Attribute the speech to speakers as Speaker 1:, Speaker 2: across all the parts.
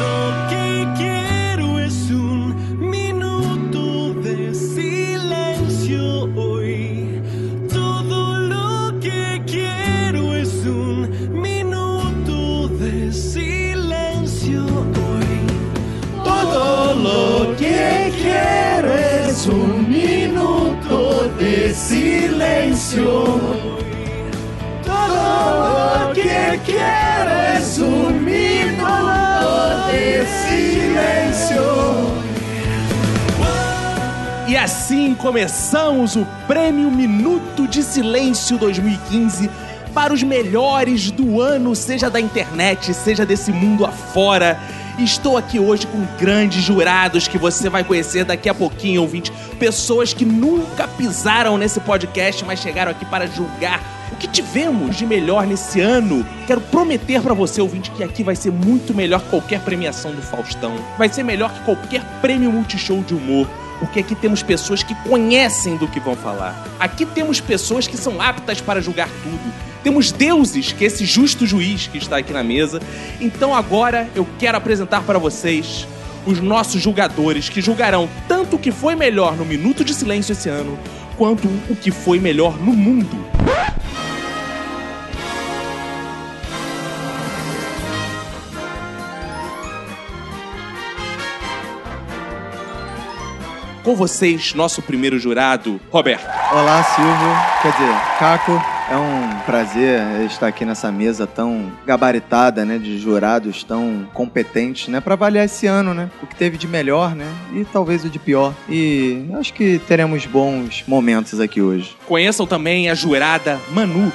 Speaker 1: Lo que quiero es un minuto de silencio hoy. Todo lo que quiero es un minuto de silencio hoy. Todo lo que quiero es un minuto de silencio todo lo que quiero es un minuto de silencio.
Speaker 2: E assim começamos o Prêmio Minuto de Silêncio 2015 para os melhores do ano, seja da internet, seja desse mundo afora. Estou aqui hoje com grandes jurados que você vai conhecer daqui a pouquinho, ouvinte. Pessoas que nunca pisaram nesse podcast, mas chegaram aqui para julgar o que tivemos de melhor nesse ano. Quero prometer para você, ouvinte, que aqui vai ser muito melhor que qualquer premiação do Faustão. Vai ser melhor que qualquer prêmio multishow de humor porque aqui temos pessoas que conhecem do que vão falar. Aqui temos pessoas que são aptas para julgar tudo. Temos deuses, que é esse justo juiz que está aqui na mesa. Então agora eu quero apresentar para vocês os nossos julgadores que julgarão tanto o que foi melhor no Minuto de Silêncio esse ano, quanto o que foi melhor no mundo. Com vocês, nosso primeiro jurado, Roberto.
Speaker 3: Olá, Silvio. Quer dizer, Caco, é um prazer estar aqui nessa mesa tão gabaritada, né? De jurados tão competentes, né? Pra avaliar esse ano, né? O que teve de melhor, né? E talvez o de pior. E acho que teremos bons momentos aqui hoje.
Speaker 2: Conheçam também a jurada Manu.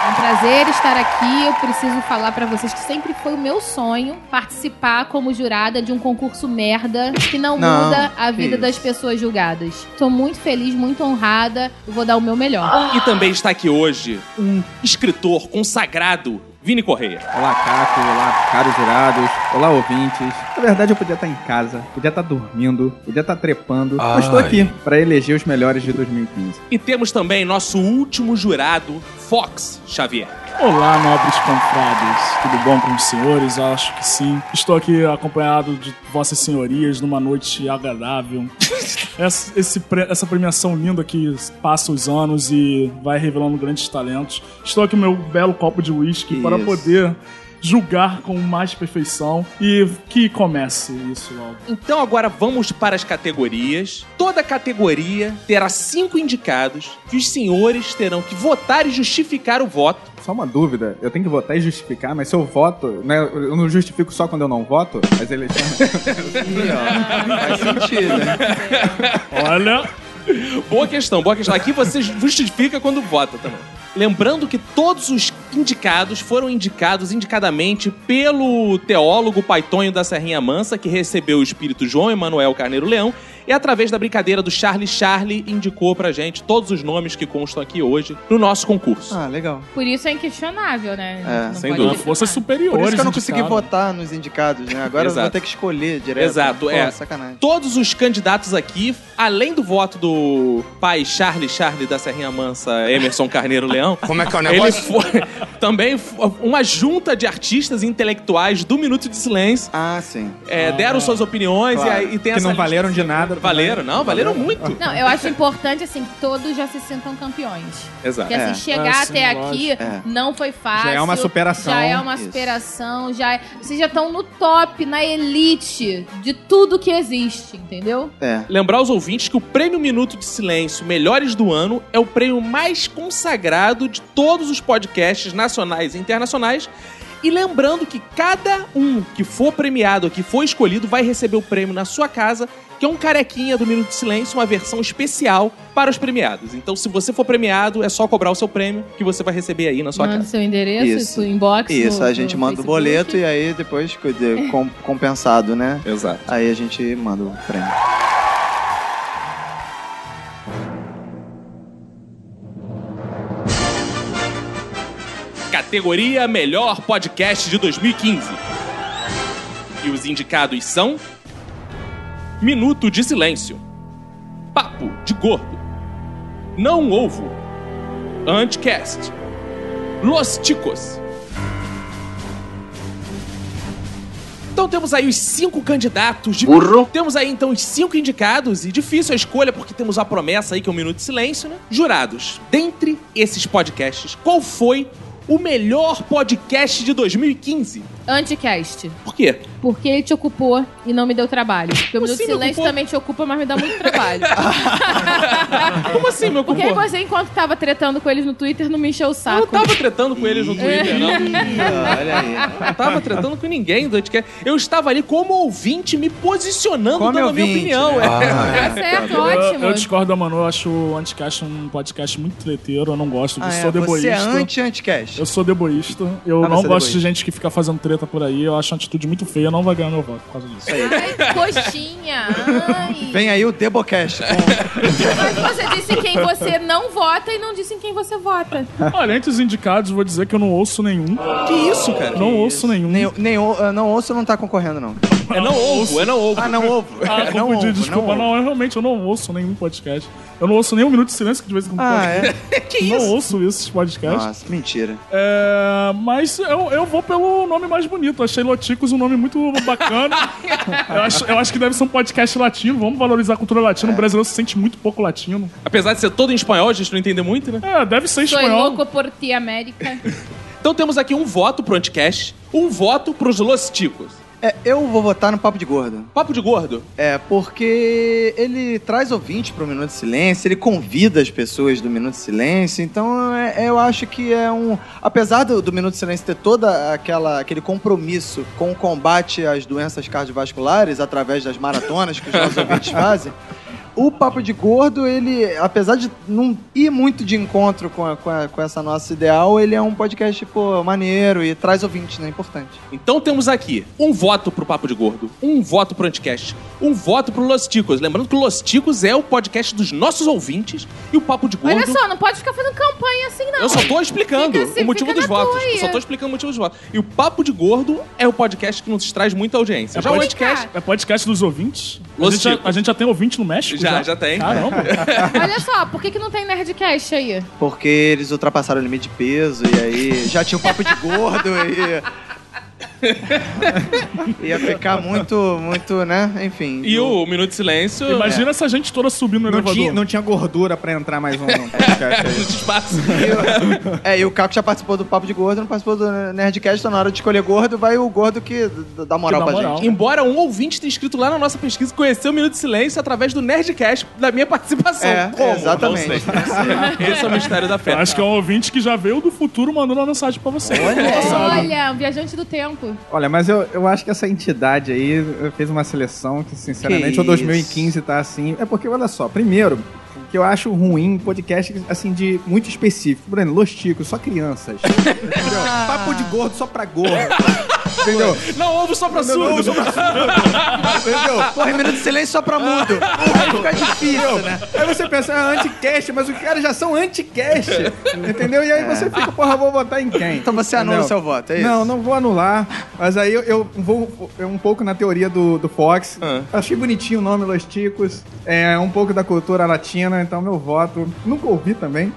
Speaker 4: É um prazer estar aqui. Eu preciso falar pra vocês que sempre foi o meu sonho participar como jurada de um concurso merda que não,
Speaker 3: Não,
Speaker 4: muda a
Speaker 3: que
Speaker 4: vida
Speaker 3: isso.
Speaker 4: das pessoas julgadas. Tô muito feliz, muito honrada. Eu vou dar o meu melhor.
Speaker 2: E também está aqui hoje um escritor consagrado, Vini Correia.
Speaker 5: Olá, Caco. Olá, caros jurados. Olá, ouvintes. Na verdade, eu podia estar em casa, podia estar dormindo, podia estar trepando. Mas estou aqui para eleger os melhores de 2015.
Speaker 2: E temos também nosso último jurado, Fox Xavier.
Speaker 6: Olá, nobres confrades. Tudo bom com os senhores? Acho que sim. Estou aqui acompanhado de vossas senhorias numa noite agradável. Essa, esse pre- essa premiação linda que passa os anos e vai revelando grandes talentos. Estou aqui com meu belo copo de uísque
Speaker 3: Que
Speaker 6: para
Speaker 3: isso.
Speaker 6: poder julgar com mais perfeição e que comece isso logo.
Speaker 2: Então agora vamos para as categorias. Toda categoria terá cinco indicados que os senhores terão que votar e justificar o voto.
Speaker 5: Só uma dúvida, eu tenho que votar e justificar, mas se eu voto, né, eu não justifico só quando eu não voto, mas eleições.
Speaker 3: Ih, ó. Faz sentido, né?
Speaker 6: Olha,
Speaker 2: Boa questão, boa questão. Aqui você justifica quando vota também. Lembrando que todos os indicados foram indicados indicadamente pelo teólogo Paitonho da Serrinha Mansa, que recebeu o espírito João Emanuel Carneiro Leão, e através da brincadeira do Charlie Charlie indicou pra gente todos os nomes que constam aqui hoje no nosso concurso.
Speaker 3: Ah, legal.
Speaker 4: Por isso é inquestionável, né?
Speaker 3: É,
Speaker 4: Não
Speaker 3: sem
Speaker 4: pode
Speaker 6: uma
Speaker 2: dúvida.
Speaker 6: força
Speaker 4: questionar.
Speaker 6: superior.
Speaker 3: Por isso que eu não consegui
Speaker 6: indicaram.
Speaker 3: votar nos indicados, né? Agora eu
Speaker 2: Exato.
Speaker 3: vou ter que escolher direto.
Speaker 2: Exato,
Speaker 3: Pô,
Speaker 2: é.
Speaker 3: sacanagem.
Speaker 2: Todos os candidatos aqui, além do voto do pai Charlie Charlie da Serrinha Mansa, Emerson Carneiro Leão,
Speaker 7: Como é que é o
Speaker 2: ele
Speaker 7: negócio?
Speaker 2: foi também foi uma junta de artistas e intelectuais do Minuto de Silêncio.
Speaker 3: Ah, sim.
Speaker 2: é, deram suas opiniões
Speaker 3: Claro.
Speaker 2: e, aí- e tem
Speaker 5: que
Speaker 2: essa
Speaker 5: não
Speaker 2: lista.
Speaker 5: valeram de nada.
Speaker 2: Valeram, não, valeram muito.
Speaker 4: Não, eu acho importante, assim, que todos já se sintam campeões.
Speaker 2: Exato.
Speaker 4: Porque,
Speaker 3: É.
Speaker 4: assim, chegar
Speaker 6: É, sim,
Speaker 4: até
Speaker 6: lógico.
Speaker 4: aqui
Speaker 3: É.
Speaker 4: não foi fácil.
Speaker 5: Já é uma superação.
Speaker 4: Já é uma
Speaker 3: Isso.
Speaker 4: superação, já é... Vocês já estão no top, na elite de tudo que existe, entendeu?
Speaker 3: É.
Speaker 2: Lembrar os ouvintes que o Prêmio Minuto de Silêncio Melhores do Ano é o prêmio mais consagrado de todos os podcasts nacionais e internacionais. E lembrando que cada um que for premiado, que for escolhido, vai receber o prêmio na sua casa, que é um carequinha do Minuto de Silêncio, uma versão especial para os premiados. Então, se você for premiado, é só cobrar o seu prêmio que você vai receber aí na sua
Speaker 4: Manda
Speaker 2: casa.
Speaker 4: seu endereço,
Speaker 3: Isso.
Speaker 4: seu inbox.
Speaker 3: Isso,
Speaker 4: no-
Speaker 3: a gente
Speaker 4: no
Speaker 3: manda o
Speaker 4: Facebook.
Speaker 3: boleto e aí depois quer
Speaker 4: É.
Speaker 3: dizer, com- compensado, né?
Speaker 2: Exato.
Speaker 3: Aí a gente manda o prêmio.
Speaker 2: categoria Melhor Podcast de 2015. E os indicados são: Minuto de Silêncio, Papo de Gordo, Não Ovo, Anticast, Los Ticos. Então temos aí os cinco candidatos de. Burro. Temos aí então os cinco indicados, e difícil a escolha, porque temos a promessa aí, que é um minuto de silêncio, né? Jurados, dentre esses podcasts, qual foi o melhor podcast de 2015?
Speaker 4: Anticast.
Speaker 2: Por quê?
Speaker 4: Porque ele te ocupou e não me deu trabalho. Porque o
Speaker 2: Como
Speaker 4: Minuto
Speaker 2: assim
Speaker 4: de
Speaker 2: me
Speaker 4: Silêncio
Speaker 2: ocupou? Ah,
Speaker 4: também te ocupa, mas me dá muito trabalho.
Speaker 2: Como assim, meu
Speaker 4: Porque aí
Speaker 2: cupom?
Speaker 4: você, enquanto tava tretando com eles no Twitter, não me encheu o
Speaker 2: Eu
Speaker 4: saco. É.
Speaker 2: não tava tretando com eles no Twitter, não.
Speaker 3: Ah, Olha aí.
Speaker 2: Não tava tretando com ninguém do Anticast. Eu estava ali como ouvinte, me posicionando,
Speaker 3: Como
Speaker 2: dando a minha
Speaker 3: ouvinte,
Speaker 2: opinião.
Speaker 3: né?
Speaker 2: é.
Speaker 4: Tá certo,
Speaker 6: Eu,
Speaker 4: ótimo.
Speaker 6: eu discordo da Manu, eu acho o Anticast um podcast muito treteiro, eu não gosto
Speaker 3: Ah,
Speaker 6: disso,
Speaker 3: é,
Speaker 6: sou
Speaker 3: você
Speaker 6: deboísta.
Speaker 3: é anti-anticast.
Speaker 6: Eu sou deboísta, eu
Speaker 3: Ah,
Speaker 6: não
Speaker 3: você é
Speaker 6: gosto
Speaker 3: deboísta.
Speaker 6: de gente que fica fazendo treta por aí, eu acho uma atitude muito feia, não vai ganhar meu voto por causa disso.
Speaker 4: Ai, coxinha. Ai.
Speaker 3: Vem aí o Debocast.
Speaker 4: Mas você disse em quem você não vota e não disse em quem você vota.
Speaker 6: Olha, entre os indicados, vou dizer que eu não ouço nenhum.
Speaker 2: Que isso, cara?
Speaker 6: Não ouço nenhum.
Speaker 3: nem, nem, ou- ah, não ouço não tá concorrendo, não.
Speaker 2: É não ovo, é não ovo.
Speaker 3: Ah, não ovo.
Speaker 6: Ah,
Speaker 3: não
Speaker 6: confundi,
Speaker 3: ovo,
Speaker 6: desculpa. Não,
Speaker 3: ovo.
Speaker 6: eu realmente eu não ouço nenhum podcast. Eu não ouço nem um minuto de silêncio que de vez em quando.
Speaker 3: Ah,
Speaker 6: toca.
Speaker 3: é?
Speaker 2: que
Speaker 6: Não
Speaker 2: isso?
Speaker 6: ouço esses podcasts.
Speaker 3: Nossa, mentira.
Speaker 6: É, mas eu, eu vou pelo nome mais bonito. Achei Loticos um nome muito bacana. eu, acho, eu acho que deve ser um podcast latino. Vamos valorizar a cultura latina. O brasileiro se sente muito pouco latino.
Speaker 2: Apesar de ser todo em espanhol, a gente não entende muito, né?
Speaker 6: É, deve ser
Speaker 4: Sou
Speaker 6: espanhol.
Speaker 4: louco por ti, América.
Speaker 2: Então temos aqui um voto pro Anticast, um voto pros Los Ticos.
Speaker 3: É, eu vou votar no Papo de Gordo.
Speaker 2: Papo de gordo.
Speaker 3: É, porque ele traz ouvinte pro Minuto de Silêncio, ele convida as pessoas do Minuto de Silêncio, então é- eu acho que é um... Apesar do, do Minuto de Silêncio ter toda aquela aquele compromisso com o combate às doenças cardiovasculares através das maratonas que os nossos ouvintes fazem, o Papo de Gordo, ele, apesar de não ir muito de encontro com, a- com, a- com essa nossa ideal, ele é um podcast, pô, maneiro e traz ouvinte, né? Importante.
Speaker 2: Então temos aqui um voto pro Papo de Gordo, um voto pro Anticast, um voto pro Los Ticos. Lembrando que o Los Ticos é o podcast dos nossos ouvintes e o Papo de Gordo.
Speaker 4: Olha só, não pode ficar fazendo campanha assim, não.
Speaker 2: Eu só tô explicando
Speaker 4: Fica assim,
Speaker 2: o motivo
Speaker 4: fica
Speaker 2: dos
Speaker 4: na tua
Speaker 2: votos.
Speaker 4: aí.
Speaker 2: Eu só tô explicando o motivo dos votos. E o Papo de Gordo é o podcast que nos traz muita audiência.
Speaker 6: É
Speaker 2: Já o
Speaker 6: podcast-
Speaker 2: Anticast
Speaker 6: É podcast dos ouvintes? A
Speaker 2: Los
Speaker 6: gente, já,
Speaker 2: Ticos.
Speaker 6: a gente já tem ouvinte no México?
Speaker 2: tipo. já, já tem. É.
Speaker 6: Caramba.
Speaker 4: Olha só, por que, que não tem Nerdcast aí?
Speaker 3: Porque eles ultrapassaram o limite de peso e aí já tinha o papo de gordo e. Ia ficar muito, muito, né? Enfim.
Speaker 2: E o Minuto de Silêncio.
Speaker 6: Imagina essa gente toda subindo no
Speaker 5: Não
Speaker 6: elevador.
Speaker 5: tinha, não tinha gordura pra entrar mais um não, podcast
Speaker 2: é,
Speaker 5: aí.
Speaker 2: espaço.
Speaker 3: É, e o Caco já participou do papo de gordo, não participou do Nerdcast, então na hora de escolher gordo, vai o gordo que d- dá moral
Speaker 6: Que dá
Speaker 3: pra
Speaker 6: moral.
Speaker 3: gente.
Speaker 2: Embora um ouvinte tenha escrito lá na nossa pesquisa que conheceu o Minuto de Silêncio através do Nerdcast da minha participação.
Speaker 3: É,
Speaker 2: Como?
Speaker 3: exatamente.
Speaker 2: Não sei. Esse é o mistério da fé.
Speaker 6: Eu acho que é um ouvinte que já veio do futuro mandando uma mensagem pra você. É
Speaker 4: Olha, um viajante do tempo.
Speaker 5: Olha, mas eu, eu acho que essa entidade aí fez uma seleção que, sinceramente,
Speaker 3: Que
Speaker 5: o 2015 tá assim. É porque, olha só, primeiro, que eu acho ruim podcast, assim, de muito específico. Bruno, Los Ticos, só crianças. Entendeu?
Speaker 4: Ah.
Speaker 5: Papo de gordo só pra gordo. Entendeu?
Speaker 6: um-
Speaker 2: Não ouve só pra surdo.
Speaker 5: Entendeu?
Speaker 3: Porra, minuto de silêncio só pra mudo. Aí fica difícil, né?
Speaker 5: Aí você pensa, ah, anti-cast, mas os caras já são anti-cast, entendeu? E aí você fica, porra, vou votar em quem?
Speaker 3: É. Então você anula
Speaker 5: Entendeu?
Speaker 3: o seu voto, é isso?
Speaker 5: Não, não vou anular, mas aí eu, eu vou eu um pouco na teoria do, do Fox.
Speaker 3: Ah.
Speaker 5: Achei bonitinho o nome Los Ticos, é um pouco da cultura latina, então meu voto. Nunca ouvi também,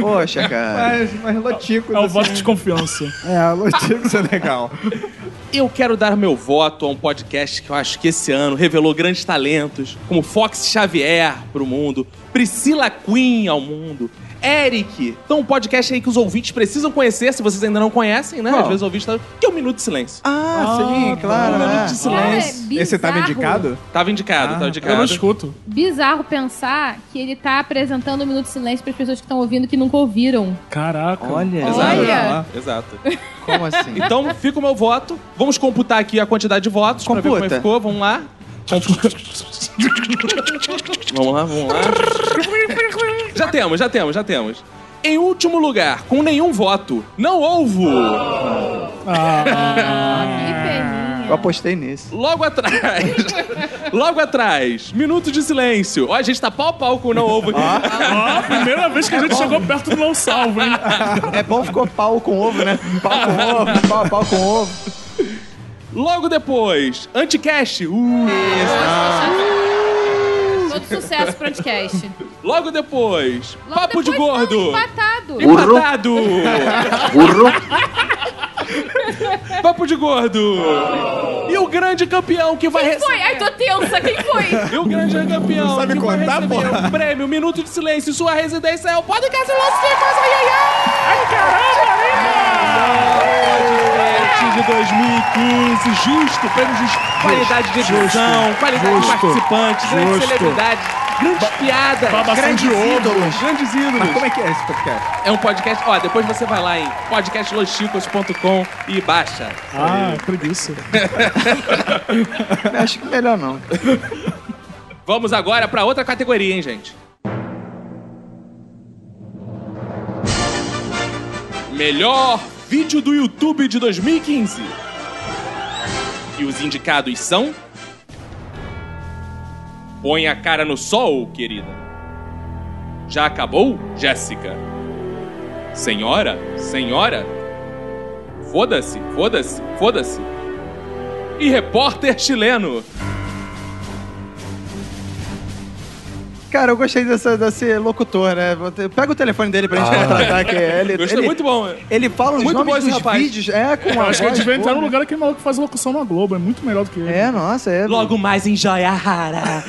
Speaker 3: Poxa, cara.
Speaker 5: mas, mas Los Ticos.
Speaker 6: É um
Speaker 5: assim,
Speaker 6: voto de confiança.
Speaker 5: É, Los Ticos é legal.
Speaker 2: Eu quero dar meu voto a um podcast que eu acho que esse ano revelou grandes talentos, como Fox Xavier pro mundo, Priscila Queen ao mundo, Eric. Então, um podcast aí que os ouvintes precisam conhecer, se vocês ainda não conhecem, né? Às vezes os ouvintes tá... que é o Minuto de Silêncio.
Speaker 3: Ah, sim, claro.
Speaker 2: Minuto
Speaker 3: né?
Speaker 2: de Silêncio.
Speaker 4: Cara, é
Speaker 5: Esse tá tava
Speaker 4: bizarro.
Speaker 5: indicado?
Speaker 2: Tava indicado, tava indicado.
Speaker 6: Eu não escuto.
Speaker 4: Bizarro pensar que ele tá apresentando o Minuto de Silêncio pras pessoas que estão ouvindo que nunca ouviram.
Speaker 6: Caraca.
Speaker 3: Olha,
Speaker 2: Exato.
Speaker 4: Olha.
Speaker 2: Exato.
Speaker 3: como assim?
Speaker 2: Então, fica o meu voto. Vamos computar aqui a quantidade de votos pra ver como é que
Speaker 3: Computa.
Speaker 2: ficou. Vamos lá. Vamos lá, vamos lá. Já temos, já temos, já temos. Em último lugar, com nenhum voto, não houve.
Speaker 4: Que peninha.
Speaker 2: Ah.
Speaker 3: Eu apostei nisso.
Speaker 2: Logo atrás. Logo atrás. Minuto de silêncio. Ó, a gente tá pau a pau com o não ovo.
Speaker 6: Ó, primeira vez que a gente chegou perto do não salvo, hein?
Speaker 3: É bom ficou pau com ovo, né? Pau com ovo, pau, pau com ovo.
Speaker 2: Logo depois, anticast. Uh.
Speaker 4: Todo sucesso pro podcast.
Speaker 2: Logo depois,
Speaker 4: Logo
Speaker 2: papo de
Speaker 4: depois, não,
Speaker 2: gordo.
Speaker 4: Empatado.
Speaker 2: Empatado. papo de gordo. E o grande campeão que vai
Speaker 4: Quem
Speaker 2: receber.
Speaker 4: foi? Ai, tô tensa. Quem foi?
Speaker 2: E o grande campeão
Speaker 5: sabe
Speaker 2: que vai
Speaker 5: contar,
Speaker 2: receber
Speaker 5: porra?
Speaker 2: o prêmio Minuto de Silêncio. Sua residência é o podcast Lance de Casa. Ai, ai, ai. Ai, caramba, De 2015, justo, prêmio justo. Qualidade de edição,
Speaker 6: justo,
Speaker 2: qualidade de
Speaker 6: justo,
Speaker 2: participantes, grandes
Speaker 6: justo.
Speaker 2: celebridades, grandes piadas,
Speaker 6: babação
Speaker 2: grandes
Speaker 6: de ovo.
Speaker 2: ídolos, grandes ídolos.
Speaker 5: Mas como é que é esse podcast?
Speaker 2: É um podcast. Ó, depois você vai lá em podcastlosticos.com e baixa.
Speaker 6: Ah, preguiça.
Speaker 3: Acho que melhor não.
Speaker 2: Vamos agora pra outra categoria, hein, gente? Melhor vídeo do YouTube de 2015. E os indicados são. Põe a cara no sol, querida. Já acabou, Jéssica? Senhora, senhora? Foda-se, foda-se, foda-se. E repórter chileno.
Speaker 3: Cara, eu gostei dessa, desse locutor, né? Vou ter- Pega o telefone dele pra gente contratar, que ele,
Speaker 2: Gostei,
Speaker 3: ele,
Speaker 2: Ah. muito bom. né?
Speaker 3: ele fala os
Speaker 2: Muito bom
Speaker 3: nomes
Speaker 2: esse
Speaker 3: dos
Speaker 2: rapaz.
Speaker 3: vídeos, é, com a
Speaker 6: Acho que a
Speaker 3: voz
Speaker 6: gente vai entrar
Speaker 3: boa,
Speaker 6: num
Speaker 3: né?
Speaker 6: lugar que é maluco que faz locução na Globo. É muito melhor do que ele.
Speaker 3: É, nossa, é.
Speaker 2: Logo um. mais em Joiarara.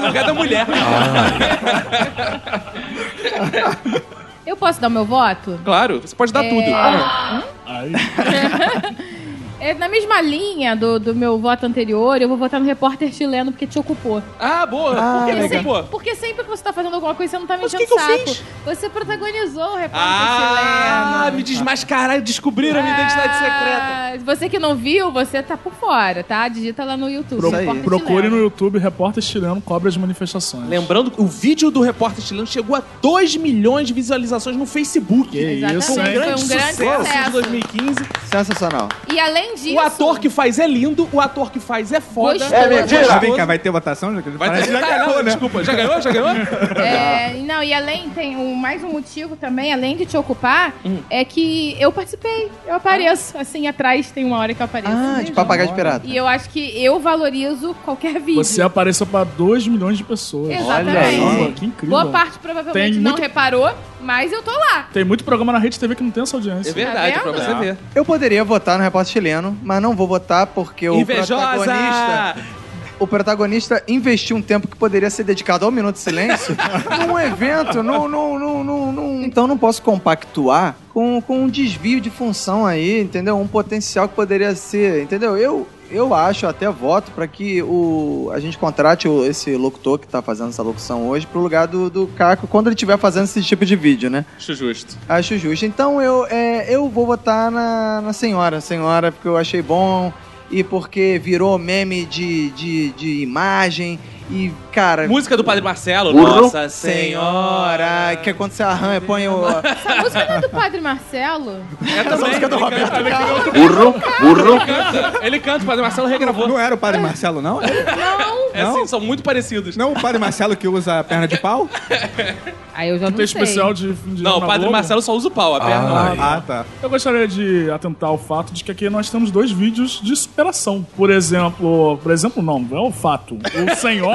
Speaker 2: no lugar da mulher.
Speaker 4: Eu posso dar o meu voto?
Speaker 2: Claro, você pode dar
Speaker 4: É.
Speaker 2: tudo. Ah,
Speaker 6: Aí,
Speaker 4: É, na mesma linha do, do meu voto anterior, eu vou votar no repórter chileno porque te ocupou.
Speaker 2: Ah, boa. Por que
Speaker 4: porque,
Speaker 2: você
Speaker 4: sempre,
Speaker 2: pô?
Speaker 4: porque sempre que você tá fazendo alguma coisa, você não tá me
Speaker 2: Mas o
Speaker 4: enchendo
Speaker 2: que
Speaker 4: o
Speaker 2: que eu fiz?
Speaker 4: saco. Você protagonizou o repórter
Speaker 2: Ah,
Speaker 4: chileno.
Speaker 2: me desmascararam, descobriram a minha identidade secreta.
Speaker 4: Ah, Você que não viu, você tá por fora, tá? Digita lá no YouTube.
Speaker 3: Pro-
Speaker 4: repórter
Speaker 6: procure no
Speaker 4: chileno.
Speaker 6: YouTube Repórter Chileno Cobra as Manifestações.
Speaker 2: Lembrando que o vídeo do repórter chileno chegou a 2 milhões de visualizações no Facebook.
Speaker 6: Que
Speaker 4: Exatamente,
Speaker 6: isso,
Speaker 4: foi
Speaker 6: hein?
Speaker 4: um grande sucesso.
Speaker 2: de 2015.
Speaker 3: Sensacional.
Speaker 4: E além disso.
Speaker 2: O ator que faz é lindo, o ator que faz é foda.
Speaker 4: Gostoso. É mentira.
Speaker 5: Mas vem cá, vai ter votação?
Speaker 2: Vai ter
Speaker 5: Parece que já
Speaker 2: Caralho,
Speaker 5: ganhou, né?
Speaker 2: Desculpa, já ganhou? Já ganhou?
Speaker 4: É, não, e além, tem um, mais um motivo também, além de te ocupar, é que eu participei, eu apareço. Assim, atrás tem uma hora que eu apareço. Uhum.
Speaker 3: Ah, de papagaio de pirata.
Speaker 4: E eu acho que eu valorizo qualquer vídeo.
Speaker 6: Você apareceu pra 2 milhões de pessoas.
Speaker 4: Exatamente.
Speaker 6: Olha só, que incrível.
Speaker 4: Boa parte provavelmente
Speaker 6: Tem
Speaker 4: não
Speaker 6: muito-
Speaker 4: reparou, mas eu tô lá.
Speaker 6: Tem muito programa na Rede TV que não tem essa audiência.
Speaker 2: É verdade,
Speaker 4: Tá
Speaker 2: pra
Speaker 4: vendo?
Speaker 2: você ver.
Speaker 3: Eu poderia votar no repórter chileno, mas não vou votar porque o
Speaker 2: Invejosa!
Speaker 3: protagonista, o protagonista investiu um tempo que poderia ser dedicado ao Minuto de Silêncio num evento, num, num, num, num, num- Então não posso compactuar com, com um desvio de função aí, entendeu? Um potencial que poderia ser, entendeu? Eu... Eu acho, até voto, pra que o, a gente contrate o- esse locutor que tá fazendo essa locução hoje pro lugar do, do Caco quando ele estiver fazendo esse tipo de vídeo, né?
Speaker 2: Acho justo.
Speaker 3: Acho justo. Então eu, é, eu vou votar na, na senhora. Senhora, porque eu achei bom e porque virou meme de, de, de imagem. E, cara.
Speaker 2: Música do Padre Marcelo, Nossa Senhora.
Speaker 3: Senhora, que Ah, quando você arranha, põe o.
Speaker 4: Essa música não é do Padre Marcelo?
Speaker 2: É também.
Speaker 3: música do
Speaker 2: ele
Speaker 3: Roberto
Speaker 2: canta, ele canta. Ele canta, o Padre Marcelo regravou.
Speaker 5: Não era o Padre Marcelo, não?
Speaker 4: Não.
Speaker 2: É assim, são muito parecidos.
Speaker 5: Não o Padre Marcelo que usa a perna de pau?
Speaker 4: Aí eu já não né?
Speaker 6: Tem
Speaker 4: sei.
Speaker 6: especial de fim de
Speaker 2: Não,
Speaker 6: ano
Speaker 2: o
Speaker 6: na
Speaker 2: Padre
Speaker 6: Globo.
Speaker 2: Marcelo só usa o pau, a perna.
Speaker 5: Ah, tá.
Speaker 6: Eu gostaria de atentar ao fato de que aqui nós temos dois vídeos de superação. Por exemplo, por exemplo, não, é o fato. O senhora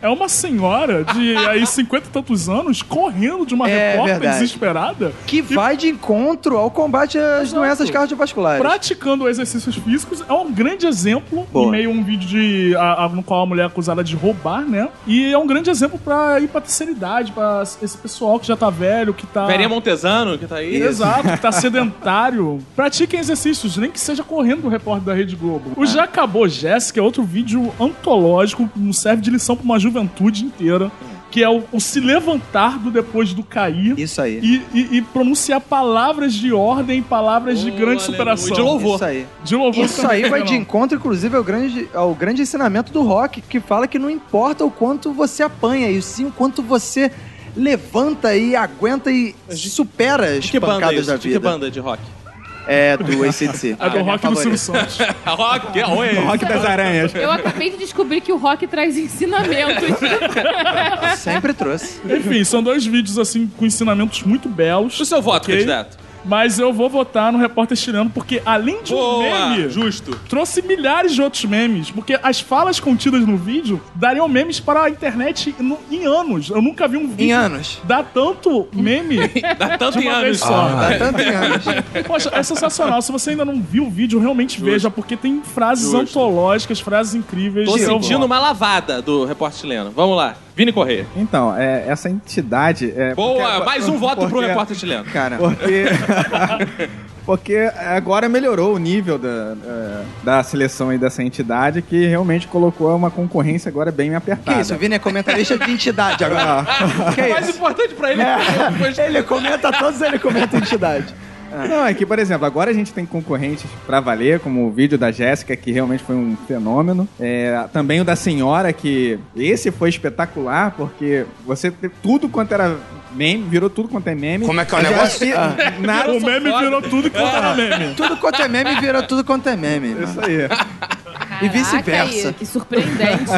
Speaker 6: é uma senhora de aí 50 e tantos anos correndo de uma
Speaker 3: É
Speaker 6: repórter
Speaker 3: verdade.
Speaker 6: desesperada,
Speaker 3: Que vai de encontro ao combate às doenças cardiovasculares.
Speaker 6: praticando exercícios físicos. É um grande exemplo
Speaker 3: Boa.
Speaker 6: em meio a um vídeo de a- a- no qual a mulher é acusada de roubar, né? E é um grande exemplo pra ir pra terceira idade, pra esse pessoal que já tá velho, que tá
Speaker 2: Verinha Montesano, que tá aí.
Speaker 6: Exato, que tá sedentário. Pratiquem exercícios, nem que seja correndo o repórter da Rede Globo. O Já Acabou Jéssica é outro vídeo antológico que nos serve de lição pra uma juventude inteira, que é o, o se levantar do depois do cair.
Speaker 3: Isso aí.
Speaker 6: E, e- e pronunciar palavras de ordem, palavras de
Speaker 2: Oh,
Speaker 6: grande
Speaker 2: aleluia.
Speaker 6: superação.
Speaker 2: De louvor.
Speaker 3: Isso aí.
Speaker 6: De louvor
Speaker 3: Isso
Speaker 6: também,
Speaker 2: né,
Speaker 3: aí vai de
Speaker 6: Renan.
Speaker 3: encontro, inclusive, ao grande, ao grande ensinamento do rock, que fala que não importa o quanto você apanha, e sim o quanto você levanta e aguenta e supera as
Speaker 2: Que banda é
Speaker 3: pancadas
Speaker 2: isso?
Speaker 3: da
Speaker 2: De Que
Speaker 3: vida.
Speaker 2: banda de rock?
Speaker 3: é do ACDC.
Speaker 6: É do
Speaker 3: minha
Speaker 6: rock do Silvio
Speaker 3: favorita.
Speaker 6: Santos.
Speaker 2: Rock, oi.
Speaker 5: Rock das Aranhas.
Speaker 4: Eu acabei de descobrir que o rock traz ensinamentos.
Speaker 3: Sempre trouxe.
Speaker 6: Enfim, são dois vídeos assim com ensinamentos muito belos.
Speaker 2: O seu voto,
Speaker 6: Ok.
Speaker 2: candidato.
Speaker 6: Mas eu vou votar no Repórter Chileno, porque além de um
Speaker 2: Boa,
Speaker 6: meme,
Speaker 2: justo.
Speaker 6: trouxe milhares de outros memes. Porque as falas contidas no vídeo dariam memes para a internet no- em anos. Eu nunca vi um vídeo.
Speaker 3: Em anos.
Speaker 6: Dar tanto meme
Speaker 2: Dá tanto
Speaker 6: de
Speaker 2: em
Speaker 6: uma vez
Speaker 2: anos. Ah.
Speaker 6: só.
Speaker 5: Ah, é.
Speaker 3: Há tanto em anos.
Speaker 6: Poxa, é sensacional. Se você ainda não viu o vídeo, realmente veja, porque tem frases antológicas, frases incríveis.
Speaker 2: Tô
Speaker 6: Eu
Speaker 2: sentindo
Speaker 6: gosto.
Speaker 2: uma lavada do repórter chileno. Vamos lá. Vini Correia.
Speaker 5: Então, é, essa entidade. É,
Speaker 2: Boa,
Speaker 5: porque-
Speaker 2: mais um voto pro
Speaker 5: porque-
Speaker 2: repórter chileno.
Speaker 3: Cara,
Speaker 5: Porque. Porque agora melhorou o nível da, é, da seleção e dessa entidade, que realmente colocou uma concorrência agora bem
Speaker 3: que
Speaker 5: apertada. Ah, é.
Speaker 3: isso? O Vini é comentarista de entidade agora. que
Speaker 2: o mais
Speaker 3: isso?
Speaker 2: importante pra ele depois-
Speaker 3: Ele comenta todos, ele comenta entidade.
Speaker 5: Não, é que, por exemplo, agora a gente tem concorrentes pra valer, como o vídeo da Jéssica, que realmente foi um fenômeno. É, também o da senhora, que esse foi espetacular, porque você teve tudo quanto era meme, virou tudo quanto é meme. Como é que é o negócio? Nada,
Speaker 6: O meme virou tudo que era meme.
Speaker 3: Tudo quanto é meme vira tudo quanto é meme. mano.
Speaker 5: isso aí.
Speaker 4: Caraca,
Speaker 3: vice-versa.
Speaker 4: aí, Que surpreendente.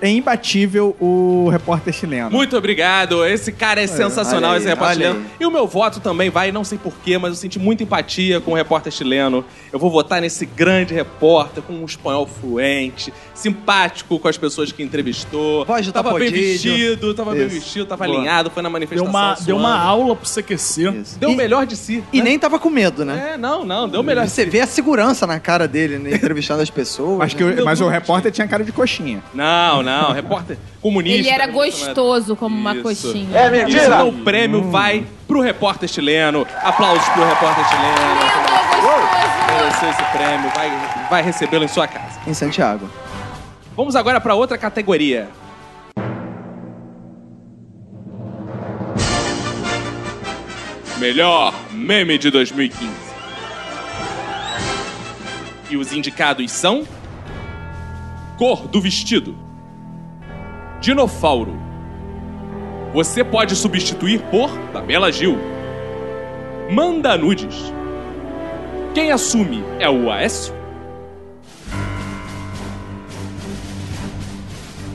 Speaker 5: É imbatível o repórter chileno.
Speaker 2: Muito obrigado. Esse cara é sensacional,
Speaker 3: olha aí,
Speaker 2: esse repórter
Speaker 3: olha
Speaker 2: chileno.
Speaker 3: aí.
Speaker 2: E o meu voto também vai, não sei porquê, mas eu senti muita empatia com o repórter chileno. Eu vou votar nesse grande repórter, com um espanhol fluente, simpático com as pessoas que entrevistou.
Speaker 3: Voz do
Speaker 2: tava bem
Speaker 3: Tapodídio.
Speaker 2: vestido, tava bem
Speaker 3: Isso.
Speaker 2: vestido, tava
Speaker 3: Boa.
Speaker 2: alinhado, foi na
Speaker 6: Deu
Speaker 2: manifestação.
Speaker 6: uma, deu uma
Speaker 2: suando.
Speaker 6: aula pro CQC.
Speaker 3: Isso.
Speaker 2: Deu o
Speaker 3: E-
Speaker 2: melhor de si.
Speaker 3: E nem tava com medo, né?
Speaker 2: É, não, não, deu o melhor de
Speaker 3: Você
Speaker 2: si.
Speaker 3: vê a segurança na cara dele, né? Entrevistando as pessoas.
Speaker 5: Acho que
Speaker 3: né?
Speaker 5: o- mas o repórter tinha cara de coxinha.
Speaker 2: Não, não, repórter comunista.
Speaker 4: Ele era gostoso como uma
Speaker 2: Isso.
Speaker 4: coxinha.
Speaker 2: Mentira! Então o prêmio
Speaker 3: Hum.
Speaker 2: vai pro repórter chileno. Aplausos pro repórter chileno.
Speaker 4: Lindo, gostoso.
Speaker 2: mereceu esse prêmio, vai, vai recebê-lo em sua casa.
Speaker 3: Em Santiago.
Speaker 2: Vamos agora para outra categoria. Melhor meme de 2015. E os indicados são: Cor do vestido, Dinofauro. Você pode substituir por Pamela Gil. Manda nudes. Quem assume é o Aécio?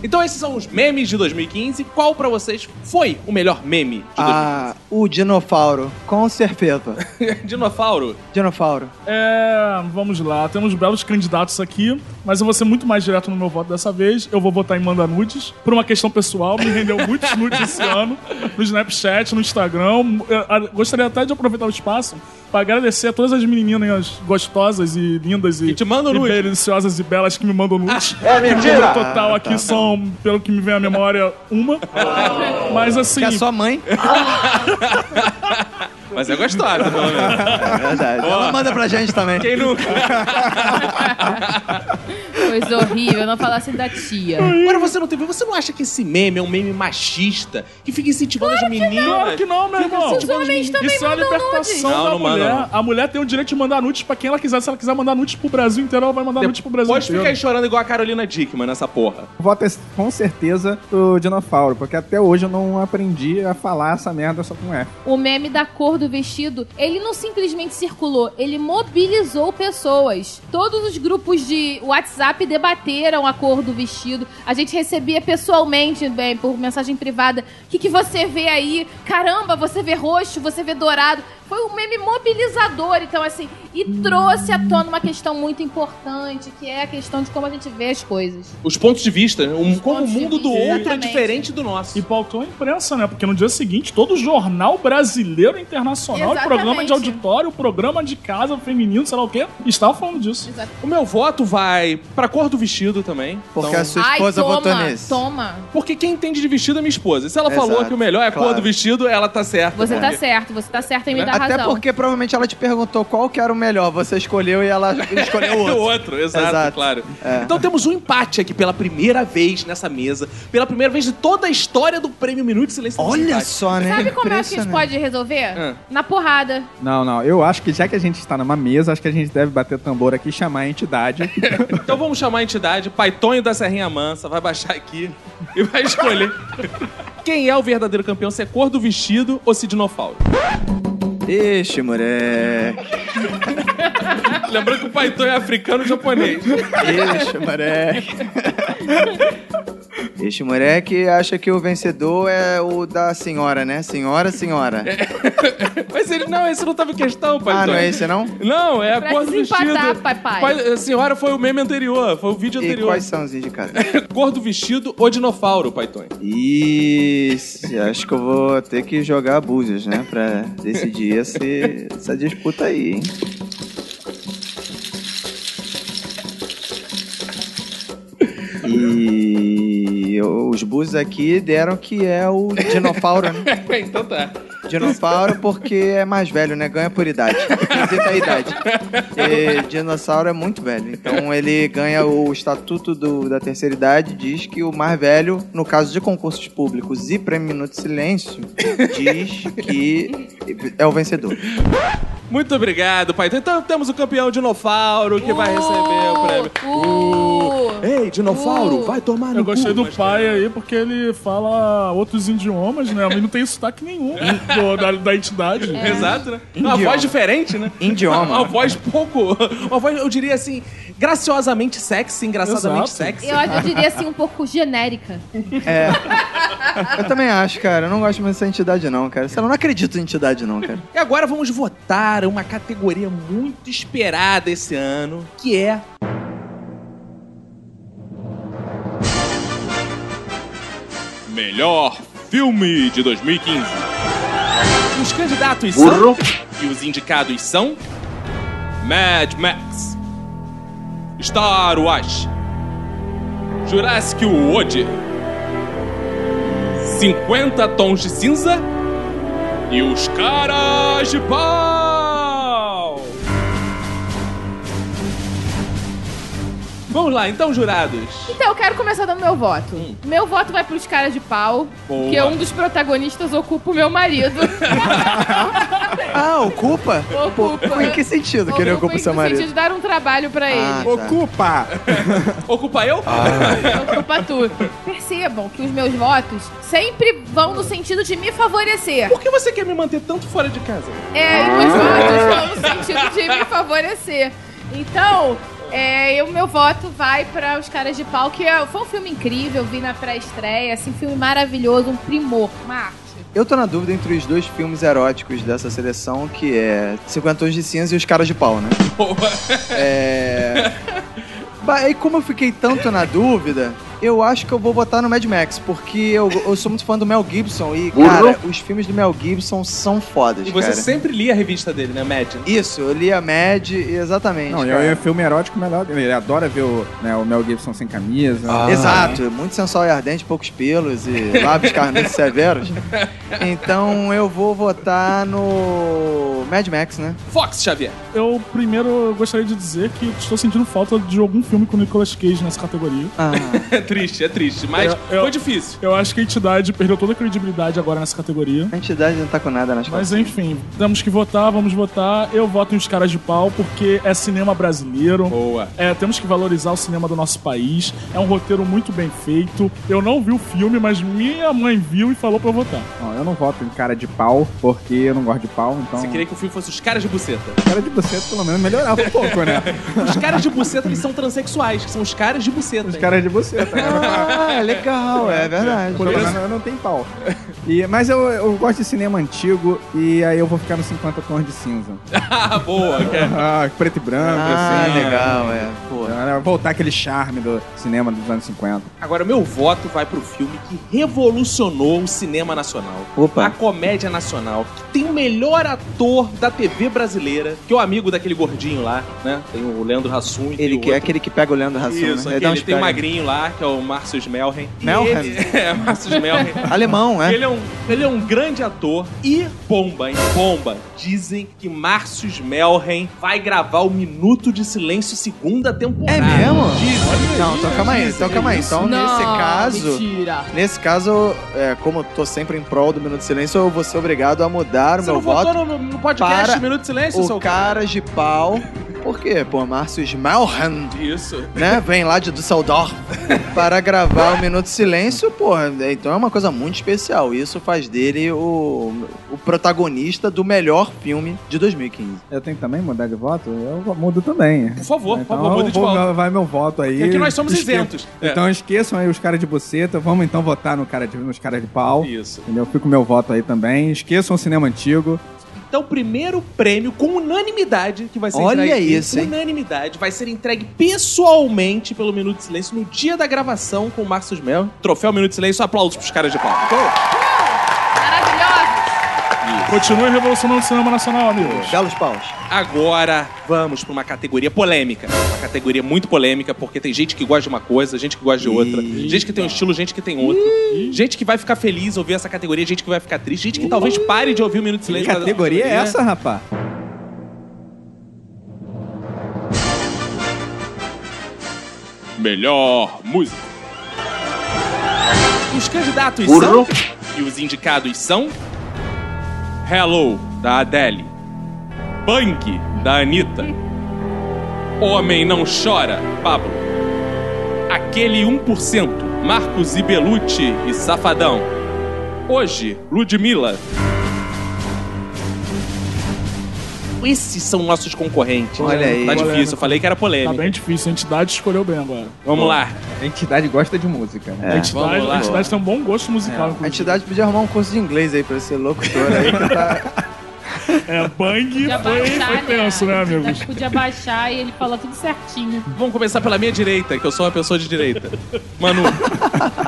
Speaker 2: Então esses são os memes de 2015. Qual pra vocês foi o melhor meme de 2015?
Speaker 3: Ah, o dinofauro. Com certeza.
Speaker 2: Dinofauro.
Speaker 3: Dinofauro.
Speaker 6: É, vamos lá, temos belos candidatos aqui, mas eu vou ser muito mais direto no meu voto dessa vez. Eu vou votar em Manda Nudes, por uma questão pessoal, me rendeu muitos nudes esse ano, no Snapchat, no Instagram. Eu, a- gostaria até de aproveitar o espaço pra agradecer a todas as menininhas gostosas e lindas e,
Speaker 2: Que te mandam
Speaker 6: e
Speaker 2: nudes.
Speaker 6: deliciosas e belas que me mandam nudes. É mentira! tá, No total aqui são, pelo que me vem à memória, uma. Mas assim,
Speaker 3: Que é a sua mãe.
Speaker 2: Mas é gostosa, pelo menos.
Speaker 3: É verdade. Ela manda pra gente também.
Speaker 2: Quem nunca?
Speaker 4: Coisa horrível, não falar assim da tia.
Speaker 2: Agora você não teve. Você não acha que esse meme é um meme machista é que fica incentivando as meninas?
Speaker 6: Claro que não, meu irmão.
Speaker 4: Os homens também
Speaker 6: Isso é a
Speaker 4: mandam
Speaker 6: libertação
Speaker 4: nudes.
Speaker 2: Não,
Speaker 6: da
Speaker 2: não manda,
Speaker 6: mulher.
Speaker 2: não.
Speaker 6: A mulher tem o direito de mandar nudes pra quem ela quiser. Se ela quiser mandar nudes pro Brasil inteiro, ela vai mandar nudes pro Brasil
Speaker 2: Pode
Speaker 6: inteiro.
Speaker 2: ficar aí chorando igual a Carolina Dickman nessa porra.
Speaker 5: O voto é com certeza o dinofauro, porque até hoje eu não aprendi a falar essa merda só com F.
Speaker 4: O meme da cor do vestido, ele não simplesmente circulou, ele mobilizou pessoas. Todos os grupos de WhatsApp debateram a cor do vestido. A gente recebia pessoalmente, bem, por mensagem privada, o que, que você vê aí? Caramba, você vê roxo, você vê dourado. Foi um meme mobilizador, então assim, e trouxe à tona uma questão muito importante, que é a questão de como a gente vê as coisas.
Speaker 2: Os pontos de vista, né? um, como o
Speaker 4: pontos de
Speaker 2: mundo do
Speaker 4: vista,
Speaker 2: outro é
Speaker 4: exatamente.
Speaker 2: diferente do nosso.
Speaker 6: E pautou a imprensa, né? Porque no dia seguinte, todo jornal brasileiro e internacional,
Speaker 4: Exatamente.
Speaker 6: programa de auditório, programa de casa feminino, sei lá o quê, estava falando disso.
Speaker 2: O meu voto vai pra cor do vestido também.
Speaker 3: Porque
Speaker 2: Então,
Speaker 3: a sua esposa
Speaker 4: Ai,
Speaker 3: votou
Speaker 4: toma,
Speaker 3: nesse.
Speaker 4: toma.
Speaker 2: Porque quem entende de vestido é minha esposa. E se ela
Speaker 3: Exato,
Speaker 2: falou que o melhor é a cor
Speaker 3: claro.
Speaker 2: do vestido, ela tá certa.
Speaker 4: Você tá
Speaker 2: Porque-
Speaker 4: certo, você tá certo em me dar
Speaker 3: É. Até
Speaker 4: razão.
Speaker 3: porque provavelmente ela te perguntou qual que era o melhor. Você escolheu e ela escolheu o
Speaker 2: É
Speaker 3: outro.
Speaker 2: o outro, exato,
Speaker 3: Exato.
Speaker 2: claro.
Speaker 3: É.
Speaker 2: Então temos um empate aqui pela primeira vez nessa mesa, pela primeira vez de toda a história do Prêmio Minuto de Silêncio. temos
Speaker 3: Olha
Speaker 2: empate.
Speaker 3: só, né?
Speaker 4: Sabe como é que a gente pode resolver?
Speaker 2: Ah.
Speaker 4: Na porrada.
Speaker 5: Não, não, eu acho que já que a gente está numa mesa, acho que a gente deve bater tambor aqui e chamar a entidade.
Speaker 2: Então vamos chamar a entidade, Paitonho da Serrinha Mansa, vai baixar aqui e vai é escolher quem é o verdadeiro campeão, se é cor do vestido ou se dinofauro.
Speaker 3: Ixi, moleque.
Speaker 2: Lembrando que o Paiton é africano e japonês.
Speaker 3: Ixi, moleque. Este moleque acha que o vencedor é o da senhora, né? Senhora, senhora.
Speaker 2: Mas ele, não, esse não tava em questão, Paiton.
Speaker 3: Ah, não é esse, não?
Speaker 2: Não, é a
Speaker 4: Pra
Speaker 2: cor do vestido.
Speaker 4: desempatar, papai.
Speaker 2: Pai- a senhora foi o meme anterior, foi o vídeo
Speaker 3: E
Speaker 2: anterior.
Speaker 3: quais são os indicados?
Speaker 2: Cor do vestido ou dinofauro, Paiton?
Speaker 3: Ixi, acho que eu vou ter que jogar búzios, né? Pra decidir esse- essa disputa aí, hein? E os búzios aqui deram que é o dinossauro, né?
Speaker 2: então tá.
Speaker 3: Dinossauro porque é mais velho, né? Ganha por idade. Visita a idade. E dinossauro é muito velho. Então ele ganha o estatuto do- da terceira idade, diz que o mais velho, no caso de concursos públicos e prêmio Minuto de Silêncio, diz que é o vencedor.
Speaker 2: Muito obrigado, Paiton. Então temos o campeão dinofauro que vai receber
Speaker 4: Oh,
Speaker 2: o prêmio.
Speaker 4: Uh,
Speaker 2: Ei,
Speaker 4: dinofauro, vai
Speaker 2: tomar
Speaker 6: Eu gostei do pai aí porque ele fala outros idiomas, né? Mas não tem sotaque nenhum do- da, da entidade.
Speaker 2: Exato, né? Uma voz diferente, né?
Speaker 3: Indioma.
Speaker 2: Uma voz pouco. Uma voz, eu diria assim, graciosamente sexy, engraçadamente
Speaker 6: Exato.
Speaker 2: sexy.
Speaker 4: eu, eu diria assim, um pouco genérica.
Speaker 3: Eu também acho, cara. Eu não gosto muito dessa entidade, não, cara. Sei lá, Eu não acredito em entidade, não, cara.
Speaker 2: E agora vamos votar uma categoria muito esperada esse ano, que é. Melhor filme de 2015. Os candidatos são. E os indicados são. Mad Max. Star Wars. Jurassic World. 50 Tons de Cinza e os caras de pau! Vamos lá, então, jurados.
Speaker 4: Então, eu quero começar dando meu voto. Meu voto vai pros caras de pau,
Speaker 2: Hum. Boa.
Speaker 4: porque um dos protagonistas ocupa o meu marido.
Speaker 3: Ah, ocupa?
Speaker 4: Ocupa.
Speaker 3: Pô, Em que sentido que ele ocupa o seu
Speaker 4: no
Speaker 3: marido?
Speaker 4: sentido de dar um trabalho pra
Speaker 3: Ah,
Speaker 4: ele.
Speaker 3: tá.
Speaker 5: Ocupa!
Speaker 2: Ocupa eu? tá.
Speaker 4: Ocupa tudo. Percebam que os meus votos sempre vão no sentido de me favorecer.
Speaker 2: Por que você quer me manter tanto fora de casa?
Speaker 4: É,
Speaker 6: Ah.
Speaker 4: e meus votos vão no um sentido de me favorecer. Então, é, e o meu voto vai para Os Caras de Pau, que é- foi um filme incrível, vi na pré-estreia, assim, filme maravilhoso, um primor, uma arte.
Speaker 3: Eu tô na dúvida entre os dois filmes eróticos dessa seleção, que é 50 Tons de Cinza e Os Caras de Pau, né?
Speaker 2: Boa.
Speaker 3: É. Bah, E como eu fiquei tanto na dúvida, eu acho que eu vou botar no Mad Max, porque eu, eu sou muito fã do Mel Gibson e, cara, os filmes do Mel Gibson são fodas,
Speaker 2: E você
Speaker 3: cara.
Speaker 2: sempre lia a revista dele, né, Mad?
Speaker 3: Isso, eu li a Mad, exatamente.
Speaker 5: Não,
Speaker 3: cara.
Speaker 5: é o filme erótico melhor. dele. Ele adora ver o, né, o Mel Gibson sem camisa.
Speaker 8: Ah.
Speaker 3: Exato, muito sensual e ardente, poucos pelos e lábios carnudos severos. Então eu vou votar no Mad Max, né?
Speaker 2: Fox Xavier.
Speaker 6: Eu primeiro gostaria de dizer que estou sentindo falta de algum filme com Nicolas Cage nessa categoria.
Speaker 3: Ah,
Speaker 2: É triste, é triste, mas
Speaker 6: Eu- eu-
Speaker 2: foi difícil.
Speaker 6: Eu acho que a entidade perdeu toda a credibilidade agora nessa categoria.
Speaker 3: a entidade não tá com nada nas
Speaker 6: Mas
Speaker 3: costas.
Speaker 6: enfim, temos que votar, vamos votar. Eu voto em Os Caras de Pau porque é cinema brasileiro.
Speaker 2: Boa.
Speaker 6: É, temos que valorizar o cinema do nosso país. É um roteiro muito bem feito. Eu não vi o filme, mas minha mãe viu e falou pra eu votar.
Speaker 5: Não, eu não voto em cara de pau, porque eu não gosto de pau, então.
Speaker 2: Você queria que o filme fosse Os Caras de Buceta.
Speaker 5: Cara de buceta, pelo menos, melhorava um pouco, né?
Speaker 2: Os Caras de Buceta, eles são transexuais, que são os caras de buceta.
Speaker 5: Os caras de buceta, né?
Speaker 3: Ah, legal, é verdade.
Speaker 5: Pelo menos eu não tenho pau. E, mas eu, eu gosto de cinema antigo e aí eu vou ficar nos 50 tons de cinza.
Speaker 2: Ah, boa, cara.
Speaker 5: Ah, preto e branco,
Speaker 3: Ah,
Speaker 2: né?
Speaker 5: assim.
Speaker 3: legal, é. Pô.
Speaker 5: Era Voltar aquele charme do cinema dos anos 50.
Speaker 2: Agora, meu voto vai pro filme que revolucionou o cinema nacional. A
Speaker 3: Opa.
Speaker 2: comédia nacional. que Tem o melhor ator da TV brasileira, que é o amigo daquele gordinho lá, né? Tem o Leandro Hassum. e tem
Speaker 3: Ele
Speaker 2: o
Speaker 3: que é
Speaker 2: outro.
Speaker 3: aquele que pega o Leandro Hassum,
Speaker 2: Isso,
Speaker 3: né?
Speaker 2: aquele,
Speaker 3: uns
Speaker 2: tem o
Speaker 3: pega.
Speaker 2: magrinho lá, que é o Márcio Melhem.
Speaker 3: Melhem?
Speaker 2: É, Márcio Melhem.
Speaker 3: Alemão, é?
Speaker 2: Ele é, um, ele é um grande ator e bomba, hein? Bomba. Dizem que Márcio Melhem vai gravar o Minuto de Silêncio segunda temporada.
Speaker 3: É mesmo?
Speaker 2: Dizem.
Speaker 3: Não, então calma aí, então calma aí. Então, nesse caso.
Speaker 4: Mentira.
Speaker 3: Nesse caso, é, como eu tô sempre em prol do Minuto de Silêncio, eu vou ser obrigado a mudar o
Speaker 2: Você não
Speaker 3: meu voto.
Speaker 2: votou no, no podcast
Speaker 3: para
Speaker 2: Minuto de Silêncio,
Speaker 3: o
Speaker 2: seu
Speaker 3: cara de pau. Por quê? Pô, Márcio Smalhan,
Speaker 2: Isso.
Speaker 3: né? Vem lá de Düsseldorf para gravar o Minuto de Silêncio, porra. Então é uma coisa muito especial. Isso faz dele o, o protagonista do melhor filme de 2015.
Speaker 5: Eu tenho que também mudar de voto? Eu vou- mudo também.
Speaker 2: Por favor,
Speaker 5: Então,
Speaker 2: por favor, muda de
Speaker 5: vou-
Speaker 2: volta.
Speaker 5: Vai meu voto aí.
Speaker 2: Porque aqui É nós somos
Speaker 5: Esque-
Speaker 2: isentos. É.
Speaker 5: Então esqueçam aí os caras de buceta. Vamos então votar no cara de, nos caras de
Speaker 3: Então,
Speaker 5: pau.
Speaker 2: Isso.
Speaker 5: Entendeu? Fico meu voto aí também. Esqueçam o cinema antigo.
Speaker 2: Então, primeiro prêmio com unanimidade que vai ser
Speaker 3: Olha
Speaker 2: entregue.
Speaker 3: isso, hein?
Speaker 2: Unanimidade. Vai ser entregue pessoalmente pelo Minuto de Silêncio no dia da gravação com o Marcos Mel. Troféu Minuto de Silêncio. Aplausos pros caras de pau.
Speaker 4: Maravilhosa.
Speaker 6: Continue revolucionando o cinema nacional, amigos.
Speaker 3: Belos paus.
Speaker 2: Agora vamos pra uma categoria polêmica. Uma categoria muito polêmica, porque tem gente que gosta de uma coisa, gente que gosta de outra, gente que tem um estilo, gente que tem outro. Gente que vai ficar feliz ouvir essa categoria, gente que vai ficar triste, gente que talvez pare de ouvir o Minuto de
Speaker 5: Que
Speaker 2: Silêncio. pra-
Speaker 5: categoria é essa, rapá?
Speaker 2: Melhor música. Os candidatos
Speaker 3: Burro.
Speaker 2: são. E os indicados são. Hello, da Adele. Punk, da Anitta. Homem Não Chora, Pablo. Aquele 1%, Marcos e Belucci e Safadão. Hoje, Ludmilla. Esses são nossos concorrentes.
Speaker 3: Olha aí.
Speaker 2: Tá difícil, eu falei que era
Speaker 6: Tá
Speaker 2: polêmico.
Speaker 6: bem difícil, a entidade escolheu bem agora.
Speaker 2: Vamos lá.
Speaker 5: A entidade gosta de música, né?
Speaker 6: A
Speaker 3: É,
Speaker 6: entidade,
Speaker 2: vamos lá.
Speaker 6: a entidade tem um bom gosto musical.
Speaker 3: A
Speaker 6: inclusive.
Speaker 3: entidade podia arrumar um curso de inglês aí pra ser locutor aí. que tá-
Speaker 6: É, bang
Speaker 4: Podia
Speaker 6: foi,
Speaker 4: baixar,
Speaker 6: foi tenso, né, amigos?
Speaker 4: Já Podia baixar e ele fala tudo certinho.
Speaker 2: Vamos começar pela minha direita, que eu sou uma pessoa de direita. Manu,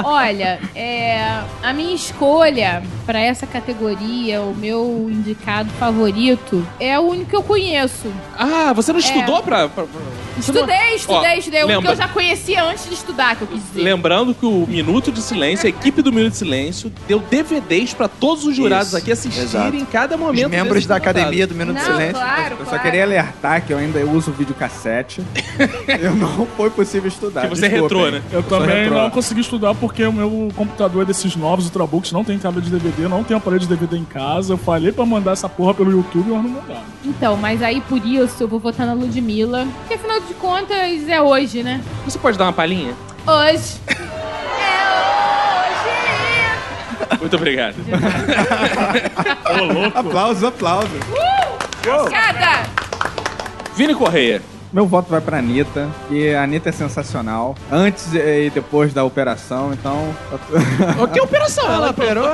Speaker 4: Olha, é, a minha escolha pra essa categoria, o meu indicado favorito, é o único que eu conheço.
Speaker 2: ah, você não estudou pra, pra- pra-
Speaker 4: Estudei, estudei,
Speaker 2: Ó,
Speaker 4: estudei. O que
Speaker 2: lembra-
Speaker 4: eu já conhecia antes de estudar, que eu quis dizer.
Speaker 2: Lembrando que o Minuto de Silêncio, a equipe do Minuto de Silêncio, deu DVDs pra todos os jurados
Speaker 3: Isso,
Speaker 2: aqui assistirem
Speaker 3: exato.
Speaker 2: em cada
Speaker 3: Os
Speaker 2: momento.
Speaker 3: membros
Speaker 2: desse
Speaker 3: da
Speaker 2: tratado.
Speaker 3: academia do Minuto
Speaker 4: Não,
Speaker 3: de Silêncio.
Speaker 4: claro,
Speaker 5: Eu só
Speaker 4: claro.
Speaker 5: queria alertar que eu ainda uso videocassete. eu não foi possível estudar.
Speaker 2: Que você é
Speaker 5: desculpem.
Speaker 2: retrô, né?
Speaker 6: Eu
Speaker 5: sou
Speaker 6: também
Speaker 5: retrô.
Speaker 6: não consegui estudar porque o meu computador é desses novos Ultrabooks, não tem cabo de DVD, não tem aparelho de DVD em casa. Eu falei pra mandar essa porra pelo YouTube, mas não mandaram.
Speaker 4: Então, mas aí por isso eu vou votar na Ludmilla. Porque afinal de contas é hoje, né?
Speaker 2: Você pode dar uma palhinha?
Speaker 4: Hoje. é hoje!
Speaker 2: Muito obrigado.
Speaker 6: Ô, louco.
Speaker 5: Aplausos, aplausos.
Speaker 4: Cada!
Speaker 2: Vini Correia.
Speaker 5: Meu voto vai pra Anitta, e a Anitta é sensacional. Antes e depois da operação, então.
Speaker 2: O que operação? Ela operou?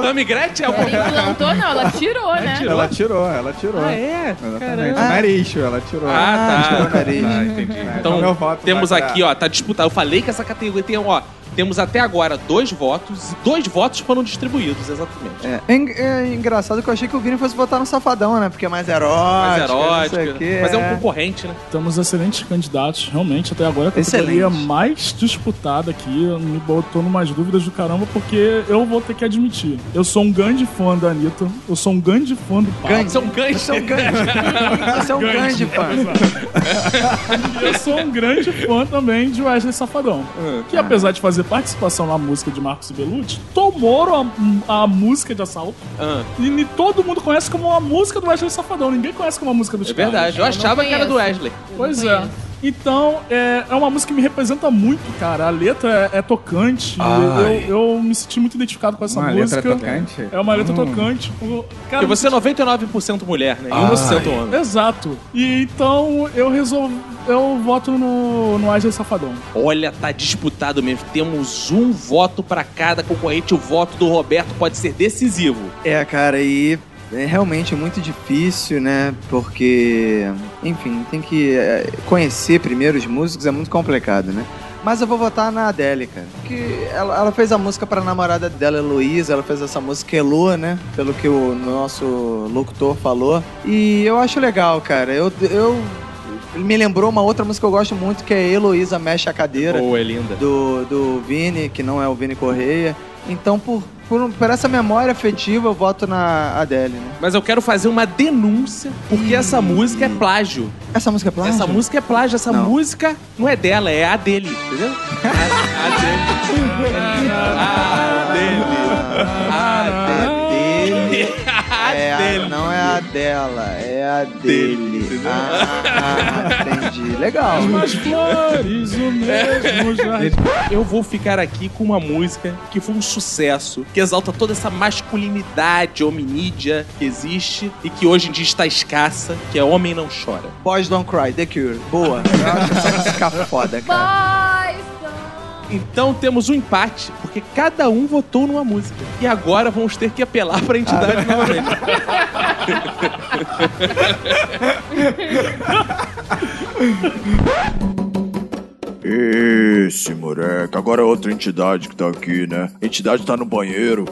Speaker 2: Tami
Speaker 3: É
Speaker 2: Gretchen? é
Speaker 4: Ela implantou, não, ela tirou, né?
Speaker 5: Ela tirou, ela tirou.
Speaker 2: Ah, é?
Speaker 5: Exatamente.
Speaker 2: Caramba.
Speaker 5: O nariz, ela tirou.
Speaker 2: Ah,
Speaker 3: Tirou o nariz.
Speaker 2: tá. Ah, entendi. Então,
Speaker 5: meu voto
Speaker 2: temos
Speaker 5: vai pra-
Speaker 2: aqui, ó, tá disputado. Eu falei que essa categoria tem, ó, temos até agora dois votos, e dois votos foram distribuídos, exatamente.
Speaker 3: É, é en- é engraçado que eu achei que o Vini fosse votar no Safadão, né? Porque é mais erótico.
Speaker 2: Mais
Speaker 3: não
Speaker 2: erótica.
Speaker 3: sei o quê,
Speaker 2: mas é um
Speaker 3: é.
Speaker 2: concorrente, né?
Speaker 6: Temos excelentes candidatos, realmente, até agora. A categoria
Speaker 3: Excelente.
Speaker 6: mais disputada aqui me botou numas dúvidas do caramba, porque eu vou ter que admitir. Eu sou um grande fã da Anitta, eu sou um grande fã do Pablo.
Speaker 3: Grande.
Speaker 2: Você é um gancho.
Speaker 3: Você é um grande. Você é um grande, fã.
Speaker 6: E eu sou um grande fã também de Wesley Safadão.
Speaker 3: Ah.
Speaker 5: Ah,
Speaker 6: Que apesar de fazer participação na música de Marcos Belucci, tomou a, a música de assalto.
Speaker 2: Ah,
Speaker 6: E ni- todo mundo conhece como uma música do Wesley Safadão. Ninguém conhece como uma música dos
Speaker 2: é verdade. Eu
Speaker 6: caras.
Speaker 2: achava que né? era do Wesley.
Speaker 6: Pois
Speaker 4: Não
Speaker 6: é.
Speaker 4: conheço.
Speaker 6: Então, é, é uma música que me representa muito, cara. A letra é, é tocante.
Speaker 3: Ai.
Speaker 6: Eu, eu me senti muito identificado com essa
Speaker 5: Uma letra
Speaker 6: música.
Speaker 5: tocante?
Speaker 6: É uma letra
Speaker 5: Hum.
Speaker 6: tocante. Tipo, cara,
Speaker 2: Porque você é 99% mulher, né? E 1% homem.
Speaker 6: Exato. E então eu resolvo. Eu voto no, no Wesley Safadão.
Speaker 2: Olha, tá disputado mesmo. Temos um voto pra cada concorrente. O voto do Roberto pode ser decisivo.
Speaker 3: É, cara, e é realmente muito difícil, né? Porque, enfim, tem que é, conhecer primeiro os músicos, é muito complicado, né? Mas eu vou votar na Adele, cara. Porque ela, ela fez a música pra namorada dela, Heloísa. Ela fez essa música Elô, né? Pelo que o nosso locutor falou. E eu acho legal, cara. Eu, eu me lembrou uma outra música que eu gosto muito, que é Heloísa Mexe a Cadeira
Speaker 2: Boa, é linda.
Speaker 3: do, do Vini, que não é o Vini Correia. Então, por, por, um- por essa memória afetiva, eu voto na Adele, né?
Speaker 2: Mas eu quero fazer uma denúncia, porque essa música é plágio.
Speaker 3: Essa música é plágio?
Speaker 2: Essa música é plágio, essa
Speaker 3: Não.
Speaker 2: música não é dela, é a dele, entendeu? A, a dele. A dele.
Speaker 3: é
Speaker 2: A dele.
Speaker 3: dele. É a- não é a dela, é é a dele.
Speaker 9: entendeu?
Speaker 3: Ah, entendi. Legal.
Speaker 6: As flores, o
Speaker 2: É.
Speaker 6: mesmo jardim.
Speaker 2: Eu vou ficar aqui com uma música que foi um sucesso, que exalta toda essa masculinidade hominídea que existe e que hoje em dia está escassa, que é Homem Não Chora.
Speaker 3: Boys Don't Cry, The Cure. Boa. Eu acho que essa música é foda, cara.
Speaker 2: Então temos um empate, porque cada um votou numa música. E agora vamos ter que apelar para a
Speaker 7: Ah,
Speaker 2: entidade novamente.
Speaker 7: Esse moleque, agora é outra entidade que tá aqui, né? A entidade tá no banheiro.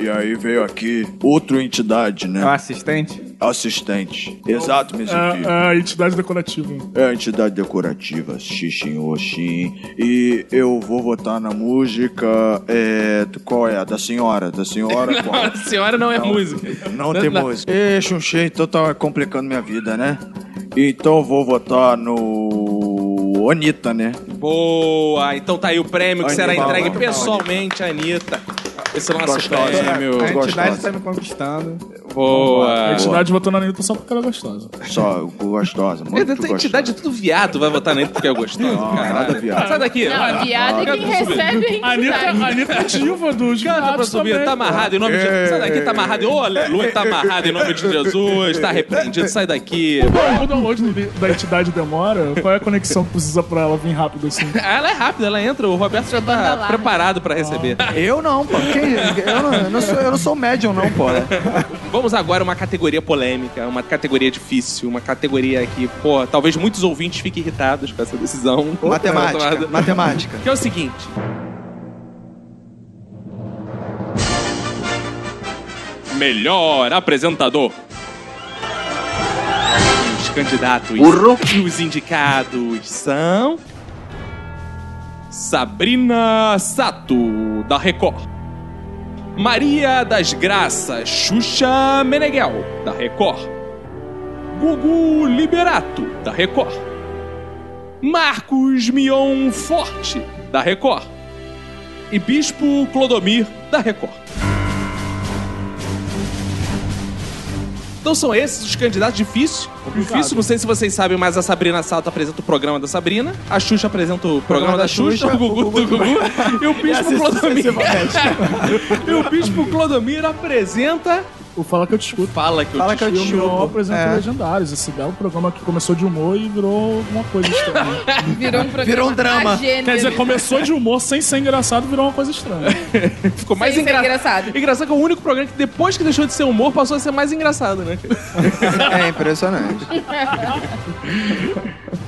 Speaker 7: e aí veio aqui outra entidade,
Speaker 5: É um
Speaker 7: né?
Speaker 5: assistente?
Speaker 7: Assistente. Exato, meu filho.
Speaker 6: É, é a entidade decorativa.
Speaker 7: É a entidade decorativa, Xixin Oxin. E eu vou votar na música. É, qual é? Da senhora. Da senhora qual?
Speaker 2: A senhora não é música.
Speaker 7: Não tem
Speaker 2: Não.
Speaker 7: música. Ê, Xunxê, então tá complicando minha vida, né? Então eu vou votar no. Anitta, né?
Speaker 2: Boa! Então tá aí o prêmio que será
Speaker 7: Anitta,
Speaker 2: entregue
Speaker 7: Anitta.
Speaker 2: pessoalmente à Anitta. Esse é o nosso
Speaker 7: Gostosa.
Speaker 2: prêmio.
Speaker 5: a entidade
Speaker 7: gostosa.
Speaker 5: tá me conquistando.
Speaker 2: Boa!
Speaker 6: A entidade votou na Anitta só porque ela é gostosa.
Speaker 7: Só gostosa. Muito
Speaker 2: Essa entidade é tudo viado, vai votar nele porque é gostoso,
Speaker 7: Não,
Speaker 2: cara.
Speaker 7: nada viado.
Speaker 2: Sai daqui.
Speaker 4: Não, viado é quem recebe a
Speaker 6: A Anitta,
Speaker 4: entidade.
Speaker 6: a Anitta é diva dos
Speaker 2: Canta pra
Speaker 6: gatos
Speaker 2: subir, tá amarrado em nome de Jesus. Sai daqui, tá amarrado. Ô, aleluia, tá amarrado em nome de Jesus, tá arrependido, sai daqui.
Speaker 6: Bom, o download do- da entidade demora? Qual é a conexão que precisa pra ela vir rápido assim?
Speaker 2: Ela é rápida, ela entra, o Roberto já
Speaker 4: Jogando
Speaker 2: tá
Speaker 4: alarme.
Speaker 2: preparado pra receber.
Speaker 3: Eu não, pô. Quem- eu, não, eu não sou, eu não sou médium, não, pô.
Speaker 2: Vamos agora a uma categoria polêmica, uma categoria difícil, uma categoria que, pô, talvez muitos ouvintes fiquem irritados com essa decisão.
Speaker 3: Matemática. Matemática.
Speaker 2: Que é o seguinte. Melhor apresentador. Os candidatos e os indicados são. Sabrina Sato, da Record. Maria das Graças Xuxa Meneghel, da Record. Gugu Liberato, da Record. Marcos Mion Forte, da Record. E Bispo Clodomir, da Record. Então são esses os candidatos difícil. Difícil, não sei se vocês sabem, mas a Sabrina Sato apresenta o programa da Sabrina, a Xuxa apresenta o programa da, Xuxa, o Gugu do Gugu e o Bispo Clodomir. e o Bispo Clodomir apresenta
Speaker 6: O Fala Que Eu Te Escuto.
Speaker 2: Fala que eu
Speaker 3: Fala
Speaker 2: te
Speaker 3: que eu
Speaker 6: E
Speaker 3: te
Speaker 6: o meu
Speaker 3: chupo.
Speaker 6: apresenta
Speaker 3: É.
Speaker 6: Legendários, esse belo programa que começou de humor e virou alguma coisa estranha.
Speaker 4: Virou um programa.
Speaker 3: Virou um drama.
Speaker 4: a gênero.
Speaker 6: Quer dizer, começou de humor sem ser engraçado, virou uma coisa estranha.
Speaker 2: ficou mais
Speaker 4: Sem ser
Speaker 2: engra-
Speaker 4: engraçado.
Speaker 2: Engraçado que é o único programa que depois que deixou de ser humor passou a ser mais engraçado, né?
Speaker 3: É impressionante.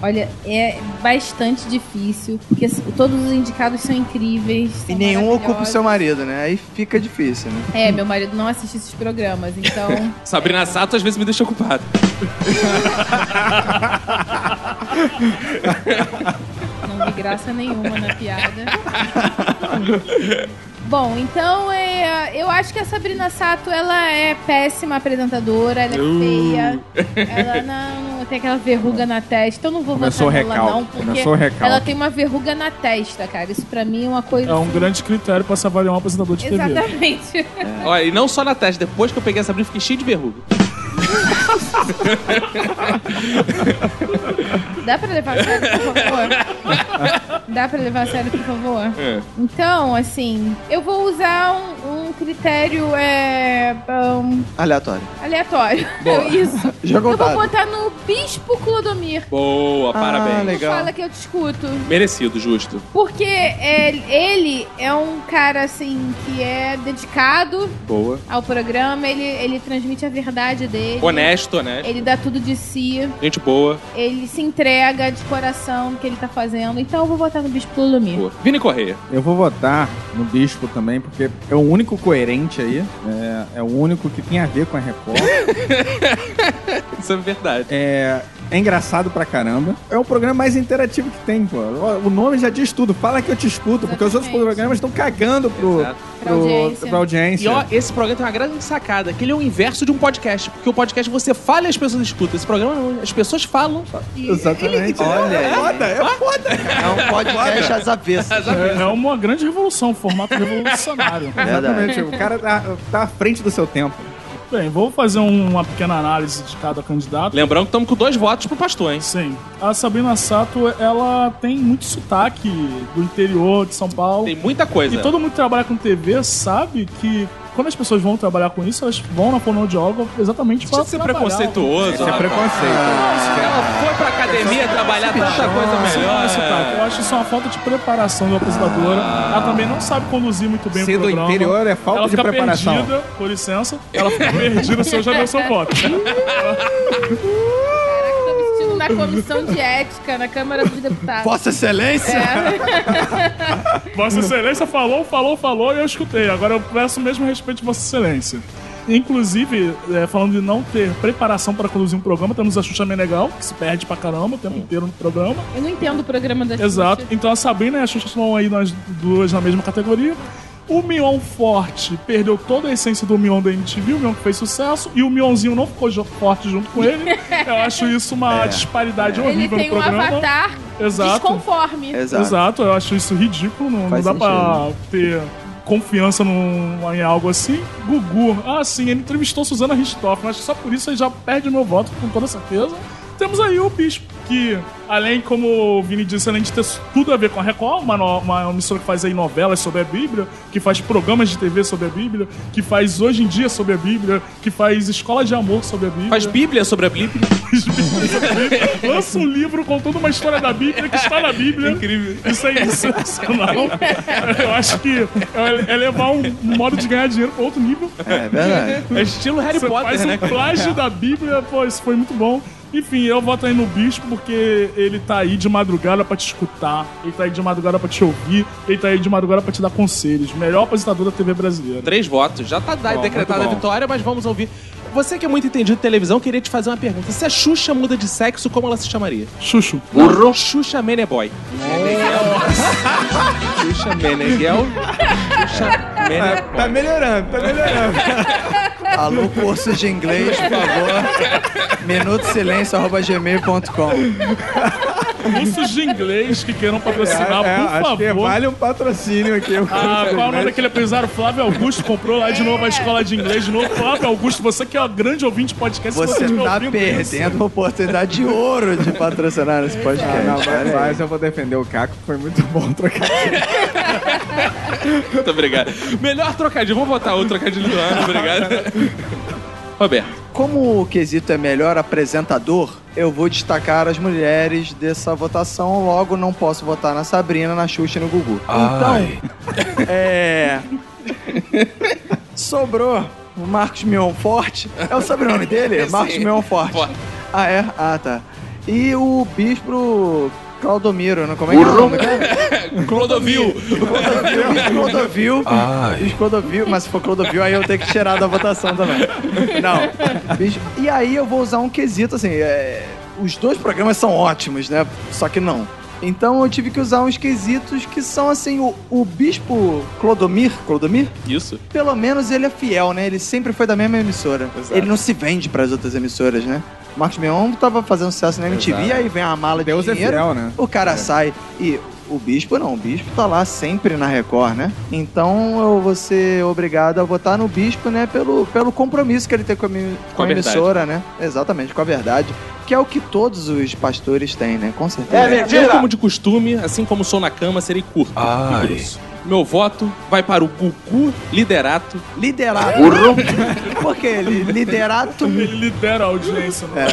Speaker 4: Olha, é bastante difícil, porque assim, todos os indicados são incríveis.
Speaker 3: E
Speaker 4: são
Speaker 3: nenhum ocupa o seu
Speaker 4: maravilhosos.
Speaker 3: marido, né? Aí fica difícil, né?
Speaker 4: É, meu marido não assiste esses programas, então.
Speaker 2: Sabrina Sato às vezes me deixa ocupado.
Speaker 4: Não vi graça nenhuma na piada. Bom, então é, eu acho que a Sabrina Sato ela é péssima apresentadora, ela é
Speaker 5: Uh.
Speaker 4: feia, ela não tem aquela verruga na testa. Então, Eu não vou
Speaker 5: Começou
Speaker 4: votar
Speaker 5: o
Speaker 4: nela
Speaker 5: recalque,
Speaker 4: não, porque
Speaker 5: começou o recalque.
Speaker 4: ela tem uma verruga na testa, cara. Isso pra mim é uma coisa.
Speaker 6: É um grande critério pra se avaliar um apresentador de TV.
Speaker 4: Exatamente.
Speaker 2: Olha, e não só na testa, depois que eu peguei a Sabrina, fiquei cheio de verruga.
Speaker 4: Dá pra levar a sério, por favor? Dá pra levar a sério, por favor?
Speaker 5: É.
Speaker 4: Então, assim, eu vou usar um, um critério é, um,
Speaker 3: Aleatório.
Speaker 4: aleatório. É Isso.
Speaker 3: Jogou
Speaker 4: Eu vou
Speaker 3: dado.
Speaker 4: botar no Bispo Clodomir.
Speaker 2: Boa,
Speaker 3: Ah,
Speaker 2: parabéns.
Speaker 3: legal.
Speaker 4: Fala que eu discuto.
Speaker 2: Merecido, justo.
Speaker 4: Porque é, ele é um cara, assim, que é dedicado
Speaker 3: Boa.
Speaker 4: ao programa, ele, ele transmite a verdade dele.
Speaker 2: Honesto, honesto.
Speaker 4: Ele dá tudo de si,
Speaker 2: Gente boa.
Speaker 4: ele se entrega de coração no que ele tá fazendo. Então eu vou botar no Bispo Clodomir.
Speaker 2: boa. Vini Correia.
Speaker 5: Eu vou votar no Bispo também, porque é o único coerente aí. É, é o único que tem a ver com a Record.
Speaker 2: Isso é verdade.
Speaker 5: É, é engraçado pra caramba. É o programa mais interativo que tem, pô. Ó, O nome já diz tudo. Fala que eu te escuto, porque os outros
Speaker 4: Exatamente.
Speaker 5: programas estão cagando pro,
Speaker 2: Exato.
Speaker 4: Pra
Speaker 5: pro-
Speaker 4: audiência.
Speaker 5: pra audiência.
Speaker 2: E ó, esse programa tem uma grande sacada, que ele é o inverso de um podcast. Porque o podcast você fala e as pessoas escutam. Esse programa não, as pessoas falam. E
Speaker 5: Exatamente.
Speaker 3: Olha aí. É um podcast às avessas.
Speaker 6: É, é uma
Speaker 7: É
Speaker 6: grande revolução, um formato revolucionário.
Speaker 3: Verdade.
Speaker 5: Exatamente. O cara tá, tá à frente do seu tempo.
Speaker 6: Bem, vou fazer um- uma pequena análise de cada candidato.
Speaker 2: Lembrando que estamos com dois votos pro pastor, hein?
Speaker 6: Sim. A Sabrina Sato, ela tem muito sotaque do interior de São Paulo.
Speaker 2: Tem muita coisa.
Speaker 6: E todo mundo que trabalha com TV sabe que quando as pessoas vão trabalhar com isso, elas vão na fonoaudióloga exatamente
Speaker 2: Deixa
Speaker 6: para
Speaker 2: de ser preconceituoso.
Speaker 5: Isso é
Speaker 2: rapaz.
Speaker 5: preconceito.
Speaker 2: Ela foi pra academia trabalhar tanta coisa
Speaker 6: é
Speaker 2: melhor.
Speaker 6: Eu acho isso uma falta de preparação da apresentadora. Ela também não sabe conduzir muito bem o
Speaker 5: Sendo
Speaker 6: programa.
Speaker 5: interior é falta
Speaker 6: ela
Speaker 5: de
Speaker 6: fica
Speaker 5: preparação.
Speaker 6: perdida, com licença. Ela fica perdida, o senhor já deu seu voto.
Speaker 4: Caraca, tô me sentindo na comissão de ética, na Câmara dos Deputados.
Speaker 3: Vossa Excelência!
Speaker 4: É.
Speaker 6: Vossa Excelência falou, falou, falou e eu escutei. Agora eu peço o mesmo respeito de Vossa Excelência. Inclusive, é, falando de não ter preparação para conduzir um programa, temos a Xuxa Menegal, que se perde pra caramba o tempo inteiro no programa.
Speaker 4: Eu não entendo o programa da
Speaker 6: Exato.
Speaker 4: Xuxa.
Speaker 6: Então a Sabrina e a Xuxa estão aí nas duas na mesma categoria. O Mion forte perdeu toda a essência do Mion da MTV, o Mion que fez sucesso, e o Mionzinho não ficou jo- forte junto com ele. Eu acho isso uma disparidade
Speaker 4: Ele
Speaker 6: horrível
Speaker 4: tem
Speaker 6: no
Speaker 4: um
Speaker 6: programa.
Speaker 4: avatar
Speaker 6: Exato.
Speaker 4: desconforme.
Speaker 3: Exato.
Speaker 6: Exato, eu acho isso ridículo, não, não
Speaker 3: Faz
Speaker 6: dá
Speaker 3: sentido.
Speaker 6: pra ter confiança num, em algo assim. Gugu, ah sim, ele entrevistou Suzana Ristoff, acho que só por isso ele já perde o meu voto, com toda certeza. Temos aí o Bispo, que além, como o Vini disse, além de ter tudo a ver com a Record, uma, no- uma emissora que faz aí novelas sobre a Bíblia, que faz programas de TV sobre a Bíblia, que faz Hoje em Dia sobre a Bíblia, que faz Escola de Amor sobre a Bíblia.
Speaker 2: Faz Bíblia sobre a Bíblia.
Speaker 6: Lança um livro contando uma história da Bíblia que está na Bíblia. Incrível. Isso é sensacional. Eu acho que é é levar um modo de ganhar dinheiro para outro nível.
Speaker 3: É verdade.
Speaker 2: É estilo Harry
Speaker 6: Você
Speaker 2: Potter,
Speaker 6: faz
Speaker 2: né?
Speaker 6: um plágio da Bíblia, pô, isso foi muito bom. Enfim, eu voto aí no bispo porque ele tá aí de madrugada pra te escutar, ele tá aí de madrugada pra te ouvir, ele tá aí de madrugada pra te dar conselhos. Melhor apresentador da TV brasileira.
Speaker 2: Três votos. Já tá da- decretada a
Speaker 5: muito bom.
Speaker 2: vitória, mas vamos ouvir. Você que é muito entendido de televisão, queria te fazer uma pergunta. Se a Xuxa muda de sexo, como ela se chamaria?
Speaker 6: Chuchu.
Speaker 2: Burro. Xuxa Meneboy. Xuxa Meneghel. Xuxa Meneboy.
Speaker 5: Tá melhorando, tá melhorando.
Speaker 3: Alô, curso de inglês, por favor. Minutosilêncio.gmail.com
Speaker 6: Cursos de inglês que queiram patrocinar,
Speaker 5: É,
Speaker 6: por
Speaker 5: acho que
Speaker 6: favor.
Speaker 5: vale um patrocínio aqui.
Speaker 6: Ah, qual é o nome daquele empresário? Flávio Augusto comprou lá de novo a escola de inglês de novo. Flávio Augusto, você que é um grande ouvinte de podcast, se
Speaker 3: Você
Speaker 6: estiver
Speaker 3: tá
Speaker 6: ouvindo
Speaker 3: perdendo a oportunidade de ouro de patrocinar esse
Speaker 5: Ah,
Speaker 3: podcast.
Speaker 5: não, mas,
Speaker 2: é.
Speaker 3: Olha aí.
Speaker 5: mas eu vou defender o Caco, foi muito bom trocar.
Speaker 2: Muito obrigado. Melhor trocadilho. Vamos botar o trocadilho do ano. Obrigado. Roberto.
Speaker 3: Como o quesito é melhor apresentador, eu vou destacar as mulheres dessa votação. Logo, não posso votar na Sabrina, na Xuxa e no Gugu. Então, é. Sobrou o Marcos Mion Forte. É o sobrenome dele?
Speaker 2: Sim.
Speaker 3: Marcos Mion Forte.
Speaker 2: Forte.
Speaker 3: Ah, é? Ah, tá. E o bispo Claudomiro, né? Como é que é o nome dele?
Speaker 2: Clodovil.
Speaker 3: Clodovil, Clodovil. Diz Clodovil, mas se for Clodovil, aí eu tenho que tirar da votação também. Não. Bicho, E aí eu vou usar um quesito, assim. é, Os dois programas são ótimos, né? Só que não. Então eu tive que usar uns quesitos que são assim, o, o bispo Clodomir, Clodomir,
Speaker 2: Isso.
Speaker 3: pelo menos ele é fiel, né? Ele sempre foi da mesma emissora. Ele não se vende pras outras emissoras, né? Marcos Mion tava fazendo sucesso na MTV,
Speaker 5: Exato.
Speaker 3: aí vem a mala
Speaker 5: Deus
Speaker 3: de
Speaker 5: é
Speaker 3: dinheiro.
Speaker 5: fiel, né?
Speaker 3: O cara sai e o bispo não, o bispo tá lá sempre na Record, né? Então eu vou ser obrigado a votar no bispo, né? Pelo, pelo compromisso que ele tem com a, mi- com
Speaker 2: a
Speaker 3: a
Speaker 2: verdade.
Speaker 3: emissora, né? Exatamente, com a verdade. Que é o que todos os pastores têm, né? Com certeza.
Speaker 2: Eu, como de costume, assim como sou na cama, serei curto. e grosso. Meu voto vai para o Gugu Liderato.
Speaker 3: Liderado. Por que ele? Liderato.
Speaker 6: Ele lidera a audiência, né?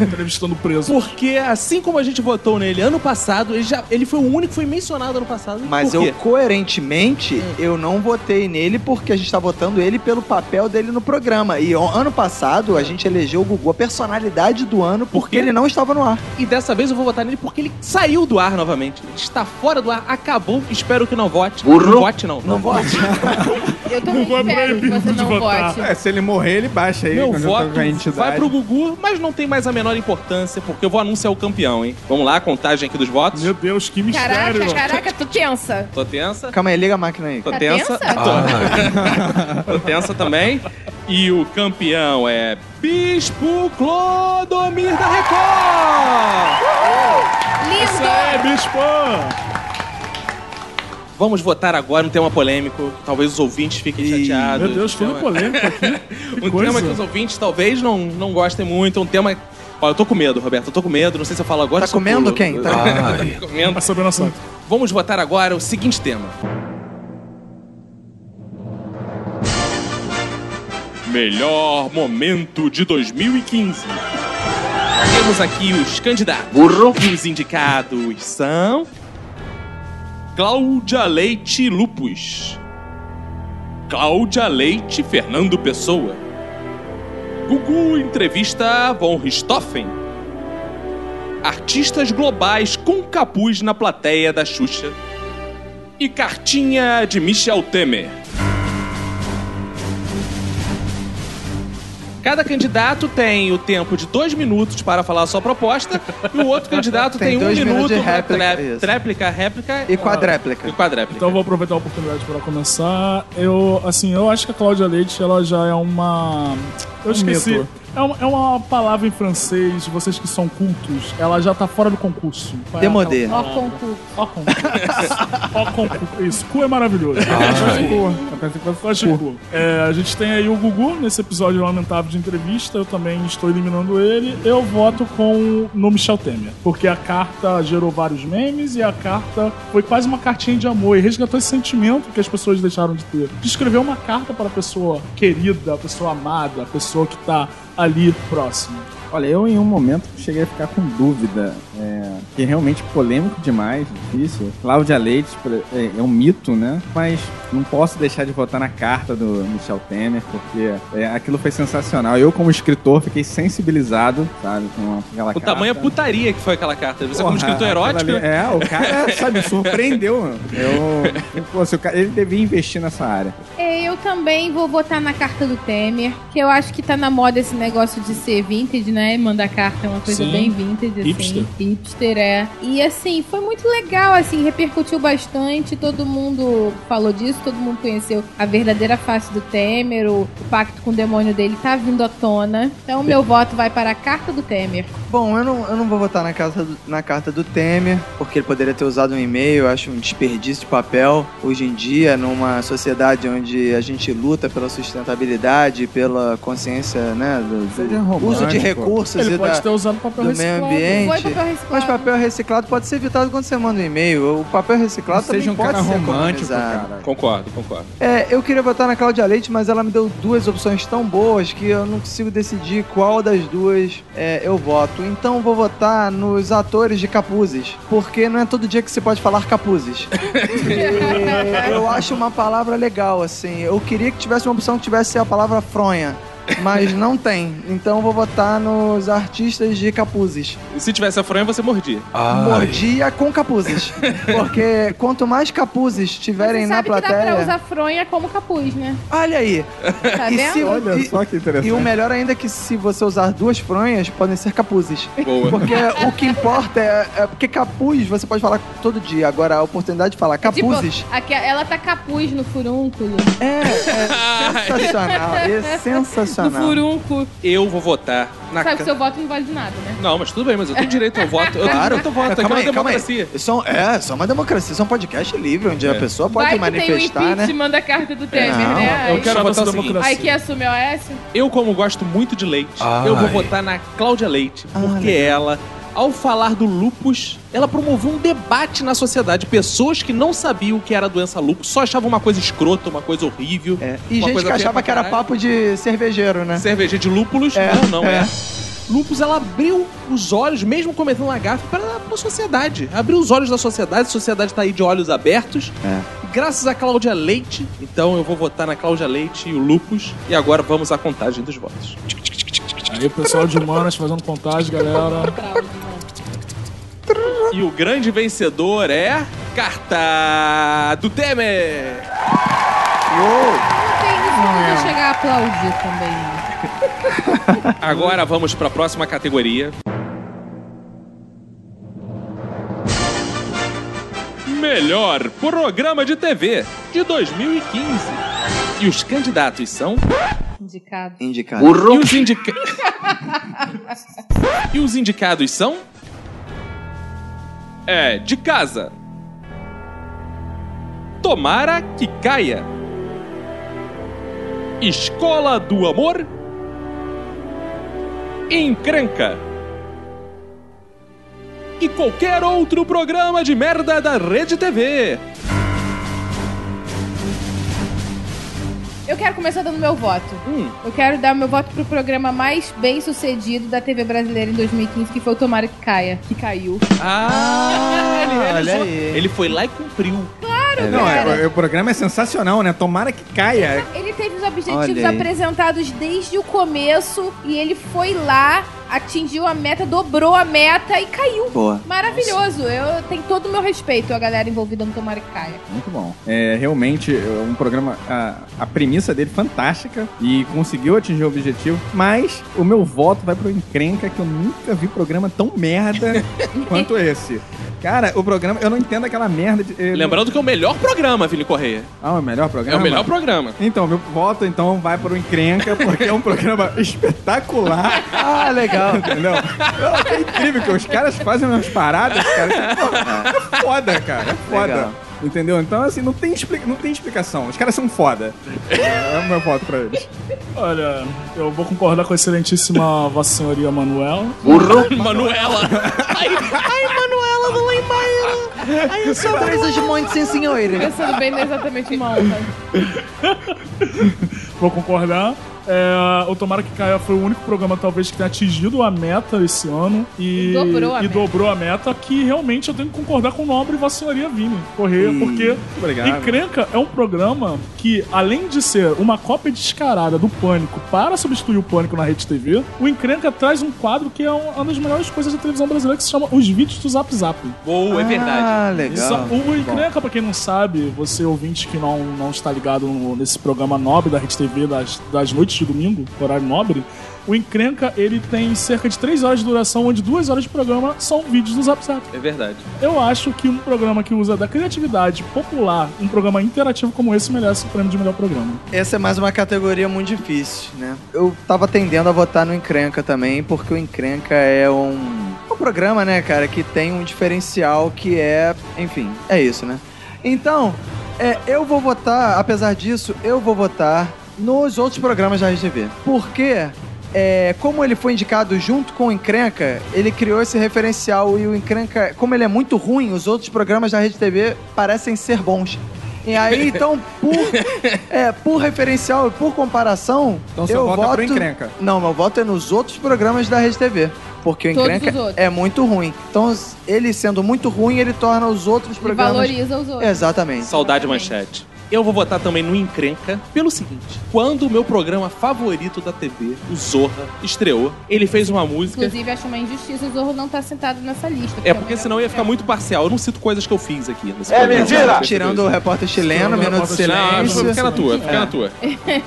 Speaker 3: É.
Speaker 6: entrevistando preso.
Speaker 2: Porque, assim como a gente votou nele ano passado, ele, já, ele foi o único que foi mencionado ano passado.
Speaker 3: Mas
Speaker 2: Por
Speaker 3: eu,
Speaker 2: quê?
Speaker 3: coerentemente, eu não votei nele porque a gente tá votando ele pelo papel dele no programa. E o- ano passado, a gente elegeu o Gugu a personalidade do ano
Speaker 2: Por
Speaker 3: porque
Speaker 2: quê?
Speaker 3: ele não estava no ar.
Speaker 2: E dessa vez eu vou votar nele porque ele saiu do ar novamente. Ele está fora do ar, acabou. Espero que não vote. Não vote, não. Não vote.
Speaker 4: Eu também
Speaker 6: Gugu é
Speaker 4: espero que
Speaker 6: proibido
Speaker 4: você
Speaker 6: de
Speaker 4: não
Speaker 6: votar.
Speaker 4: vote.
Speaker 5: É, se ele morrer, ele baixa aí.
Speaker 2: Meu
Speaker 5: quando
Speaker 2: voto
Speaker 5: toca a entidade.
Speaker 2: vai pro Gugu, mas não tem mais a menor importância, porque eu vou anunciar o campeão, hein? Vamos lá, contagem aqui dos votos.
Speaker 6: Meu Deus, que mistério.
Speaker 4: Caraca, caraca, tu tensa.
Speaker 2: Tô tensa.
Speaker 3: Calma aí, É, liga a máquina aí. Ah.
Speaker 2: Tô
Speaker 4: Tá
Speaker 2: tensa.
Speaker 4: tensa?
Speaker 2: Tô. Tô tensa também. E o campeão é Bispo Clodomir da Record!
Speaker 6: Isso
Speaker 4: Lindo!
Speaker 6: é, bispo!
Speaker 2: Vamos votar agora um tema polêmico. que Talvez os ouvintes fiquem chateados.
Speaker 6: Meu Deus,
Speaker 2: Um
Speaker 6: tudo
Speaker 2: tema-
Speaker 6: polêmico aqui. Que
Speaker 2: Um
Speaker 6: coisa.
Speaker 2: tema que os ouvintes talvez não, não gostem muito. Um tema. Ó, eu tô com medo, Roberto. Eu tô com medo. Não sei se eu falo agora.
Speaker 3: Tá
Speaker 2: ou se eu
Speaker 3: comendo
Speaker 2: pulo.
Speaker 3: quem? Tá-
Speaker 9: Ai,
Speaker 2: Tô comendo.
Speaker 6: Mas sobre a nossa-
Speaker 2: Vamos votar agora o seguinte tema. Melhor momento de 2015. Temos aqui os candidatos. Burro. E os indicados são. Cláudia Leite Lupus. Cláudia Leite Fernando Pessoa. Gugu entrevista Von Richthofen. Artistas globais com capuz na plateia da Xuxa. E cartinha de Michel Temer. Cada candidato tem o tempo de dois minutos para falar a sua proposta e o outro candidato
Speaker 3: Tem
Speaker 2: tem, um
Speaker 3: dois minutos
Speaker 2: minuto
Speaker 3: de
Speaker 2: para
Speaker 3: réplica,
Speaker 2: tré-
Speaker 3: isso.
Speaker 2: tréplica, réplica
Speaker 3: E quadréplica.
Speaker 2: e quadréplica.
Speaker 6: Então eu vou aproveitar a oportunidade para começar. Eu, assim, eu acho que a Cláudia Leite, ela já é uma...
Speaker 3: Um
Speaker 6: Eu esqueci.
Speaker 5: mito.
Speaker 6: É uma, é uma palavra em francês, vocês que são cultos, ela já tá fora do concurso. Qual é
Speaker 3: Demodé.
Speaker 6: aquela
Speaker 4: Ó,
Speaker 6: palavra?
Speaker 4: concurso.
Speaker 6: Ó concurso. Ó concurso. Isso, cu é maravilhoso.
Speaker 3: Ah, é.
Speaker 5: Eu pensei que fosse
Speaker 6: Eu acho que cu. É, a gente tem aí o Gugu nesse episódio lamentável de entrevista. Eu também estou eliminando ele. Eu voto com no Michel Temer, porque a carta gerou vários memes e a carta foi quase uma cartinha de amor e resgatou esse sentimento que as pessoas deixaram de ter. De escrever uma carta para a pessoa querida, a pessoa amada, a pessoa que tá ali próximo.
Speaker 5: Olha, eu em um momento cheguei a ficar com dúvida, é, que é realmente polêmico demais, difícil. Cláudia Leite por- é, é um mito, né? Mas não posso deixar de votar na carta do Michel Temer, porque é, aquilo foi sensacional. Eu, como escritor, fiquei sensibilizado, sabe, com aquela
Speaker 2: O tamanho é
Speaker 5: carta.
Speaker 2: putaria que foi aquela carta. Você, é como
Speaker 5: Porra,
Speaker 2: escritor
Speaker 5: aquela
Speaker 2: erótico, né?
Speaker 5: ali- É, o cara, sabe, surpreendeu. mano. Eu, pô, se o cara, ele devia investir nessa área.
Speaker 4: É, Eu também vou votar na carta do Temer, que eu acho que tá na moda esse negócio de ser vintage, né? Mandar carta é uma coisa
Speaker 6: Sim.
Speaker 4: bem vintage, assim.
Speaker 6: Hipster.
Speaker 4: Hipster, é. E assim, foi muito legal, assim, repercutiu bastante, todo mundo falou disso, todo mundo conheceu a verdadeira face do Temer, o o pacto com o demônio dele tá vindo à tona. Então meu voto vai para a carta do Temer.
Speaker 3: Bom, eu não, eu não vou votar na, casa do- na carta do Temer, porque ele poderia ter usado um e-mail, eu acho um desperdício de papel. Hoje em dia, numa sociedade onde a gente luta pela sustentabilidade, pela consciência, né, do, do
Speaker 5: Seja romântico.
Speaker 3: uso de recursos
Speaker 6: Ele
Speaker 3: e da,
Speaker 6: pode ter usado papel
Speaker 3: do meio
Speaker 6: reciclado.
Speaker 4: Foi
Speaker 3: ambiente.
Speaker 4: papel
Speaker 5: um
Speaker 3: Mas
Speaker 4: reciclado.
Speaker 3: papel reciclado pode ser evitado quando você manda um e-mail. O papel reciclado também
Speaker 5: Seja um
Speaker 3: pode
Speaker 5: cara
Speaker 3: ser
Speaker 5: romântico,
Speaker 3: economizado.
Speaker 5: cara.
Speaker 2: Concordo, concordo.
Speaker 3: É, eu queria votar na Cláudia Leite, mas ela me deu duas opções tão boas que eu não consigo decidir qual das duas é, eu voto. Então eu vou votar nos atores de capuzes, porque não é todo dia que se pode falar capuzes. E eu acho uma palavra legal, assim. Eu queria que tivesse uma opção que tivesse a palavra fronha. Mas não tem, então eu vou votar nos artistas de capuzes.
Speaker 2: E Se tivesse a fronha, você mordia.
Speaker 9: ai.
Speaker 3: Mordia com capuzes. Porque quanto mais capuzes tiverem
Speaker 4: Você
Speaker 3: na
Speaker 4: sabe que dá pra
Speaker 3: plateia.
Speaker 4: usar fronha como capuz, né?
Speaker 3: Olha aí,
Speaker 4: Tá
Speaker 3: E
Speaker 4: vendo?
Speaker 3: se-
Speaker 5: Olha
Speaker 3: E-
Speaker 5: só que interessante.
Speaker 3: E o melhor ainda é que se você usar duas fronhas, podem ser capuzes.
Speaker 2: Boa.
Speaker 3: Porque o que importa é, é- Porque capuz você pode falar todo dia. Agora, a oportunidade de falar capuzes
Speaker 4: Tipo, aqui, ela tá capuz no furúnculo.
Speaker 3: é,
Speaker 2: Ah,
Speaker 3: é sensacional. É
Speaker 4: No
Speaker 3: sensacional.
Speaker 4: furúnculo.
Speaker 2: Eu vou votar na
Speaker 4: Sabe que
Speaker 2: ca-
Speaker 4: seu voto não vale de nada, né?
Speaker 2: Não, mas tudo bem, mas eu tenho direito ao voto. Eu tenho
Speaker 3: Claro.
Speaker 2: direito ao voto.
Speaker 3: Não,
Speaker 2: Aqui é
Speaker 3: calma
Speaker 2: uma
Speaker 3: aí, calma aí.
Speaker 2: democracia.
Speaker 3: São, é, só uma democracia, isso é um podcast livre, onde
Speaker 2: É.
Speaker 3: a pessoa pode
Speaker 4: Vai que tem o
Speaker 3: manifestar, né?
Speaker 4: impeachment da carta do Temer,
Speaker 3: Não,
Speaker 4: né?
Speaker 6: Eu
Speaker 4: Aí-
Speaker 6: quero
Speaker 2: Só
Speaker 6: votar
Speaker 2: votar o
Speaker 6: na
Speaker 2: seguinte.
Speaker 6: democracia.
Speaker 4: Aí que assume é a OS?
Speaker 2: Eu, como gosto muito de leite, eu vou votar na Cláudia Leite, porque ela, ao falar do lupus, ela promoveu um debate na sociedade. Pessoas que não sabiam o que era a doença lupus, só achavam uma coisa escrota, uma coisa horrível.
Speaker 3: É, E
Speaker 2: uma
Speaker 3: gente
Speaker 2: coisa
Speaker 3: que
Speaker 2: feia
Speaker 3: achava
Speaker 2: pra
Speaker 3: que era
Speaker 2: caralho.
Speaker 3: papo de cervejeiro, né?
Speaker 2: Cerveja de lúpulos?
Speaker 3: É,
Speaker 2: não, não é.
Speaker 3: é.
Speaker 2: Lupus, ela abriu os olhos, mesmo cometendo uma gafe, para a sociedade. Abriu os olhos da sociedade, a sociedade tá aí de olhos abertos.
Speaker 3: É.
Speaker 2: E Graças a Cláudia Leite. Então eu vou votar na Cláudia Leite e o Lupus. E agora vamos à contagem dos votos.
Speaker 6: Aí o pessoal de humanas fazendo contagem, galera.
Speaker 2: E o grande vencedor é. Carta do Temer!
Speaker 4: Não tem isso que eu vou chegar a aplaudir também. né?
Speaker 2: Agora vamos para a próxima categoria. Melhor programa de TV de 2015. E os candidatos são.
Speaker 4: Indicado.
Speaker 3: Indicado.
Speaker 2: E os, indica... e os indicados são. É, de casa. Tomara que caia. Escola do Amor. Encrenca. E qualquer outro programa de merda da Rede TV.
Speaker 4: Eu quero começar dando meu voto.
Speaker 2: Hum.
Speaker 4: Eu quero dar meu voto pro programa mais bem sucedido da TV brasileira em 2015, que foi o Tomara que Caia, que caiu.
Speaker 2: Ah, ele
Speaker 3: olha
Speaker 2: realizou.
Speaker 3: aí.
Speaker 2: Ele foi lá e cumpriu.
Speaker 5: Não,
Speaker 4: cara.
Speaker 5: é- é- o programa é sensacional, né? Tomara que caia.
Speaker 4: Ele teve os objetivos
Speaker 3: Olha aí.
Speaker 4: apresentados desde o começo e ele foi lá, atingiu a meta, dobrou a meta e caiu.
Speaker 3: Boa.
Speaker 4: Maravilhoso. Eu tenho todo o meu respeito à galera envolvida no Tomara que Caia.
Speaker 5: Muito bom. É realmente é um programa. A, a premissa dele fantástica e conseguiu atingir o objetivo. Mas o meu voto vai pro encrenca que eu nunca vi programa tão merda quanto esse. Cara, o programa, eu não entendo aquela merda de. eh,
Speaker 2: Lembrando que é o melhor programa, Vini Correia.
Speaker 5: Ah, o melhor
Speaker 2: É
Speaker 5: programa?
Speaker 2: o melhor programa.
Speaker 5: Então, meu voto então vai para o Encrenca, porque é um programa espetacular. Ah, legal. Entendeu? Não, É incrível que os caras fazem umas paradas, cara. que, pô, é foda, cara. É foda.
Speaker 3: Legal.
Speaker 5: Entendeu? Então, assim, não tem, expli- não tem explicação. Os caras são foda. É o meu voto pra eles.
Speaker 6: Olha, eu vou concordar com a excelentíssima Vossa Senhoria Manuel.
Speaker 2: Manuela. Ai, ai, Manuela, não lembra.
Speaker 3: Aí são coisas muito sem senhores.
Speaker 4: Pensando bem, não é exatamente uma honra.
Speaker 6: Vou concordar. É, o Tomara que Caia foi o único programa, talvez, que tenha atingido a meta esse ano. E,
Speaker 4: E dobrou a
Speaker 6: e
Speaker 4: meta.
Speaker 6: dobrou a meta, que realmente eu tenho que concordar com o nobre Vossa Senhoria Vini Correr, porque
Speaker 5: obrigado.
Speaker 6: Encrenca é um programa que, além de ser uma cópia descarada do Pânico para substituir o Pânico na Rede TV, o Encrenca traz um quadro que é um- uma das melhores coisas da televisão brasileira, que se chama Os Vídeos do Zap Zap.
Speaker 2: Boa, é verdade.
Speaker 3: Ah,
Speaker 6: Isso,
Speaker 3: legal.
Speaker 6: o Encrenca, é pra quem não sabe, você ouvinte que não, não está ligado no- nesse programa nobre da Rede TV das, das noites de domingo, horário nobre, o Encrenca ele tem cerca de 3 horas de duração, onde 2 horas de programa são vídeos do Zap Zap.
Speaker 2: É verdade.
Speaker 6: Eu acho que um programa que usa da criatividade popular, um programa interativo como esse, merece o prêmio de melhor programa.
Speaker 3: Essa é mais uma categoria muito difícil, né? Eu tava tendendo a votar no Encrenca também, porque o Encrenca é um, um programa, né, cara, que tem um diferencial que é. Enfim, é isso, né? Então, é, eu vou votar, apesar disso, eu vou votar nos outros programas da RGV. Porque, é, como ele foi indicado junto com o Encrenca, ele criou esse referencial e o Encrenca, como ele é muito ruim, os outros programas da Rede TV parecem ser bons. E aí, então, por, é, por referencial e por comparação,
Speaker 5: Então seu
Speaker 3: eu
Speaker 5: voto é
Speaker 3: voto...
Speaker 5: pro Encrenca.
Speaker 3: Não, meu voto é nos outros programas da Rede TV. Porque o
Speaker 4: Todos
Speaker 3: Encrenca
Speaker 4: os outros.
Speaker 3: é muito ruim. Então, ele sendo muito ruim, ele torna os outros
Speaker 4: Ele
Speaker 3: programas...
Speaker 4: valoriza os
Speaker 3: É.
Speaker 4: outros.
Speaker 3: Exatamente.
Speaker 2: Saudade manchete. Eu vou votar também no Encrenca pelo seguinte: quando o meu programa favorito da TV, o Zorra, estreou, ele fez uma música.
Speaker 4: Inclusive, acho uma injustiça o Zorro não tá sentado nessa lista.
Speaker 2: É porque senão eu ia ficar muito parcial. Eu não cito coisas que eu fiz aqui. é mentira!
Speaker 3: Tirando o repórter chileno,
Speaker 6: Tirando o
Speaker 3: Minuto de
Speaker 6: repórter chileno,
Speaker 3: Silêncio.
Speaker 2: Fica na tua, fica na tua.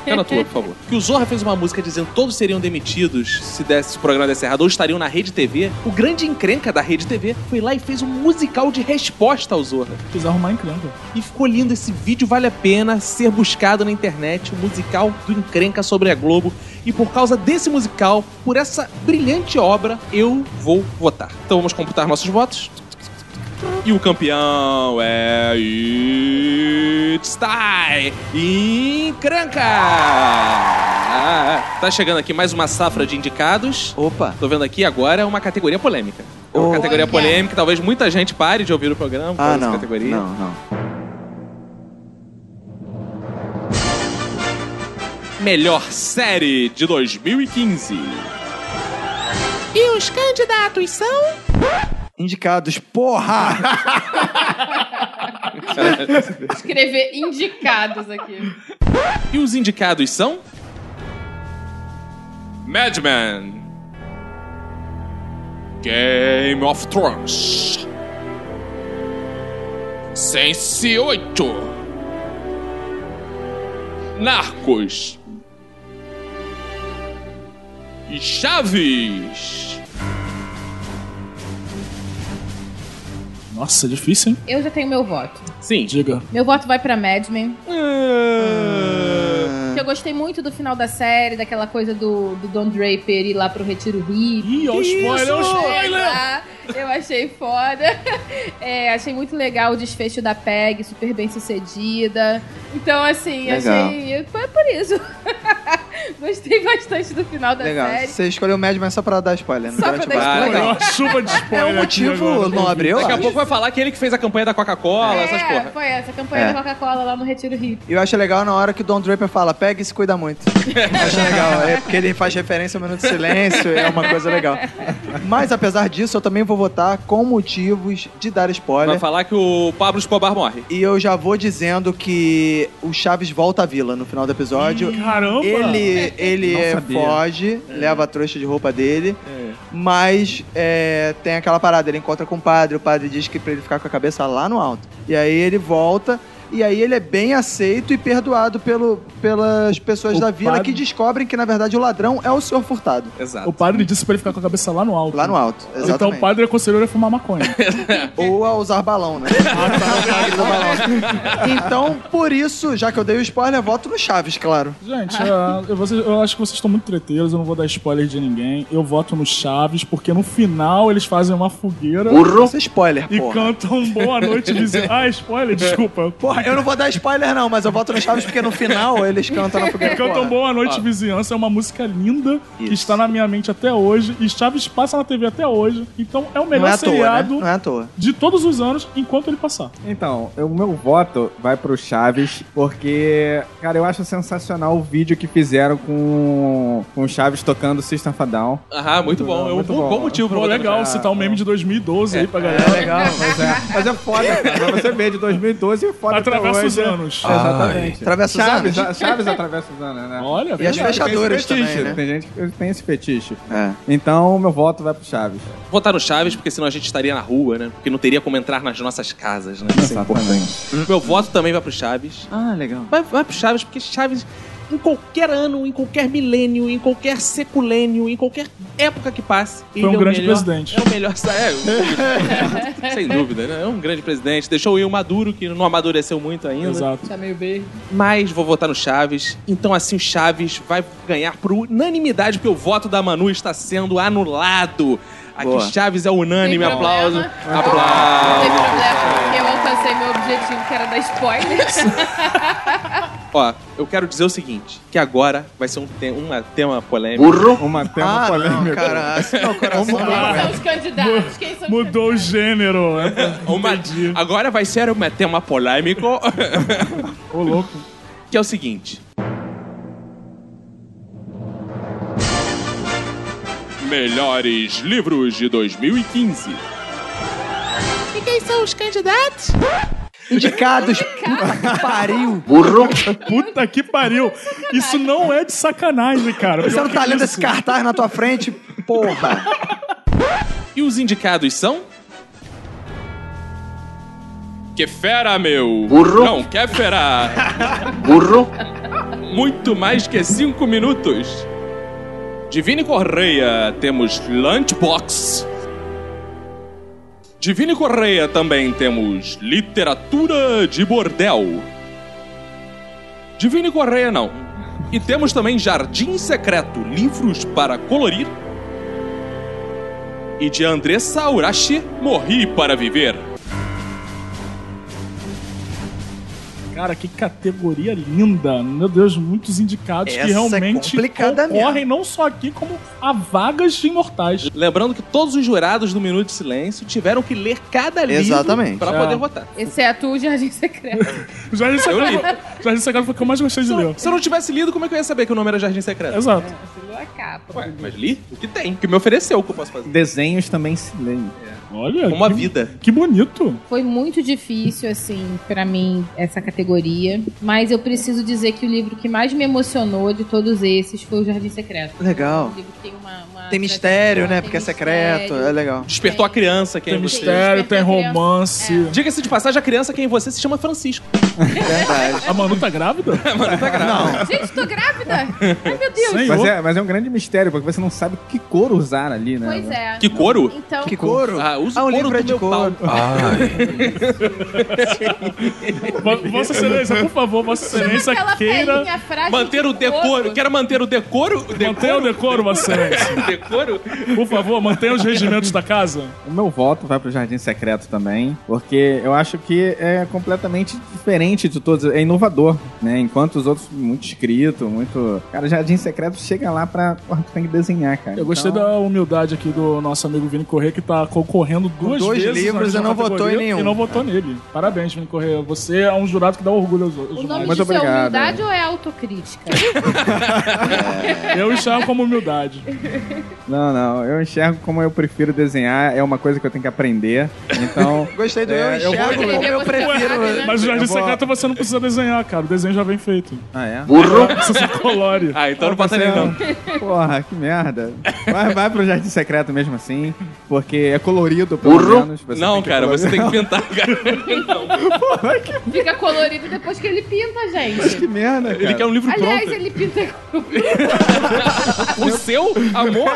Speaker 2: Fica na tua, por favor. Que o Zorra fez uma música dizendo que todos seriam demitidos se desse se o programa desse errado ou estariam na Rede TV. O grande encrenca da Rede TV foi lá e fez um musical de resposta ao Zorra.
Speaker 6: Quis arrumar Encrenca.
Speaker 2: E ficou lindo esse vídeo, vale a pena ser buscado na internet, o musical do Encrenca sobre a Globo. E por causa desse musical, por essa brilhante obra, eu vou votar. Então vamos computar nossos votos. E o campeão é. It's Time! Encrenca! Ah, tá chegando aqui mais uma safra de indicados.
Speaker 3: Opa.
Speaker 2: Tô vendo aqui agora uma categoria polêmica. É uma
Speaker 3: Olha.
Speaker 2: categoria polêmica, talvez muita gente pare de ouvir o programa por
Speaker 3: Ah,
Speaker 2: causa dessa
Speaker 3: não.
Speaker 2: categoria.
Speaker 3: Não, não.
Speaker 2: Melhor série de 2015. E os candidatos são.
Speaker 3: Indicados, porra!
Speaker 4: Escrever indicados aqui.
Speaker 2: E os indicados são. Madman. Game of Thrones. Sense 8. Narcos. E Chaves.
Speaker 6: Nossa, é difícil, hein?
Speaker 4: Eu já tenho meu voto.
Speaker 2: Sim.
Speaker 6: Diga.
Speaker 4: Meu voto vai pra Mad Men.
Speaker 2: Ah,
Speaker 4: Porque eu gostei muito do final da série, daquela coisa do, do Don Draper ir lá pro Retiro Hippie.
Speaker 6: Ih, olha o spoiler, olha o spoiler!
Speaker 4: Tá? Eu achei foda. É, achei muito legal o desfecho da PEG, super bem sucedida. Então, assim,
Speaker 3: Legal.
Speaker 4: achei. Foi por isso. Gostei bastante do final da
Speaker 3: Legal.
Speaker 4: série.
Speaker 3: Você escolheu o médio, mas só pra dar spoiler. né?
Speaker 4: Só
Speaker 3: Durante
Speaker 4: pra
Speaker 3: o
Speaker 4: dar
Speaker 3: bate-
Speaker 4: spoiler.
Speaker 3: Legal.
Speaker 6: Uma chuva de
Speaker 3: É um
Speaker 6: spoiler aqui
Speaker 3: motivo
Speaker 6: agora.
Speaker 3: nobre, eu
Speaker 2: Daqui a
Speaker 3: acho.
Speaker 2: pouco vai falar que ele que fez a campanha da Coca-Cola, essas
Speaker 4: É,
Speaker 2: porra.
Speaker 4: foi essa campanha
Speaker 3: É.
Speaker 4: da Coca-Cola lá no Retiro Hippie.
Speaker 3: E eu acho legal na hora que o Don Draper fala, pega e se cuida muito. Eu acho legal, é porque ele faz referência ao Minuto de Silêncio, é uma coisa legal. Mas apesar disso, eu também vou votar com motivos de dar
Speaker 2: Vai
Speaker 3: spoiler.
Speaker 2: falar que o Pablo Escobar morre.
Speaker 3: E eu já vou dizendo que o Chaves volta à vila no final do episódio.
Speaker 6: Caramba!
Speaker 3: Ele, ele
Speaker 5: Não
Speaker 3: é,
Speaker 5: sabia.
Speaker 3: foge, leva a trouxa de roupa dele, mas é, tem aquela parada, ele encontra com o padre, o padre diz que pra ele ficar com a cabeça lá no alto. E aí ele volta, e aí ele é bem aceito e perdoado pelo, pelas pessoas
Speaker 6: O
Speaker 3: da vila
Speaker 6: padre-
Speaker 3: que descobrem que, na verdade, o ladrão é o senhor furtado.
Speaker 2: Exato.
Speaker 6: O padre disse pra ele ficar com a cabeça lá no alto.
Speaker 3: Lá no alto,
Speaker 6: Então o
Speaker 3: exatamente.
Speaker 6: padre aconselhou ele a fumar maconha.
Speaker 3: Ou a usar balão, né? então, por isso, já que eu dei o spoiler, voto no Chaves, claro.
Speaker 6: Gente, é, eu, vocês- eu acho que vocês estão muito treteiros, eu não vou dar spoiler de ninguém. Eu voto no Chaves, porque no final eles fazem uma fogueira
Speaker 3: Isso é spoiler,
Speaker 6: e
Speaker 3: porra.
Speaker 6: cantam Boa Noite dizendo. Ah, spoiler, desculpa.
Speaker 3: Porra, eu não vou dar spoiler não, mas eu voto no Chaves porque no final eles cantam na fogueira.
Speaker 6: Cantam
Speaker 3: Porra. Ah.
Speaker 6: Boa Noite Vizinhança é uma música linda que
Speaker 3: Isso.
Speaker 6: está na minha mente até hoje. E Chaves passa na TV até hoje. Então é o
Speaker 3: Não é
Speaker 6: melhor
Speaker 3: à toa, né?
Speaker 6: seriado
Speaker 3: Não é à toa.
Speaker 6: de todos os anos enquanto ele passar.
Speaker 5: Então, o meu voto vai pro Chaves, porque, cara, eu acho sensacional o vídeo que fizeram com, com o Chaves tocando System of a Down.
Speaker 2: Aham, muito bom. É um
Speaker 5: Muito
Speaker 2: bom,
Speaker 5: bom.
Speaker 2: bom motivo pra
Speaker 6: Pô,
Speaker 2: votar no
Speaker 6: legal
Speaker 2: Chaves.
Speaker 6: citar o meme de 2012 aí pra
Speaker 5: É
Speaker 6: galera.
Speaker 5: legal, mas é, mas é foda, cara. Pra você ver, de 2012 é Ah. foda
Speaker 6: Atravessa
Speaker 5: até
Speaker 6: os
Speaker 5: hoje.
Speaker 6: anos.
Speaker 5: Exatamente.
Speaker 3: Ah, Atravessa os
Speaker 5: Chaves,
Speaker 3: anos.
Speaker 5: a- Chaves atravessa os anos, né?
Speaker 6: Olha,
Speaker 3: E as
Speaker 6: verdade.
Speaker 3: fechadoras
Speaker 5: Tem esse fetiche,
Speaker 3: também, né?
Speaker 5: Tem gente que tem esse fetiche.
Speaker 3: É.
Speaker 5: Então, meu voto vai pro Chaves.
Speaker 2: Votar no Chaves, porque senão a gente estaria na rua, né? Porque não teria como entrar nas nossas casas, né?
Speaker 3: é
Speaker 5: Exatamente.
Speaker 2: Meu voto também vai pro Chaves.
Speaker 3: Ah, legal.
Speaker 2: Vai, vai pro Chaves, porque Chaves, em qualquer ano, em qualquer milênio, em qualquer seculênio, em qualquer época que passe, ele
Speaker 6: um
Speaker 2: é o
Speaker 6: grande
Speaker 2: melhor-
Speaker 6: presidente.
Speaker 2: É o melhor. É, sem dúvida. sem dúvida, né? É um grande presidente. Deixou eu maduro, que não amadureceu muito ainda.
Speaker 6: Exato.
Speaker 4: Tá meio bem.
Speaker 2: Mas vou votar no Chaves. Então, assim, o Chaves vai ganhar por unanimidade, porque o voto da Manu está sendo anulado. Aqui,
Speaker 3: Boa.
Speaker 2: Chaves é unânime.
Speaker 4: Sem
Speaker 2: Aplauso.
Speaker 4: problema. Não tem
Speaker 2: Aplauso.
Speaker 4: problema, porque um eu alcancei meu objetivo, que era dar spoiler.
Speaker 2: Ó, eu quero dizer o seguinte: que agora vai ser um te- uma tema polêmico. Burro.
Speaker 5: É Uma tema
Speaker 3: Ah, não,
Speaker 5: polêmica.
Speaker 3: cara. Assim não, o coração.
Speaker 4: Quem são os candidatos? Quem são os
Speaker 6: Mudou o
Speaker 4: candidatos?
Speaker 6: gênero. É
Speaker 2: Uma,
Speaker 6: Entendi.
Speaker 2: agora vai ser um tema polêmico,
Speaker 6: Ô, louco.
Speaker 2: que é o seguinte. Melhores livros de 2015.
Speaker 4: E quem são os candidatos?
Speaker 3: Indicados. Puta que pariu.
Speaker 6: Puta que pariu. Isso não é de sacanagem, cara.
Speaker 3: Você não tá lendo esse cartaz na tua frente? Porra.
Speaker 2: E os indicados são? Que fera, meu! Burro! Não, que fera! Burro! Muito mais que cinco minutos! Divine Correia, temos Lunchbox. Divine Correia também temos Literatura de Bordel. Divine Correia não. E temos também Jardim Secreto, livros para colorir e de Andressa Urashi, Morri para Viver.
Speaker 6: Cara, que categoria linda. Meu Deus, muitos indicados
Speaker 3: Essa
Speaker 6: que
Speaker 3: é
Speaker 6: realmente
Speaker 3: complicada
Speaker 6: concorrem não só aqui, como a vagas de imortais.
Speaker 2: Lembrando que todos os jurados do Minuto de Silêncio tiveram que ler cada livro
Speaker 3: Exatamente.
Speaker 2: para
Speaker 6: É.
Speaker 5: Ah.
Speaker 2: poder votar.
Speaker 4: Exceto o Jardim Secreto.
Speaker 6: O Jardim
Speaker 2: li.
Speaker 6: Sagrado, Jardim Sagrado foi o que eu mais gostei de
Speaker 2: Se eu,
Speaker 6: ler.
Speaker 2: se eu não tivesse lido, como é que eu ia saber que o nome era Jardim Secreto?
Speaker 6: Exato.
Speaker 4: Você leu a capa.
Speaker 2: Ué, mas li o que tem, o que me ofereceu, o que eu posso fazer.
Speaker 5: Desenhos também se leem.
Speaker 6: Olha.
Speaker 2: Como a
Speaker 6: que-
Speaker 2: vida.
Speaker 6: Que bonito.
Speaker 4: Foi muito difícil, assim, pra mim, essa categoria. Mas eu preciso dizer que o livro que mais me emocionou de todos esses foi o Jardim Secreto.
Speaker 3: Legal.
Speaker 4: O livro que tem uma, uma
Speaker 3: Tem mistério, né? Porque é secreto. É legal.
Speaker 2: Despertou a criança, quem
Speaker 6: Tem
Speaker 2: é você.
Speaker 6: mistério, tem romance.
Speaker 2: Diga-se de passagem, a criança quem é você se chama Francisco.
Speaker 4: É.
Speaker 3: Verdade.
Speaker 6: A Manu tá grávida?
Speaker 4: Gente, tô grávida! Ai, meu Deus!
Speaker 6: Senhor.
Speaker 5: Mas é, mas é um grande mistério, porque você não sabe que cor usar ali, né?
Speaker 4: Pois é.
Speaker 2: Que couro?
Speaker 4: Então,
Speaker 3: Que couro?
Speaker 2: Ah, usa
Speaker 3: Ah,
Speaker 2: o
Speaker 3: um
Speaker 2: couro
Speaker 3: livro é
Speaker 2: do
Speaker 3: de
Speaker 2: meu
Speaker 3: couro.
Speaker 2: pau.
Speaker 6: V- Vossa Excelência, por favor, Vossa
Speaker 4: chama
Speaker 6: Excelência
Speaker 4: aquela
Speaker 6: queira
Speaker 4: velhinha frágil
Speaker 2: Manter o
Speaker 4: de couro.
Speaker 2: decoro. Quero manter o decoro.
Speaker 6: Mantenha o decoro, Vossa Excelência.
Speaker 2: decoro?
Speaker 6: Por favor, mantenha os regimentos da casa.
Speaker 5: O meu voto vai pro Jardim Secreto também, porque eu acho que é completamente diferente de todos, é inovador, né? Enquanto os outros, muito escrito, muito... Cara, Jardim Secreto chega lá pra... Porra, tu tem que desenhar, cara.
Speaker 6: Eu gostei
Speaker 5: Então,
Speaker 6: da humildade aqui do nosso amigo Vini Corrêa, que tá concorrendo duas
Speaker 3: dois
Speaker 6: vezes. na
Speaker 3: livros
Speaker 6: mesma
Speaker 3: e não votou
Speaker 6: categoria
Speaker 3: em nenhum.
Speaker 6: E não votou nele. Parabéns, Vini Corrêa. Você é um jurado que dá orgulho aos aos
Speaker 4: O nome
Speaker 6: demais.
Speaker 5: Muito
Speaker 4: disso é
Speaker 5: obrigado.
Speaker 4: humildade ou é autocrítica?
Speaker 3: é-
Speaker 6: Eu enxergo como humildade.
Speaker 5: Não, não, eu enxergo como eu prefiro desenhar, é uma coisa que eu tenho que aprender, então...
Speaker 3: Gostei do
Speaker 5: É,
Speaker 3: eu
Speaker 5: eu vou-
Speaker 3: enxergo como eu prefiro.
Speaker 4: Sabe, né?
Speaker 6: Mas o Jardim
Speaker 5: Eu vou-
Speaker 6: Secreto você não precisa desenhar, cara. O desenho já vem feito.
Speaker 5: Ah, é?
Speaker 6: Você só colore.
Speaker 2: Ah, então não passa
Speaker 5: Você
Speaker 2: nem
Speaker 5: é
Speaker 2: não.
Speaker 5: um- Porra, que merda. Vai, vai pro Jardim Secreto mesmo assim, porque é colorido, pelo menos. você
Speaker 2: Não,
Speaker 5: tem que
Speaker 2: cara,
Speaker 5: colorir.
Speaker 2: você tem que pintar, cara.
Speaker 4: Fica colorido depois que ele pinta, gente.
Speaker 5: Que merda, cara.
Speaker 2: Ele quer um livro
Speaker 4: Aliás,
Speaker 2: pronto.
Speaker 4: ele pinta.
Speaker 2: O seu, amor?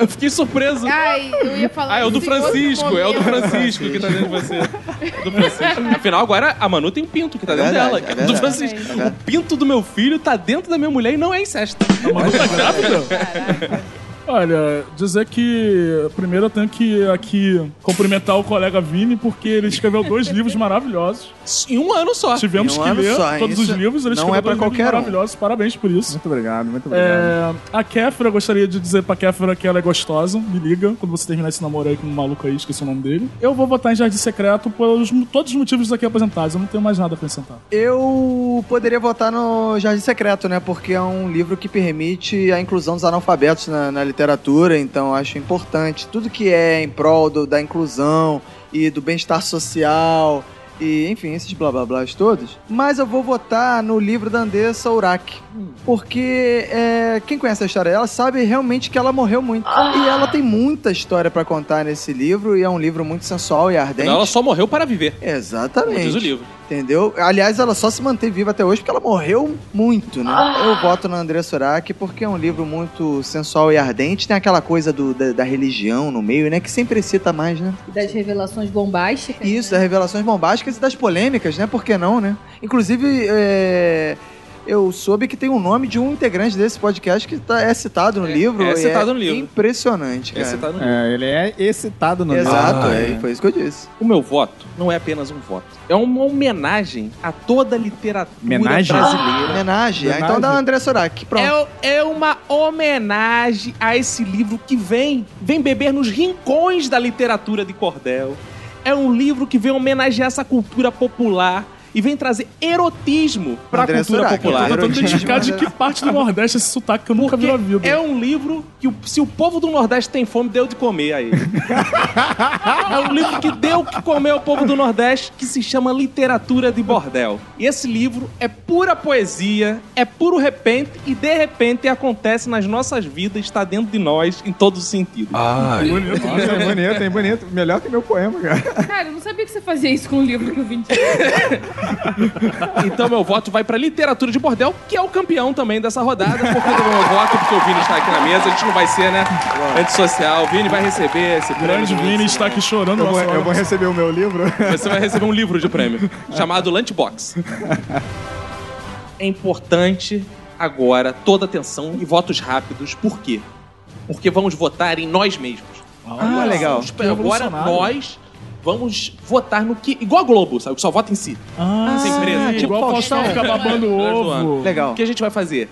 Speaker 2: Eu fiquei surpreso.
Speaker 4: Ai, eu ia falar.
Speaker 2: Ah, é o do
Speaker 4: isso em outro
Speaker 2: Francisco, é o do
Speaker 4: momento.
Speaker 2: Francisco que tá dentro de você. Do Francisco. Afinal, agora a Manu tem um pinto que tá
Speaker 3: É
Speaker 2: dentro
Speaker 3: verdade,
Speaker 2: dela.
Speaker 3: é
Speaker 2: que do
Speaker 3: verdade.
Speaker 2: Francisco.
Speaker 3: É verdade.
Speaker 2: O pinto do meu filho tá dentro da minha mulher e não é incesto.
Speaker 6: Mas tá grávida? Olha, dizer que primeiro eu tenho que aqui cumprimentar o colega Vini, porque ele escreveu dois livros maravilhosos.
Speaker 2: Em um ano só.
Speaker 6: Tivemos
Speaker 3: Em um
Speaker 6: que
Speaker 3: ano
Speaker 6: ler
Speaker 3: só, hein?
Speaker 6: todos os
Speaker 3: Isso
Speaker 6: livros, ele
Speaker 3: não
Speaker 6: escreveu
Speaker 3: é pra
Speaker 6: dois livros
Speaker 3: qualquer um.
Speaker 6: maravilhosos, parabéns por isso.
Speaker 5: Muito obrigado, muito obrigado.
Speaker 6: É, a Kéfera, eu gostaria de dizer pra Kéfera que ela é gostosa. Me liga quando você terminar esse namoro aí com um maluco aí, esqueci o nome dele. Eu vou votar em Jardim Secreto pelos todos os motivos aqui apresentados. Eu não tenho mais nada a acrescentar.
Speaker 3: Eu poderia votar no Jardim Secreto, né? Porque é um livro que permite a inclusão dos analfabetos na, na literatura, então eu acho importante. Tudo que é em prol do- da inclusão e do bem-estar social e, enfim, esses blá blá blá todos. Mas eu vou votar no livro da Andressa Urach. Porque é, quem conhece a história dela sabe realmente que ela morreu muito. E ela tem muita história pra contar nesse livro, e é um livro muito sensual e ardente.
Speaker 2: Não, ela só morreu para viver. Como
Speaker 3: Exatamente.
Speaker 2: diz o livro.
Speaker 3: Entendeu? Aliás, ela só se mantém viva até hoje porque ela morreu muito, né? Eu voto na Andrea Surak porque é um livro muito sensual e ardente. Tem aquela coisa do- da, da religião no meio, né? Que sempre excita mais, né?
Speaker 4: Das revelações bombásticas.
Speaker 3: Isso, das revelações bombásticas e das polêmicas, né? Por que não, né? Inclusive, é, eu soube que tem o nome de um integrante desse podcast que tá- é citado no livro.
Speaker 2: é
Speaker 3: e
Speaker 2: citado no livro.
Speaker 3: Impressionante, cara.
Speaker 2: Esse tá no livro.
Speaker 5: É, ele é excitado no né?
Speaker 2: Ah,
Speaker 3: Exato,
Speaker 5: livro.
Speaker 3: é, foi isso que eu disse.
Speaker 2: O meu voto não é apenas um voto. É uma homenagem a toda a literatura
Speaker 5: Homenagem?
Speaker 2: brasileira.
Speaker 3: Homenagem. Ah, então
Speaker 5: Homenagem.
Speaker 3: dá a Andrea Surak. Pronto.
Speaker 2: É, é uma homenagem a esse livro que vem, vem beber nos rincões da literatura de cordel. É um livro que vem homenagear essa cultura popular e vem trazer erotismo para a
Speaker 3: André
Speaker 2: cultura
Speaker 3: Surak,
Speaker 2: popular.
Speaker 3: né?
Speaker 6: Eu tô tentando
Speaker 3: Erotismo,
Speaker 6: identificar de
Speaker 3: né?
Speaker 6: que parte do Nordeste é esse sotaque que eu nunca vi
Speaker 2: Porque
Speaker 6: na vida.
Speaker 2: é um livro que, o- se o povo do Nordeste tem fome, deu de comer a ele. é um livro que deu o que comer ao povo do Nordeste, que se chama Literatura de Bordel. E esse livro é pura poesia, é puro repente, e de repente acontece nas nossas vidas, está dentro de nós, em todos os sentidos.
Speaker 6: Ah.
Speaker 9: Ai,
Speaker 5: Nossa, é bonito, é bonito. Melhor que meu poema, cara.
Speaker 4: Cara, eu não sabia que você fazia isso com o livro que eu vim dizer.
Speaker 2: Então meu voto vai pra Literatura de Bordel, que é o campeão também dessa rodada. Por conta do meu voto, porque o Vini está aqui na mesa, a gente não vai ser, né, antissocial. O Vini vai receber esse prêmio.
Speaker 6: grande Vini está aqui chorando.
Speaker 5: Eu vou,
Speaker 6: nossa,
Speaker 5: eu vou receber o meu livro.
Speaker 2: Você vai receber um livro de prêmio chamado Lunchbox. É importante agora toda atenção e votos rápidos. Por quê? Porque vamos votar em nós mesmos.
Speaker 3: Ah, legal.
Speaker 2: Vamos- Agora
Speaker 6: revolucionário.
Speaker 2: nós vamos votar no que. Igual a Globo, sabe? Que só vota em si.
Speaker 6: Ah,
Speaker 2: Sem empresa.
Speaker 6: sim, igual o Faustão fica babando o
Speaker 2: Melhor do ano.
Speaker 6: ovo.
Speaker 3: Legal.
Speaker 2: O que a gente vai fazer?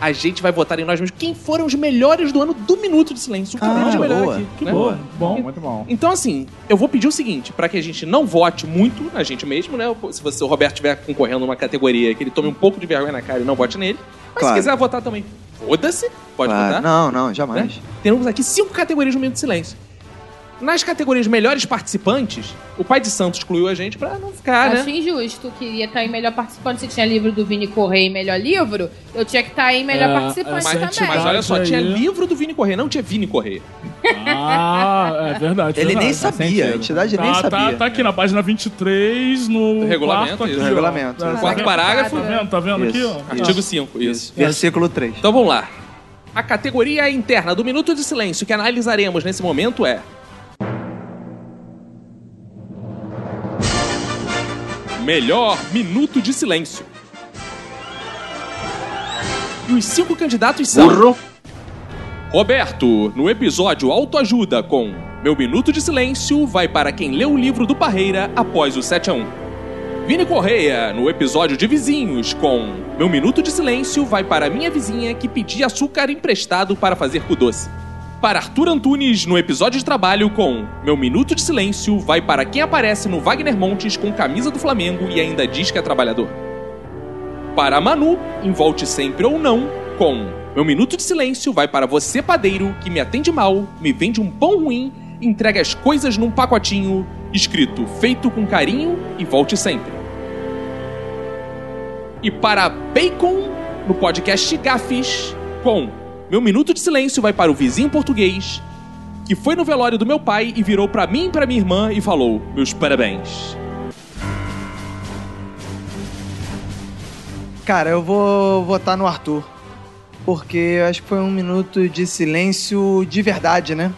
Speaker 2: A gente vai votar em nós mesmos quem foram os melhores do ano do Minuto de Silêncio. O que
Speaker 3: Ah,
Speaker 2: tem de melhor
Speaker 3: boa.
Speaker 2: aqui,
Speaker 3: Que
Speaker 2: né?
Speaker 3: boa.
Speaker 6: Bom,
Speaker 5: muito bom.
Speaker 2: Então, assim, eu vou pedir o seguinte, pra que a gente não vote muito na gente mesmo, né? Se você, o Roberto estiver concorrendo numa categoria que ele tome um pouco de vergonha na cara e não vote nele. Mas
Speaker 3: Claro.
Speaker 2: se quiser votar também, foda-se, pode
Speaker 3: Claro.
Speaker 2: votar. É?
Speaker 3: Não, não, jamais.
Speaker 2: Temos aqui cinco categorias no Minuto de Silêncio. Nas categorias melhores participantes, o Pai de Santos excluiu a gente pra não ficar,
Speaker 4: Acho
Speaker 2: né?
Speaker 4: injusto. Queria estar em melhor participante. Se tinha livro do Vini Correia em melhor livro, eu tinha que estar em melhor
Speaker 6: É,
Speaker 4: participante
Speaker 6: essa
Speaker 4: também.
Speaker 2: Mas, mas olha só,
Speaker 6: Aí.
Speaker 2: tinha livro do Vini Correia, não tinha Vini Correia.
Speaker 6: Ah, é verdade.
Speaker 3: Ele nem
Speaker 5: tá
Speaker 6: verdade.
Speaker 3: sabia, a entidade nem
Speaker 6: Tá, tá,
Speaker 3: sabia.
Speaker 6: tá aqui na página 23, no.
Speaker 2: Regulamento,
Speaker 6: quarto aqui,
Speaker 2: isso.
Speaker 6: ó.
Speaker 3: Regulamento,
Speaker 6: Tá,
Speaker 3: exato.
Speaker 2: Quarto parágrafo,
Speaker 6: Tá vendo? Tá vendo aqui, ó?
Speaker 3: Isso,
Speaker 2: artigo 5, isso.
Speaker 3: Versículo 3.
Speaker 2: Então vamos lá. A categoria interna do Minuto de Silêncio que analisaremos nesse momento é. Melhor Minuto de Silêncio. E os cinco candidatos são. Roberto, no episódio Autoajuda com Meu Minuto de Silêncio vai para quem leu o livro do Parreira após o 7x1. Vini Correia, no episódio de Vizinhos, com Meu Minuto de Silêncio vai para minha vizinha que pedia açúcar emprestado para fazer cu doce. Para Arthur Antunes, no episódio de trabalho, com Meu Minuto de Silêncio vai para quem aparece no Wagner Montes com camisa do Flamengo e ainda diz que é trabalhador. Para Manu, em Volte Sempre ou Não, com Meu Minuto de Silêncio vai para você, padeiro, que me atende mal, me vende um pão ruim, entrega as coisas num pacotinho, escrito Feito com carinho e volte sempre. E para Bacon, no podcast Gafes, com Meu Minuto de Silêncio vai para o vizinho português, que foi no velório do meu pai e virou para mim e para minha irmã e falou: Meus parabéns.
Speaker 3: Cara, eu vou votar no Arthur. Porque eu acho que foi um minuto de silêncio de verdade, né?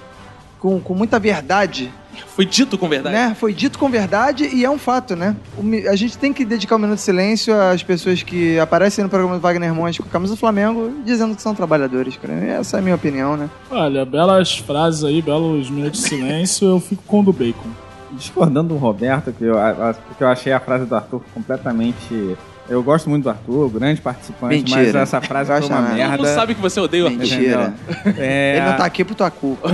Speaker 3: Com, com muita verdade,
Speaker 2: Foi dito com verdade.
Speaker 3: né? Foi dito com verdade e é um fato, né? O mi- a gente tem que dedicar um minuto de silêncio às pessoas que aparecem no programa do Wagner Montes com a camisa do Flamengo, dizendo que são trabalhadores, cara. Essa é a minha opinião, né?
Speaker 6: Olha, belas frases aí, belos minutos de silêncio. Eu fico com o do bacon.
Speaker 5: Discordando do Roberto, que eu, a- a- porque eu achei a frase do Arthur completamente. Eu gosto muito do Arthur, grande participante, mas
Speaker 3: Mentira.
Speaker 5: essa frase
Speaker 3: Não
Speaker 5: foi uma
Speaker 3: acha nada.
Speaker 2: Todo mundo
Speaker 5: merda.
Speaker 2: sabe que você odeia o Arthur.
Speaker 3: Mentira.
Speaker 5: É,
Speaker 3: Ele não tá aqui por tua culpa.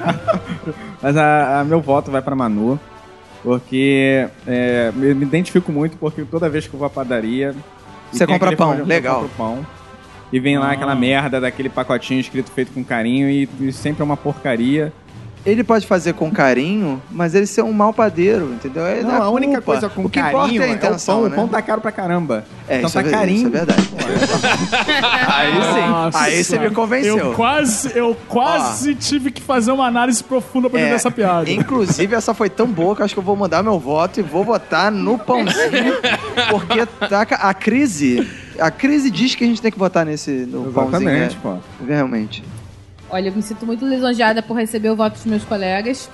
Speaker 5: Mas a, a meu voto vai pra Manu. Porque é, me, me identifico muito, porque toda vez que eu vou à padaria. e
Speaker 3: Você
Speaker 5: tem
Speaker 3: compra
Speaker 5: aquele
Speaker 3: pão,
Speaker 5: pacotinho, eu
Speaker 3: legal.
Speaker 5: compro pão. E vem lá aquela merda daquele pacotinho escrito feito com carinho e, e sempre é uma porcaria.
Speaker 3: Ele pode fazer com carinho, mas ele ser um mau padeiro, entendeu? É da
Speaker 5: a única
Speaker 3: culpa.
Speaker 5: coisa com
Speaker 3: o que
Speaker 5: carinho
Speaker 3: importa é a
Speaker 5: o
Speaker 3: intenção,
Speaker 5: pão.
Speaker 3: né?
Speaker 5: O pão tá caro pra caramba.
Speaker 3: É,
Speaker 5: então
Speaker 3: isso, é
Speaker 5: tá
Speaker 3: ver- isso
Speaker 5: carinho.
Speaker 3: é verdade. Aí sim.
Speaker 6: Nossa.
Speaker 3: Aí você me convenceu.
Speaker 6: Eu quase, eu quase tive que fazer uma análise profunda pra entender
Speaker 3: É,
Speaker 6: essa piada.
Speaker 3: Inclusive, essa foi tão boa que eu acho que eu vou mandar meu voto e vou votar no pãozinho. Porque tá, ca- a crise. A crise diz que a gente tem que votar nesse no
Speaker 5: Exatamente,
Speaker 3: pãozinho.
Speaker 5: pô.
Speaker 3: né? Realmente.
Speaker 4: Olha, eu me sinto muito lisonjeada por receber o voto dos meus colegas.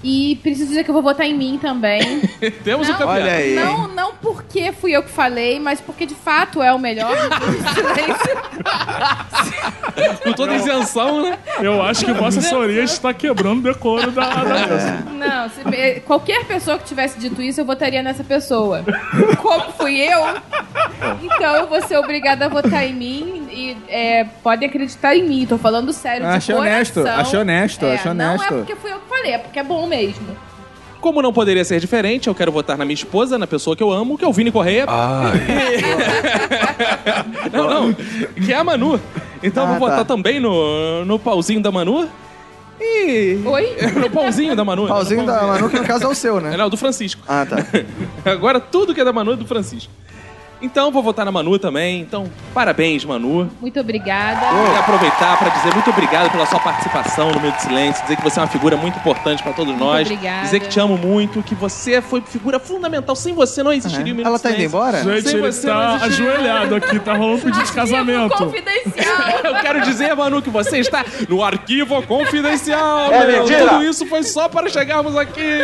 Speaker 4: E preciso dizer que eu vou votar em mim também.
Speaker 2: Temos um
Speaker 4: Não,
Speaker 2: campeão.
Speaker 3: Olha aí.
Speaker 4: Não, não porque fui eu que falei, mas porque de fato é o melhor.
Speaker 2: Com toda isenção, né?
Speaker 6: Eu acho que Vossa Senhoria está tá quebrando o decoro
Speaker 3: É.
Speaker 6: da, da mesa.
Speaker 4: não, se- eh, qualquer pessoa que tivesse dito isso, eu votaria nessa pessoa. Como fui eu, então eu vou ser obrigada a votar em mim e eh, podem acreditar em mim. Tô falando sério. de
Speaker 5: Ah, Achei honesto,
Speaker 4: coração.
Speaker 5: achei honesto,
Speaker 4: É,
Speaker 5: achei
Speaker 4: Não é
Speaker 5: honesto.
Speaker 4: porque fui eu que falei, é porque é bom mesmo.
Speaker 2: Como não poderia ser diferente, eu quero votar na minha esposa, na pessoa que eu amo, que é o Vini Correia. não, não. Que é a Manu. Então eu vou
Speaker 3: Ah, tá.
Speaker 2: votar também no, no pauzinho da Manu. E.
Speaker 4: Oi?
Speaker 2: No pauzinho da Manu.
Speaker 3: Pauzinho
Speaker 2: No
Speaker 3: da Manu, que no caso é o seu, né?
Speaker 2: Não, do Francisco.
Speaker 3: Ah, tá.
Speaker 2: Agora tudo que é da Manu é do Francisco. Então vou votar na Manu também. Então, parabéns, Manu.
Speaker 4: Muito obrigada.
Speaker 2: Queria aproveitar para dizer muito obrigado pela sua participação no Minuto de Silêncio, dizer que você é uma figura muito importante para todos nós.
Speaker 4: obrigada.
Speaker 2: Dizer que te amo muito, que você foi figura fundamental. Sem você não existiria o Minuto
Speaker 3: Ela
Speaker 2: de
Speaker 3: tá indo
Speaker 2: Silêncio.
Speaker 3: embora?
Speaker 6: Gente,
Speaker 2: Sem
Speaker 6: ele
Speaker 2: você
Speaker 6: tá
Speaker 2: não existiria.
Speaker 6: ajoelhado aqui, tá rolando pedido de casamento.
Speaker 4: Confidencial.
Speaker 2: Eu quero dizer, Manu, que você está no arquivo confidencial.
Speaker 3: É,
Speaker 2: meu. Tudo isso foi só para chegarmos aqui.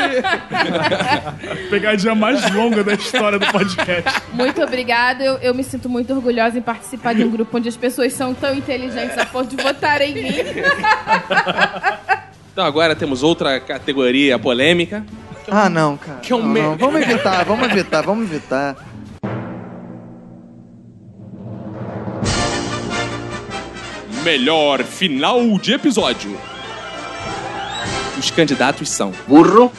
Speaker 6: Pegadinha mais longa da história do podcast.
Speaker 4: Muito obrigada. Eu, eu me sinto muito orgulhosa em participar de um grupo onde as pessoas são tão inteligentes a ponto de votarem em mim.
Speaker 2: Então agora temos outra categoria polêmica.
Speaker 3: Ah, não, cara.
Speaker 2: Que é um
Speaker 3: não,
Speaker 2: me-
Speaker 3: não. Vamos evitar, vamos evitar, vamos evitar.
Speaker 2: Melhor final de episódio. Os candidatos são. Burro.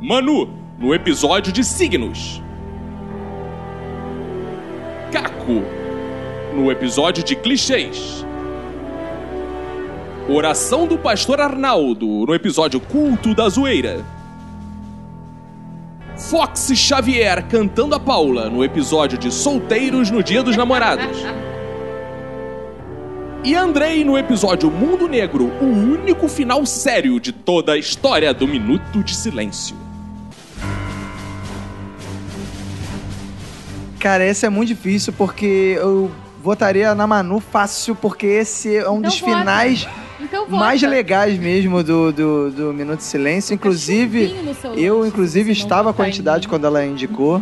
Speaker 2: Manu, no episódio de signos. Caco, no episódio de clichês. Oração do Pastor Arnaldo, no episódio Culto da Zoeira. Fox Xavier cantando a Paula, no episódio de Solteiros no Dia dos Namorados. E Andrei no episódio Mundo Negro, o único final sério de toda a história do Minuto de Silêncio.
Speaker 3: Cara, esse é muito difícil porque eu votaria na Manu fácil, porque esse é um
Speaker 4: Então
Speaker 3: dos
Speaker 4: vota.
Speaker 3: finais
Speaker 4: Então vota.
Speaker 3: mais legais mesmo do, do, do Minuto de Silêncio. Inclusive,
Speaker 4: Chupinho Tá no seu
Speaker 3: eu
Speaker 4: lanche,
Speaker 3: inclusive
Speaker 4: se não
Speaker 3: estava
Speaker 4: votar
Speaker 3: com a
Speaker 4: em
Speaker 3: entidade
Speaker 4: mim.
Speaker 3: quando ela indicou.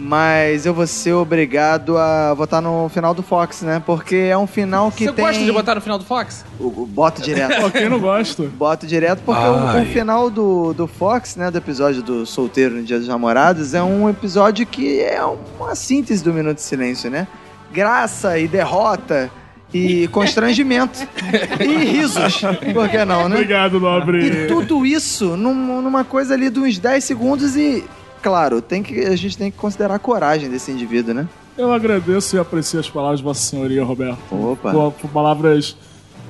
Speaker 3: Mas eu vou ser obrigado a votar no final do Fox, né? Porque é um final que
Speaker 2: Você
Speaker 3: tem.
Speaker 2: gosta de botar no final do Fox?
Speaker 3: O- o- Boto direto.
Speaker 6: Pô, quem não gosta?
Speaker 3: Boto direto porque o, o
Speaker 8: Ai.
Speaker 3: final do, do Fox, né, do episódio do Solteiro no Dia dos Namorados, é um episódio que é uma síntese do Minuto de Silêncio, né? Graça e derrota e constrangimento e risos. Por que não, né?
Speaker 6: Obrigado,
Speaker 3: E
Speaker 6: nobre.
Speaker 3: tudo isso num- numa coisa ali de uns 10 segundos e, claro, tem que, a gente tem que considerar a coragem desse indivíduo, né?
Speaker 6: Eu agradeço e aprecio as palavras de Vossa Senhoria, Roberto.
Speaker 3: Opa.
Speaker 6: Por, por palavras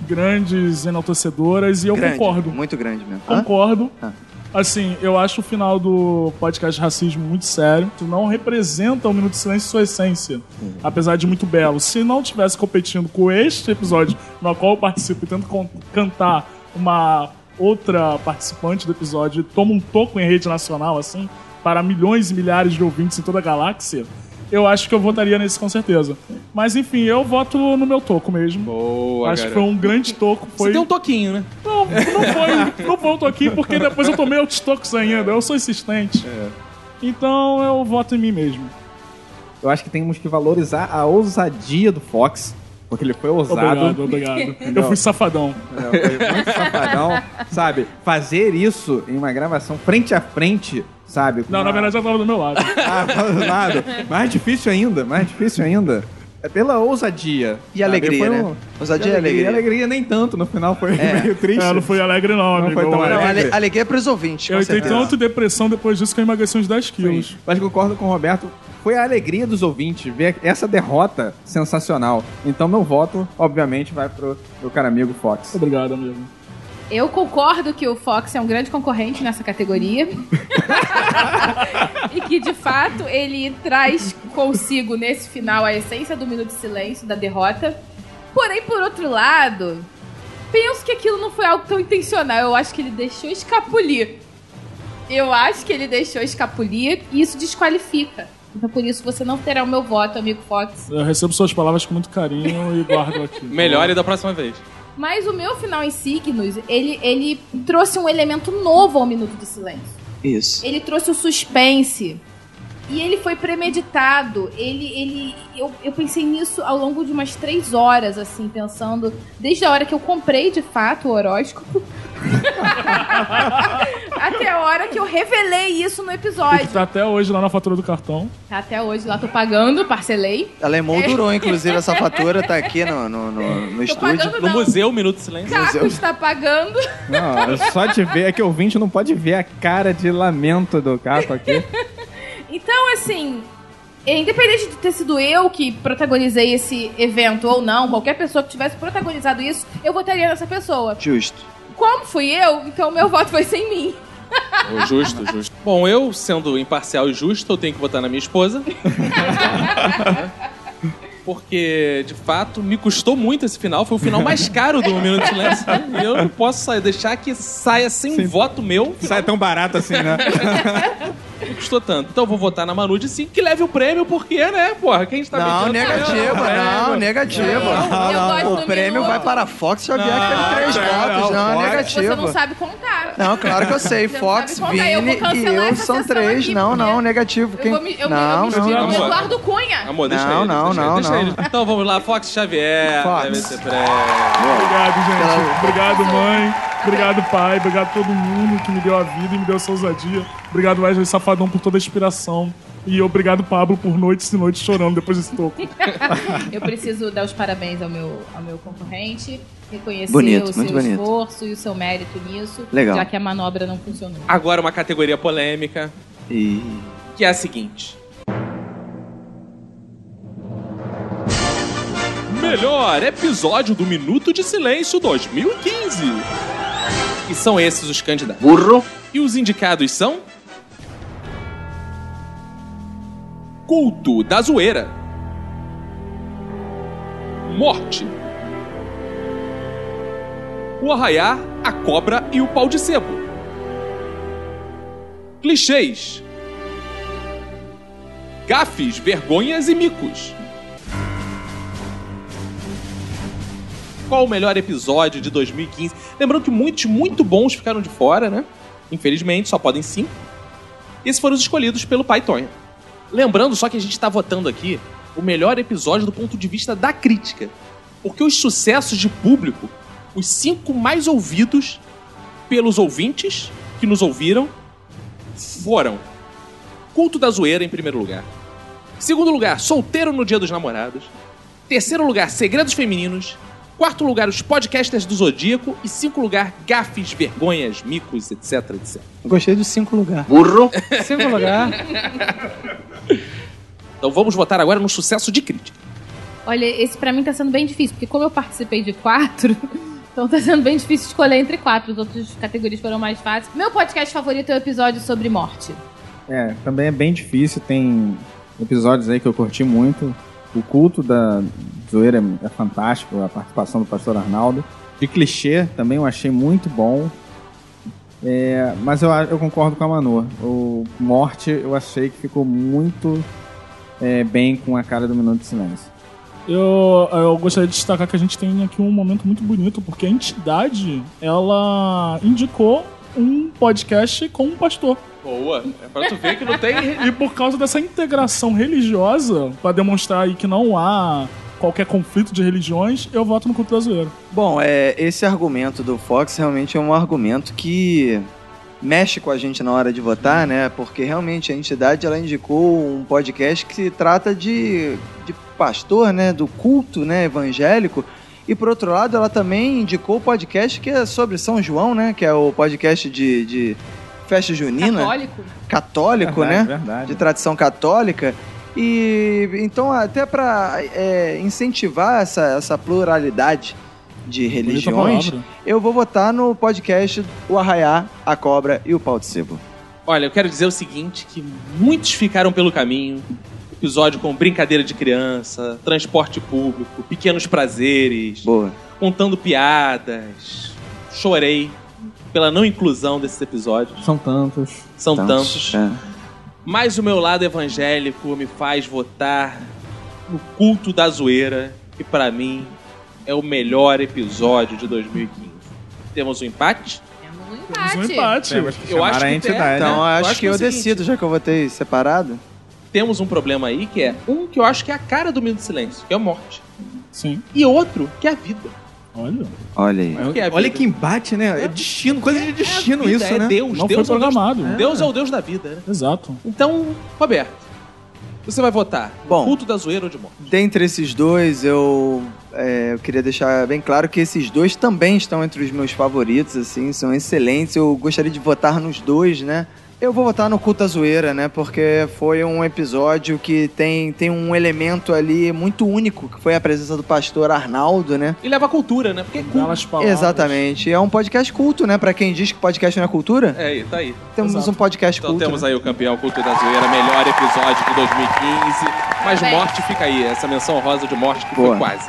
Speaker 6: grandes, enaltecedoras, e eu
Speaker 3: grande,
Speaker 6: concordo.
Speaker 3: Muito grande mesmo. Hã?
Speaker 6: Concordo.
Speaker 3: Ah.
Speaker 6: Assim, eu acho o final do podcast Racismo muito sério. Isso não representa o Minuto de Silêncio em sua essência.
Speaker 3: Uhum.
Speaker 6: Apesar de muito belo. Se não tivesse competindo com este episódio, no qual eu participo e tento con- cantar uma outra participante do episódio e toma um toco em rede nacional, assim, para milhões e milhares de ouvintes em toda a galáxia, eu acho que eu votaria nesse com certeza. Mas enfim, eu voto no meu toco mesmo.
Speaker 2: Boa,
Speaker 6: acho que foi um grande toco. Foi...
Speaker 2: Você tem um toquinho, né?
Speaker 6: Não, não foi. não volto aqui porque depois eu tomei outros toques ainda. Eu sou insistente. Então eu voto em mim mesmo.
Speaker 5: Eu acho que temos que valorizar a ousadia do Fox, porque ele foi ousado.
Speaker 6: Obrigado, obrigado. Eu fui safadão.
Speaker 5: É, foi muito safadão, sabe? Fazer isso em uma gravação frente a frente, sabe? com
Speaker 6: Não, na
Speaker 5: uma-
Speaker 6: verdade eu tava do meu lado.
Speaker 5: Ah, fala do lado. Mais difícil ainda, mais difícil ainda. É pela ousadia.
Speaker 3: E alegria,
Speaker 5: Foi um-
Speaker 3: né? Ousadia e
Speaker 5: alegria.
Speaker 3: alegria.
Speaker 5: alegria nem tanto, no final foi
Speaker 3: É.
Speaker 5: meio triste.
Speaker 6: É, não fui alegre, não,
Speaker 5: Não
Speaker 6: amigo.
Speaker 5: foi tão
Speaker 6: Eu-
Speaker 3: Não,
Speaker 5: alegre.
Speaker 3: ale- alegria pros ouvintes.
Speaker 6: Eu então
Speaker 3: com
Speaker 6: entrei
Speaker 3: certeza.
Speaker 6: tanto em depressão depois disso que eu emagreci uns 10
Speaker 5: Sim.
Speaker 6: quilos.
Speaker 5: Mas concordo com o Roberto. Foi a alegria dos ouvintes ver essa derrota sensacional. Então meu voto, obviamente, vai pro meu caro amigo Fox.
Speaker 6: Obrigado, amigo.
Speaker 4: Eu concordo que o Fox é um grande concorrente nessa categoria. e que, de fato, ele traz consigo, nesse final, a essência do Minuto de Silêncio, da derrota. Porém, por outro lado, penso que aquilo não foi algo tão intencional. Eu acho que ele deixou escapulir. Eu acho que ele deixou escapulir e isso desqualifica. Então, por isso, você não terá o meu voto, amigo Fox.
Speaker 6: Eu recebo suas palavras com muito carinho e guardo aqui.
Speaker 2: Melhore da próxima vez.
Speaker 4: Mas o meu final em signos, ele, ele trouxe um elemento novo ao Minuto de Silêncio.
Speaker 3: Isso.
Speaker 4: Ele trouxe o suspense. E ele foi premeditado. Ele, ele, eu, eu pensei nisso ao longo de umas três horas, assim, pensando. Desde a hora que eu comprei, de fato, o horóscopo. até a hora que eu revelei isso no
Speaker 6: E que
Speaker 4: episódio.
Speaker 6: tá até hoje lá na fatura do cartão.
Speaker 4: Até hoje lá tô pagando, parcelei.
Speaker 3: Ela é emoldurou, inclusive, essa fatura tá aqui no, no, no, no
Speaker 4: Tô
Speaker 3: estúdio.
Speaker 4: pagando
Speaker 2: No
Speaker 4: não.
Speaker 2: museu, Minuto de Silêncio.
Speaker 4: Caco está pagando.
Speaker 5: Não, só de ver. É que o ouvinte não pode ver a cara de lamento do Caco aqui.
Speaker 4: Então, assim, independente de ter sido eu que protagonizei esse evento ou não, qualquer pessoa que tivesse protagonizado isso, eu votaria nessa pessoa.
Speaker 3: Justo.
Speaker 4: Como fui eu, então meu voto vai ser em mim.
Speaker 2: Ô, Justo, justo. Bom, eu, sendo imparcial e justo, eu tenho que votar na minha esposa. Porque, de fato, me custou muito esse final. Foi o final mais caro do Minuto de Silêncio. né? E eu não posso sair- deixar que saia sem voto meu.
Speaker 5: Sai tão barato assim, né?
Speaker 2: Me custou tanto. Então eu vou votar na Manu de 5, que leve o prêmio, porque, né, porra, quem está
Speaker 4: Tá
Speaker 2: metendo-
Speaker 3: Não, negativo, não, negativo.
Speaker 4: É, Não, eu gosto do Ah, é,
Speaker 3: O prêmio
Speaker 4: minuto.
Speaker 3: vai para a Fox Xavier, que teve três votos. Não, é
Speaker 5: Fox.
Speaker 4: Você não
Speaker 3: negativo.
Speaker 4: sabe tá. contar.
Speaker 3: Não, claro que eu sei.
Speaker 4: Você não
Speaker 3: Fox,
Speaker 4: sabe contar, eu vou
Speaker 3: Vini e
Speaker 4: cancelar
Speaker 3: eu
Speaker 4: essa
Speaker 3: são
Speaker 4: sessão
Speaker 3: três.
Speaker 4: aqui,
Speaker 3: não, não,
Speaker 4: porque
Speaker 3: negativo.
Speaker 4: Eu
Speaker 3: Quem-
Speaker 4: vou me, eu,
Speaker 3: não,
Speaker 4: me, eu me
Speaker 2: não,
Speaker 4: não,
Speaker 2: não.
Speaker 4: Eduardo Cunha.
Speaker 2: Amor, deixa
Speaker 3: Não,
Speaker 2: ele,
Speaker 3: não,
Speaker 2: deixa ele,
Speaker 3: não,
Speaker 2: deixa
Speaker 3: não.
Speaker 2: ele. Então vamos lá, Fox Xavier.
Speaker 3: Fox.
Speaker 2: Deve ser prêmio.
Speaker 6: Obrigado, gente. Obrigado, mãe. Obrigado, pai. Obrigado a todo mundo que me deu a vida e me deu essa ousadia. Obrigado, Wesley Safadão, por toda a inspiração. E obrigado, Pablo, por noites e noites chorando depois desse toco.
Speaker 4: Eu preciso dar os parabéns ao meu, ao meu concorrente, reconhecer
Speaker 3: Bonito,
Speaker 4: o seu
Speaker 3: muito bonito.
Speaker 4: esforço e o seu mérito nisso,
Speaker 3: Legal.
Speaker 4: já que a manobra não funcionou.
Speaker 2: Agora uma categoria polêmica,
Speaker 3: Ih,
Speaker 2: que é a seguinte. melhor episódio do Minuto de Silêncio 2015. E são esses os candidatos.
Speaker 10: Burro.
Speaker 2: E os indicados são. Culto da Zoeira. Morte. O Arraiá, a Cobra e o Pau de Sebo. Clichês. Gafes, vergonhas e micos. Qual o melhor episódio de 2015? Lembrando que muitos muito bons ficaram de fora, né? Infelizmente, só podem cinco. Esses foram os escolhidos pelo Pai Tonho. Lembrando só que a gente está votando aqui o melhor episódio do ponto de vista da crítica. Porque os sucessos de público, os cinco mais ouvidos pelos ouvintes que nos ouviram, foram Culto da Zoeira em primeiro lugar. Segundo lugar, Solteiro no Dia dos Namorados. Terceiro lugar, Segredos Femininos. Quarto lugar, os podcasters do Zodíaco. E cinco lugar, gafes, vergonhas, micos, etc, etc.
Speaker 11: Gostei dos cinco lugar.
Speaker 10: Burro.
Speaker 11: Cinco lugar.
Speaker 2: Então vamos votar agora no sucesso de crítica.
Speaker 4: Olha, esse pra mim tá sendo bem difícil, porque como eu participei de quatro, então tá sendo bem difícil escolher entre quatro. As outras categorias foram mais fáceis. Meu podcast favorito é o episódio sobre morte.
Speaker 5: É, também é bem difícil. Tem episódios aí que eu curti muito. O culto da zoeira é fantástico, a participação do pastor Arnaldo. De clichê também eu achei muito bom. É, mas eu, a- eu concordo com a Manu. O Morte eu achei que ficou muito é, bem com a cara do Minuto de Silêncio.
Speaker 6: Eu, eu gostaria de destacar que a gente tem aqui um momento muito bonito, porque a entidade, ela indicou um podcast com um pastor.
Speaker 2: Boa. É pra tu ver que não tem...
Speaker 6: E por causa dessa integração religiosa, pra demonstrar aí que não há qualquer conflito de religiões, eu voto no culto da zoeira.
Speaker 3: Bom, é, esse argumento do Fox realmente é um argumento que mexe com a gente na hora de votar, né? Porque realmente a entidade ela indicou um podcast que se trata de, de pastor, né? Do culto, né? Evangélico. E por outro lado, ela também indicou o podcast que é sobre São João, né? Que é o podcast de, de festa junina
Speaker 4: Católico.
Speaker 3: católico, né?
Speaker 5: Verdade.
Speaker 3: de tradição católica. E então, até para incentivar essa, essa pluralidade de
Speaker 6: Bonita
Speaker 3: religiões,
Speaker 6: palavra.
Speaker 3: eu vou votar no podcast O Arraiá, a Cobra e o Pau de Sebo.
Speaker 2: Olha, eu quero dizer o seguinte, que muitos ficaram pelo caminho. Episódio com brincadeira de criança, transporte público, pequenos prazeres,
Speaker 3: Boa.
Speaker 2: contando piadas. Chorei pela não inclusão desses episódios.
Speaker 5: São tantos.
Speaker 2: São tantos.
Speaker 3: É.
Speaker 2: Mas o meu lado evangélico me faz votar no culto da zoeira, que pra mim é o melhor episódio de 2015. Temos um empate?
Speaker 4: Temos um
Speaker 6: Mas
Speaker 4: empate.
Speaker 6: um empate.
Speaker 2: Eu acho
Speaker 5: É, Chamaram a
Speaker 2: que tem.
Speaker 5: entidade.
Speaker 3: Então,
Speaker 5: né?
Speaker 3: eu acho,
Speaker 2: acho
Speaker 3: que
Speaker 2: o
Speaker 3: eu
Speaker 2: seguinte-
Speaker 3: decido, já que eu votei separado.
Speaker 2: Temos um problema aí que é um que eu acho que é a cara do Minuto de Silêncio, que é a morte.
Speaker 6: Sim,
Speaker 2: E outro que é a vida.
Speaker 6: olha.
Speaker 3: Olha aí.
Speaker 2: que é a
Speaker 5: Olha
Speaker 2: vida.
Speaker 5: que embate, né? É destino, coisa de destino
Speaker 2: Vida
Speaker 5: isso,
Speaker 2: é
Speaker 5: né?
Speaker 2: Deus,
Speaker 6: Não
Speaker 2: Deus
Speaker 6: foi
Speaker 2: é o Deus-
Speaker 6: programado.
Speaker 2: Deus é o Deus da vida, né?
Speaker 6: Exato.
Speaker 2: Então, Roberto, você vai votar no
Speaker 3: Bom.
Speaker 2: culto da zoeira ou de morte?
Speaker 3: Dentre esses dois, eu, é, eu queria deixar bem claro que esses dois também estão entre os meus favoritos, assim, são excelentes. Eu gostaria de votar nos dois, né? Eu vou votar no Culto à Zoeira, né? Porque foi um episódio que tem, tem um elemento ali muito único, que foi a presença do pastor Arnaldo, né?
Speaker 2: E leva a cultura, né? Porque é culto.
Speaker 6: Belas palavras.
Speaker 3: Exatamente. É um podcast culto, né? Pra quem diz que podcast não é cultura,
Speaker 2: É aí, tá aí.
Speaker 3: temos
Speaker 6: exato.
Speaker 3: um podcast
Speaker 2: Então
Speaker 3: culto.
Speaker 2: temos
Speaker 3: né?
Speaker 2: aí o campeão Culto da Zoeira, melhor episódio de 2015. Mas
Speaker 4: Bem.
Speaker 2: morte fica aí, essa menção rosa de morte que
Speaker 3: Boa.
Speaker 2: foi quase.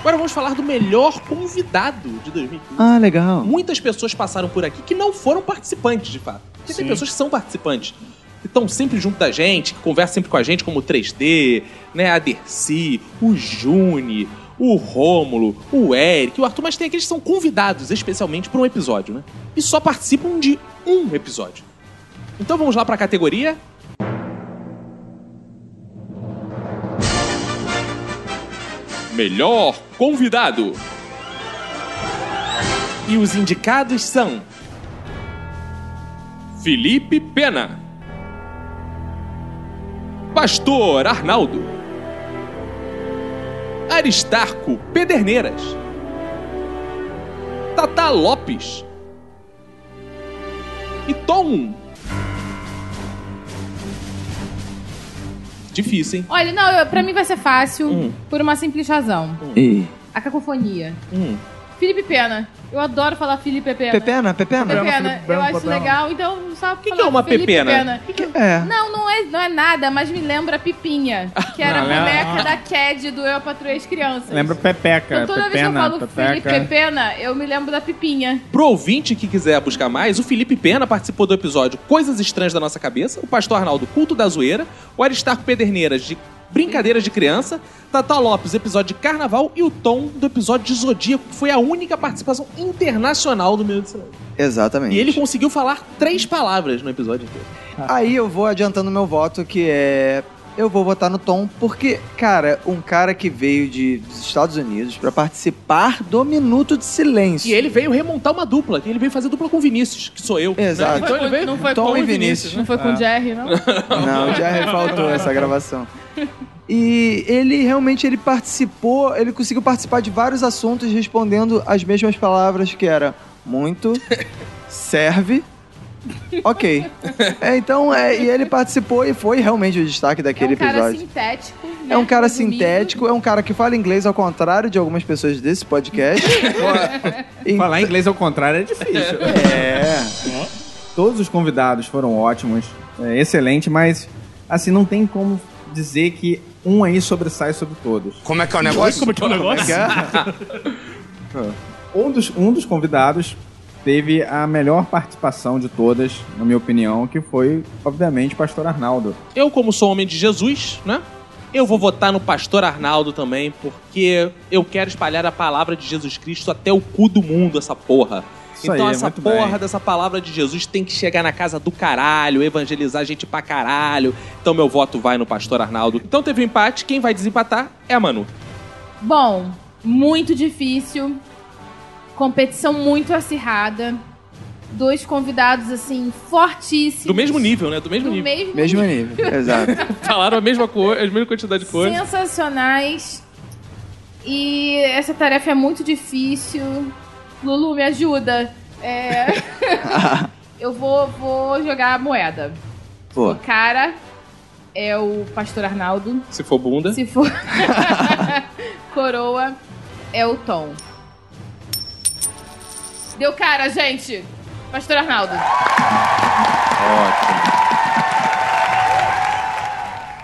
Speaker 2: Agora vamos falar do melhor convidado de 2015.
Speaker 3: Ah, legal.
Speaker 2: Muitas pessoas passaram por aqui que não foram participantes, de fato. Porque tem
Speaker 6: Sim.
Speaker 2: pessoas que são participantes, que estão sempre junto da gente, que conversam sempre com a gente, como o 3D, né, a Dercy, o Juni, o Rômulo, o Eric, o Arthur, mas tem aqueles que são convidados especialmente para um episódio, né? E só participam de um episódio. Então vamos lá para a categoria Melhor convidado. E os indicados são Felipe Pena, Pastor Arnaldo, Aristarco Pederneiras, Tata Lopes e Tom. Difícil, hein?
Speaker 4: Olha, não, eu- pra mim vai ser fácil
Speaker 2: Um.
Speaker 4: por uma simples razão.
Speaker 3: Ih.
Speaker 4: A cacofonia.
Speaker 2: Um.
Speaker 4: Felipe Pena. Eu adoro falar Felipe Pena.
Speaker 3: Pepena, Pepena?
Speaker 4: Pepena,
Speaker 5: Pepena,
Speaker 4: eu acho
Speaker 5: Pepena.
Speaker 4: legal, então só
Speaker 2: que é uma pepena?
Speaker 3: É.
Speaker 4: Não, não é, não é nada, mas me lembra Pipinha, que era
Speaker 2: é
Speaker 4: a
Speaker 5: Não, lembra-
Speaker 4: boneca da Cad do Eu Patrulhei as Crianças.
Speaker 5: Lembra Pepeca,
Speaker 4: Então, toda vez que eu
Speaker 5: Pepena,
Speaker 4: falo Felipe
Speaker 5: Pepeca.
Speaker 4: Pepena, eu me lembro da Pipinha.
Speaker 2: Pro ouvinte que quiser buscar mais, o Felipe Pena participou do episódio Coisas Estranhas da Nossa Cabeça, o Pastor Arnaldo Culto da Zoeira, o Aristarco Pederneiras de Brincadeiras de Criança, Tata Lopes, episódio de Carnaval, e o Tom do episódio de Zodíaco, que foi a única participação internacional do Minuto de Silêncio.
Speaker 3: Exatamente.
Speaker 2: E ele conseguiu falar três palavras no episódio inteiro.
Speaker 3: Aí eu vou adiantando meu voto, que é. Eu vou votar no Tom, porque, cara, um cara que veio de, dos Estados Unidos pra participar do Minuto de Silêncio.
Speaker 2: E ele veio remontar uma dupla, que ele veio fazer dupla com Vinícius, que sou eu.
Speaker 3: Exato.
Speaker 2: Né? Então ele veio...
Speaker 4: não foi
Speaker 3: Tom
Speaker 4: com
Speaker 3: e Vinícius. né? Ah.
Speaker 4: Não foi com o Jerry, não?
Speaker 3: Não, já faltou essa gravação. E ele realmente ele participou, ele conseguiu participar de vários assuntos respondendo as mesmas palavras que era muito, serve, ok. É, então, é, e ele participou e foi realmente o destaque daquele
Speaker 4: é um cara
Speaker 3: episódio.
Speaker 4: sintético. né?
Speaker 3: É um cara
Speaker 4: Resumindo.
Speaker 3: sintético, é um cara que fala inglês ao contrário de algumas pessoas desse podcast. né, Em-
Speaker 5: Falar inglês ao contrário é difícil.
Speaker 3: É.
Speaker 5: Todos os convidados foram ótimos, é, excelente, mas assim, não tem como dizer que um aí sobressai sobre todos.
Speaker 1: Como é que é o negócio? Como é que é o negócio?
Speaker 5: Um dos, um dos convidados teve a melhor participação de todas, na minha opinião, que foi, obviamente, Pastor Arnaldo.
Speaker 2: Eu, como sou um homem de Jesus, né? Eu vou votar no pastor Arnaldo também, porque eu quero espalhar a palavra de Jesus Cristo até o cu do mundo, essa porra.
Speaker 5: Isso
Speaker 2: Então
Speaker 5: aí, é
Speaker 2: essa
Speaker 5: muito
Speaker 2: porra
Speaker 5: bem.
Speaker 2: dessa palavra de Jesus tem que chegar na casa do caralho, evangelizar gente pra caralho. Então meu voto vai no pastor Arnaldo. Então teve um empate, quem vai desempatar é a Manu.
Speaker 4: Bom, muito difícil. Competição muito acirrada. Dois convidados, assim, fortíssimos.
Speaker 2: Do mesmo nível, né? Do mesmo
Speaker 4: Do
Speaker 2: nível.
Speaker 4: mesmo
Speaker 3: Mesmo nível, exato.
Speaker 2: Falaram a mesma cor, a mesma quantidade de cores.
Speaker 4: Sensacionais. E essa tarefa é muito difícil. Lulu, me ajuda. É... Eu vou, vou jogar a moeda.
Speaker 3: Pô,
Speaker 4: O cara é o Pastor Arnaldo.
Speaker 2: Se for bunda.
Speaker 4: Se for coroa, é o Tom. Deu cara, gente. Pastor Arnaldo.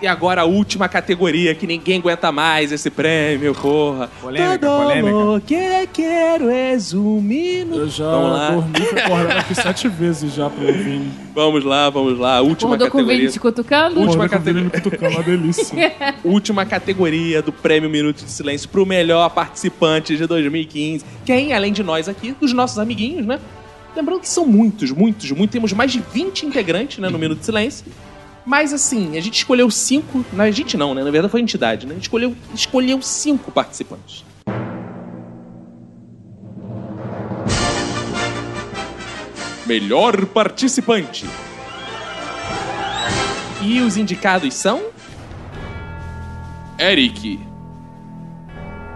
Speaker 2: E agora a última categoria que ninguém aguenta mais esse prêmio, porra.
Speaker 5: Polêmica,
Speaker 2: Todo
Speaker 5: polêmica.
Speaker 2: amor que quero és um minuto.
Speaker 6: Eu já
Speaker 2: Vamos lá.
Speaker 6: dormi e fui acordado aqui sete vezes já pra ouvir.
Speaker 2: Vamos lá, vamos lá. Última
Speaker 4: Acordou com o
Speaker 2: categoria.
Speaker 4: Vini te cutucando?
Speaker 2: Última
Speaker 6: Acordei com
Speaker 2: categoria.
Speaker 6: o Vini me cutucando, uma delícia.
Speaker 2: Última categoria do prêmio Minuto de Silêncio pro melhor participante de 2015. Quem, além de nós aqui, dos nossos amiguinhos, né? Lembrando que são muitos, muitos, muitos. Temos mais de 20 integrantes né, no Minuto de Silêncio. Mas assim, a gente escolheu cinco. Não, a gente não, né? Na verdade foi a entidade, né? A gente escolheu, escolheu cinco participantes. Melhor participante. E os indicados são. Eric,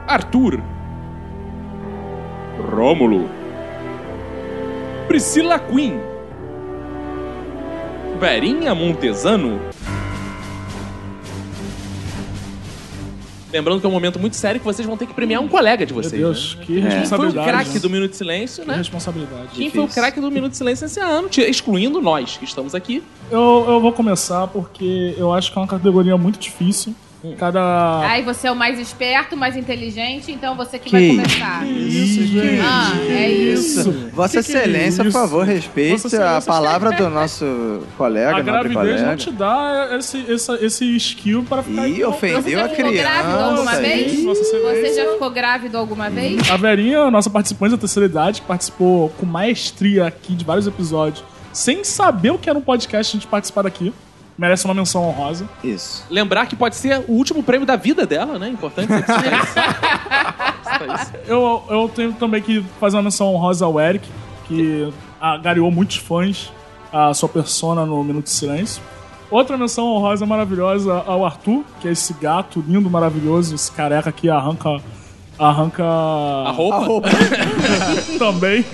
Speaker 2: Arthur, Rômulo, Priscila Queen, Verinha Montesano. Lembrando que é um momento muito sério que vocês vão ter que premiar um colega de
Speaker 6: Meu
Speaker 2: vocês.
Speaker 6: Deus,
Speaker 2: né? Quem
Speaker 6: que
Speaker 2: foi o
Speaker 6: responsabilidade.
Speaker 2: craque
Speaker 6: né?
Speaker 2: do Minuto de Silêncio,
Speaker 6: Que
Speaker 2: né?
Speaker 6: responsabilidade.
Speaker 2: Quem foi o craque do Minuto de Silêncio esse ano, tira- excluindo nós que estamos aqui.
Speaker 6: Eu, eu vou começar porque eu acho que é uma categoria muito difícil. Cada.
Speaker 4: Ai, você é o mais esperto, mais inteligente, então você que,
Speaker 3: Que
Speaker 4: vai começar.
Speaker 6: Isso, gente.
Speaker 4: Ah, é isso.
Speaker 3: Vossa
Speaker 6: Que que é
Speaker 3: Excelência, por
Speaker 6: isso?
Speaker 3: favor, respeite
Speaker 6: Vossa Excelência-
Speaker 3: a palavra do nosso colega,
Speaker 6: A
Speaker 3: nobre
Speaker 6: gravidez
Speaker 3: colega.
Speaker 6: não te dá esse, essa- esse skill para ficar.
Speaker 3: né? Ih, ofendeu
Speaker 4: Você
Speaker 3: a
Speaker 4: já ficou grávida
Speaker 3: criança.
Speaker 4: alguma
Speaker 3: aí.
Speaker 4: vez?
Speaker 6: Nossa Hum.
Speaker 4: Você
Speaker 6: Excelência.
Speaker 4: já ficou grávido alguma vez?
Speaker 6: A Verinha, nossa participante da terceira idade, que participou com maestria aqui de vários episódios, sem saber o que era um podcast a gente participar daqui. Merece uma menção honrosa.
Speaker 3: Isso.
Speaker 2: Lembrar que pode ser o último prêmio da vida dela, né? Importante. sempre
Speaker 6: Eu, eu tenho também que fazer uma menção honrosa ao Eric, que agariou muitos fãs a sua persona no Minuto de Silêncio. Outra menção honrosa maravilhosa ao Arthur, que é esse gato lindo, maravilhoso, esse careca que arranca. Arranca.
Speaker 2: A roupa.
Speaker 6: também.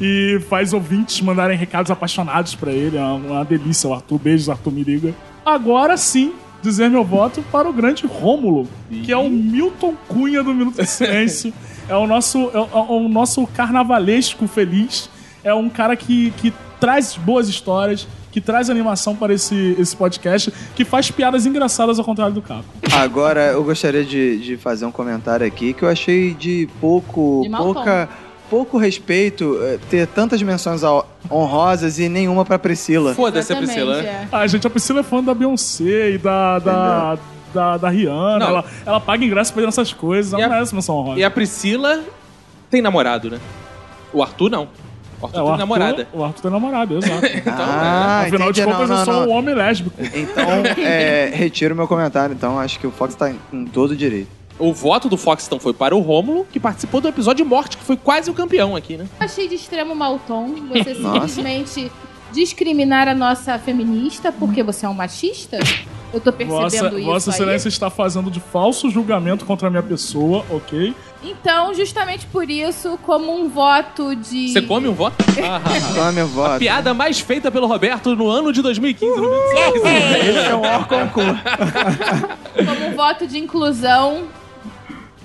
Speaker 6: E faz ouvintes mandarem recados apaixonados pra ele. É uma, uma delícia, o Arthur. Beijos, Arthur, me liga. Agora sim, dizer meu voto para o grande Rômulo, que é o Milton Cunha do Minuto de Silêncio. É o nosso, é o, é o nosso carnavalesco feliz. É um cara que, que traz boas histórias, que traz animação para esse, esse podcast, que faz piadas engraçadas ao contrário do Caco.
Speaker 3: Agora, eu gostaria de, de fazer um comentário aqui que eu achei de pouco,
Speaker 4: De mau
Speaker 3: pouca, pouco respeito eh, ter tantas menções ao- honrosas e nenhuma pra Priscila.
Speaker 2: Foda-se a Priscila, né?
Speaker 4: Exatamente,
Speaker 6: Ah, gente, a Priscila é fã da Beyoncé e da. da... Da, da Rihanna,
Speaker 2: Não.
Speaker 6: ela, ela paga ingresso pra ir nessas coisas, ela
Speaker 2: E a-
Speaker 6: não é essa menção honrosa.
Speaker 2: E a Priscila tem namorado, né? O Arthur não. O Arthur
Speaker 6: É, o
Speaker 2: tem
Speaker 6: Arthur-
Speaker 2: namorada. Então, né?
Speaker 6: O Arthur tem namorada, exato.
Speaker 3: ah,
Speaker 6: Afinal de
Speaker 3: entendi,
Speaker 6: contas,
Speaker 3: não, não,
Speaker 6: eu sou
Speaker 3: não.
Speaker 6: um homem lésbico.
Speaker 3: Então, é, retiro meu comentário. Então, acho que o Fox tá em- com todo o direito.
Speaker 2: O voto do Fox então foi para o Rômulo, que participou do episódio de Morte, que foi quase o campeão aqui, né?
Speaker 4: Eu achei de extremo mau tom você
Speaker 3: Nossa.
Speaker 4: simplesmente discriminar a nossa feminista porque você é um machista. Eu tô percebendo
Speaker 6: Vossa,
Speaker 4: isso
Speaker 6: Vossa
Speaker 4: aí.
Speaker 6: Excelência está fazendo de falso julgamento contra a minha pessoa, ok?
Speaker 4: Então, justamente por isso, como um voto de...
Speaker 2: Você come um voto? Ah, ah,
Speaker 3: Tome o
Speaker 2: ah.
Speaker 3: voto.
Speaker 2: Piada mais feita pelo Roberto no ano de 2015. no Minuto de Silêncio.
Speaker 3: Esse é um or concurso.
Speaker 4: Como um voto de inclusão,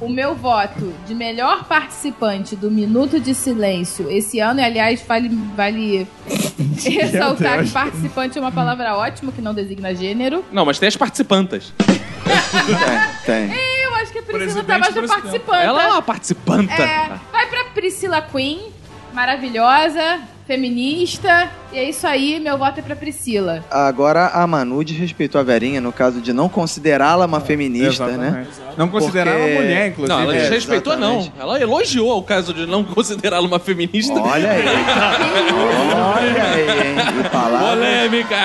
Speaker 4: o meu voto de melhor participante do Minuto de Silêncio esse ano, e aliás, vale, vale ressaltar que participante é uma palavra ótima, que não designa gênero.
Speaker 2: Não, mas tem as participantas.
Speaker 3: Tem.
Speaker 4: Eu acho que a Priscila
Speaker 6: Presidente,
Speaker 4: tá mais de
Speaker 6: presidente.
Speaker 4: participante.
Speaker 2: Ela é uma participanta.
Speaker 4: É, vai pra Priscila Queen, maravilhosa, feminista. E é isso aí, meu voto é pra Priscila.
Speaker 3: Agora, a Manu desrespeitou a Verinha no caso de não considerá-la uma feminista, né?
Speaker 5: Exatamente. Não considerar
Speaker 3: Porque-
Speaker 5: uma mulher, inclusive.
Speaker 2: Não, ela
Speaker 3: é,
Speaker 2: desrespeitou, não.
Speaker 3: exatamente.
Speaker 2: Ela elogiou o caso de não considerá-la uma feminista.
Speaker 3: Olha aí. Olha aí, hein? E palavras,
Speaker 2: Polêmica!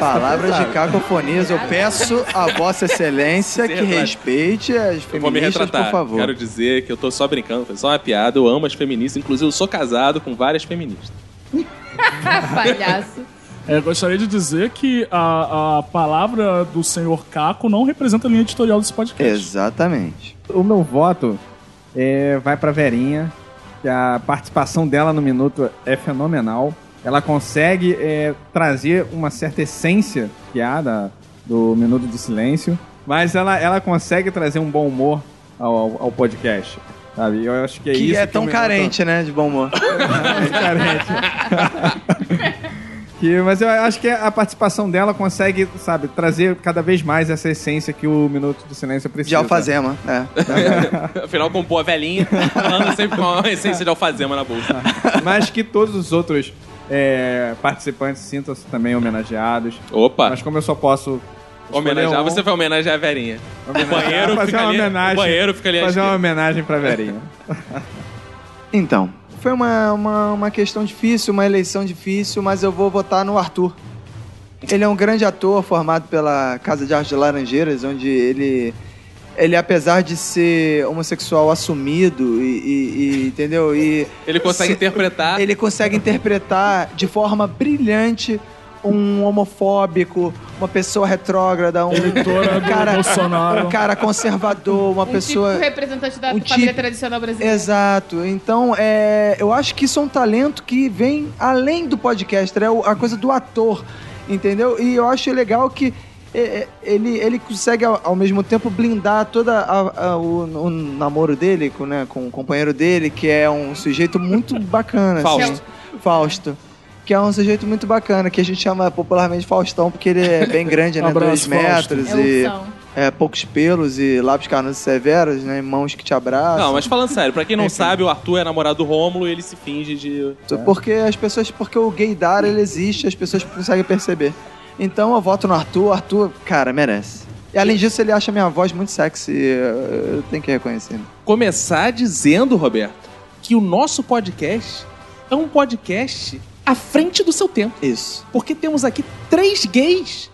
Speaker 3: palavras de cacofonias. Eu peço a Vossa Excelência que
Speaker 2: Verdade.
Speaker 3: respeite as
Speaker 2: Eu vou me
Speaker 3: feministas,
Speaker 2: retratar.
Speaker 3: por favor.
Speaker 2: Quero dizer que eu tô só brincando, foi só uma piada. Eu amo as feministas, inclusive eu sou casado com várias feministas.
Speaker 4: Palhaço.
Speaker 6: É, eu gostaria de dizer que a, a palavra do senhor Caco não representa a linha editorial desse podcast.
Speaker 3: Exatamente.
Speaker 5: O meu voto é, vai pra Verinha, que a participação dela no Minuto é fenomenal. Ela consegue é, trazer uma certa essência que há da- do Minuto de Silêncio, mas ela, ela consegue trazer um bom humor ao, ao- ao podcast. Sabe? Eu acho que é
Speaker 3: Que
Speaker 5: isso
Speaker 3: é
Speaker 5: o
Speaker 3: tão
Speaker 5: Minuto-
Speaker 3: carente, né, de bom humor.
Speaker 5: Que- mas eu acho que a participação dela consegue, sabe, trazer cada vez mais essa essência que o Minuto de Silêncio precisa.
Speaker 3: De alfazema, é.
Speaker 2: Afinal, com boa velhinha, falando sempre com a essência de alfazema na bolsa.
Speaker 5: Mas que todos os outros é, participantes sintam-se também homenageados.
Speaker 2: Opa!
Speaker 5: Mas como eu só posso. escolher
Speaker 2: Homenagear,
Speaker 5: um,
Speaker 2: você vai homenagear a velhinha.
Speaker 5: homenagear,
Speaker 2: O banheiro
Speaker 5: fazer
Speaker 2: fica
Speaker 5: uma
Speaker 2: ali-
Speaker 5: homenagem.
Speaker 2: o banheiro fica ali à
Speaker 5: Fazer uma
Speaker 2: esquerda.
Speaker 5: homenagem pra Verinha.
Speaker 3: Então, foi uma, uma, uma questão difícil, uma eleição difícil, mas eu vou votar no Arthur. Ele é um grande ator formado pela Casa de Arte de Laranjeiras, onde ele, ele apesar de ser homossexual assumido e, e- e, entendeu? E
Speaker 2: Ele consegue
Speaker 3: Se-
Speaker 2: interpretar.
Speaker 3: ele consegue interpretar de forma brilhante um homofóbico, uma pessoa retrógrada, um,
Speaker 6: Eleitora
Speaker 3: um
Speaker 6: do
Speaker 3: cara,
Speaker 6: Bolsonaro.
Speaker 3: um cara conservador, uma
Speaker 4: um
Speaker 3: pessoa
Speaker 4: típico representante da
Speaker 3: um
Speaker 4: família
Speaker 3: típico-
Speaker 4: tradicional brasileira.
Speaker 3: Exato. Então, é, eu acho que isso é um talento que vem além do podcaster, é o- a coisa do ator, entendeu? E eu acho legal que é, é, ele, ele consegue, ao, ao mesmo tempo, blindar toda a- a- o, o namoro dele com, né, com o companheiro dele, que é um sujeito muito bacana.
Speaker 2: Fausto.
Speaker 3: assim. Fausto. Que é um sujeito muito bacana, que a gente chama popularmente Faustão, porque ele é bem grande, né?
Speaker 6: Abraço,
Speaker 3: Dois metros
Speaker 4: É
Speaker 3: e
Speaker 4: opção.
Speaker 3: é, poucos pelos e lábios carnudos severos, né? e Mãos que te abraçam.
Speaker 2: Não, mas falando sério, pra quem não sabe, o Arthur é namorado do Rômulo e ele se finge de.
Speaker 3: Porque as pessoas. Porque o gaydar ele existe, as pessoas conseguem perceber. Então eu voto no Arthur, o Arthur, cara, merece. E além disso, ele acha minha voz muito sexy, eh, eu tenho que reconhecer.
Speaker 2: Começar dizendo, Roberto, que o nosso podcast é um podcast à frente do seu tempo.
Speaker 3: Isso.
Speaker 2: Porque temos aqui três gays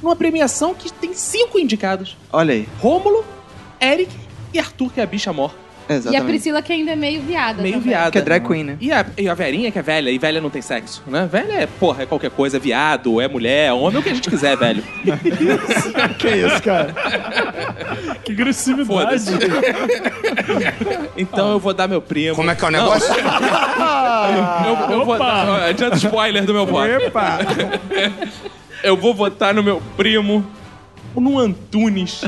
Speaker 2: numa premiação que tem cinco indicados:
Speaker 3: Olha aí.
Speaker 2: Rômulo, Eric e Arthur, que é a bicha mor.
Speaker 4: E a
Speaker 3: Exatamente.
Speaker 4: Priscila que ainda é meio viada.
Speaker 2: Meio
Speaker 4: também.
Speaker 2: viada.
Speaker 3: Que é drag queen, né?
Speaker 2: E a, e a velhinha que é velha, e velha não tem sexo, né? Velha é, porra, é qualquer coisa, é viado, é mulher, é homem, é o que a gente quiser, velho.
Speaker 5: que isso, cara?
Speaker 6: Que agressividade.
Speaker 2: Foda-se. Então eu vou dar meu primo.
Speaker 7: Como é que é o negócio?
Speaker 2: Eu, eu vou
Speaker 6: Opa!
Speaker 2: dar. Adianta o spoiler do meu voto.
Speaker 5: Epa!
Speaker 2: Eu vou votar no meu primo, num Antunes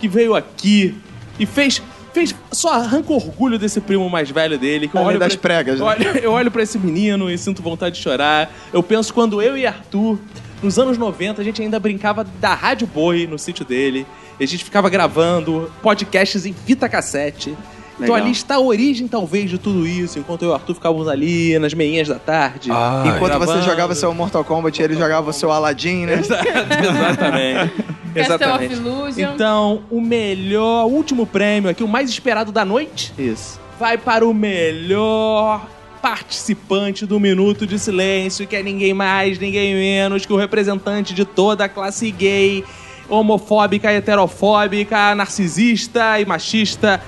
Speaker 2: que veio aqui e fez. Fez, só arranca orgulho desse primo mais velho dele. Que eu
Speaker 3: Homem
Speaker 2: olho
Speaker 3: das
Speaker 2: pra-
Speaker 3: pregas, né?
Speaker 2: Eu olho, eu olho pra esse menino e sinto vontade de chorar. Eu penso quando eu e Arthur, nos anos 90, a gente ainda brincava da Rádio Boi no sítio dele. E a gente ficava gravando podcasts em fita cassete. Então
Speaker 3: Legal.
Speaker 2: ali está a origem, talvez, de tudo isso. Enquanto eu e o Arthur ficávamos ali nas meinhas da tarde.
Speaker 3: Enquanto você
Speaker 2: gravando.
Speaker 3: jogava seu Mortal Kombat, ele jogava seu Aladdin, né?
Speaker 2: Exatamente.
Speaker 4: Castle of
Speaker 2: Exatamente.
Speaker 4: Illusion.
Speaker 2: Então, o melhor, o último prêmio aqui, o mais esperado da noite,
Speaker 3: Isso.
Speaker 2: vai para o melhor participante do Minuto de Silêncio, que é ninguém mais, ninguém menos que o representante de toda a classe gay, homofóbica, heterofóbica, narcisista e machista,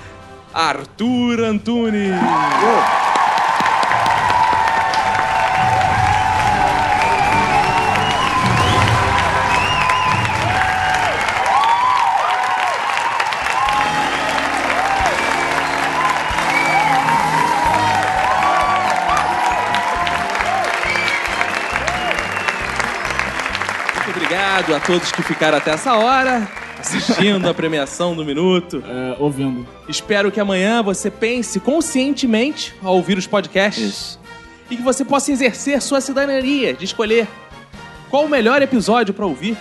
Speaker 2: Arthur Antunes. Muito obrigado a todos que ficaram até essa hora assistindo a premiação do Minuto.
Speaker 5: ouvindo.
Speaker 2: Espero que amanhã você pense conscientemente ao ouvir os podcasts e que você possa exercer sua cidadania de escolher qual o melhor episódio pra ouvir,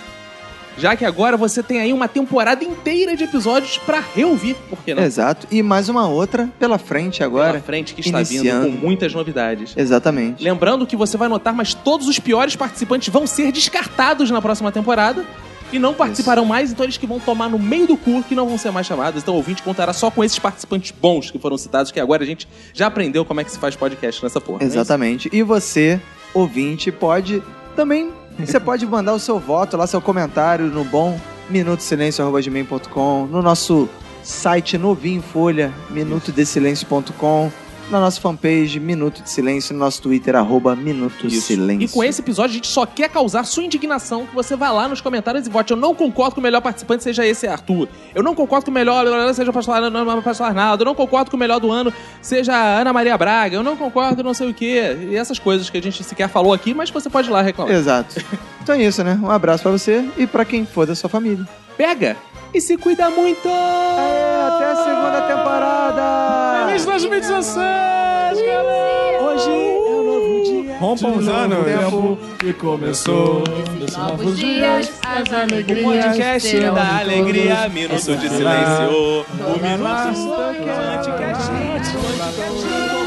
Speaker 2: já que agora você tem aí uma temporada inteira de episódios pra reouvir, por que não?
Speaker 3: Exato. E mais uma outra pela frente agora.
Speaker 2: Pela frente que está
Speaker 3: Iniciando.
Speaker 2: vindo com muitas novidades.
Speaker 3: Exatamente.
Speaker 2: Lembrando que você vai notar, mas todos os piores participantes vão ser descartados na próxima temporada e não participarão mais, então eles que vão tomar no meio do cu que não vão ser mais chamados. Então o ouvinte contará só com esses participantes bons que foram citados, que agora a gente já aprendeu como é que se faz podcast nessa porra. não é isso?
Speaker 3: Exatamente. E você, ouvinte, pode também. Você pode mandar o seu voto lá, seu comentário no bom minutosilêncio.com, no nosso site novinho em folha, minutodesilêncio.com, na nossa fanpage Minuto de Silêncio, no nosso Twitter, arroba Minuto Silêncio.
Speaker 2: E com esse episódio a gente só quer causar sua indignação que você vá lá nos comentários e vote. Eu não concordo que o melhor participante seja esse Arthur. Eu não concordo que o melhor seja o pastor Arnaldo. não, pastor Arnaldo. Eu não concordo que o melhor do ano seja a Ana Maria Braga. Eu não concordo não sei o quê. E essas coisas que a gente sequer falou aqui, mas você pode ir lá reclamar.
Speaker 3: Exato. Então é isso, né? Um abraço pra você e pra quem for da sua família.
Speaker 2: Pega e se cuida muito!
Speaker 3: até a segunda temporada!
Speaker 5: Feliz 2016, galera!
Speaker 2: Hoje é um novo dia.
Speaker 6: Rompa
Speaker 5: De
Speaker 6: uns
Speaker 5: novo
Speaker 6: anos,
Speaker 5: tempo que começou. Desses
Speaker 4: Novos dias, as alegrias.
Speaker 5: O podcast
Speaker 4: serão
Speaker 5: da
Speaker 4: de todos.
Speaker 5: alegria,
Speaker 2: minuto de
Speaker 5: silêncio.
Speaker 2: O minuto.
Speaker 5: Podcast.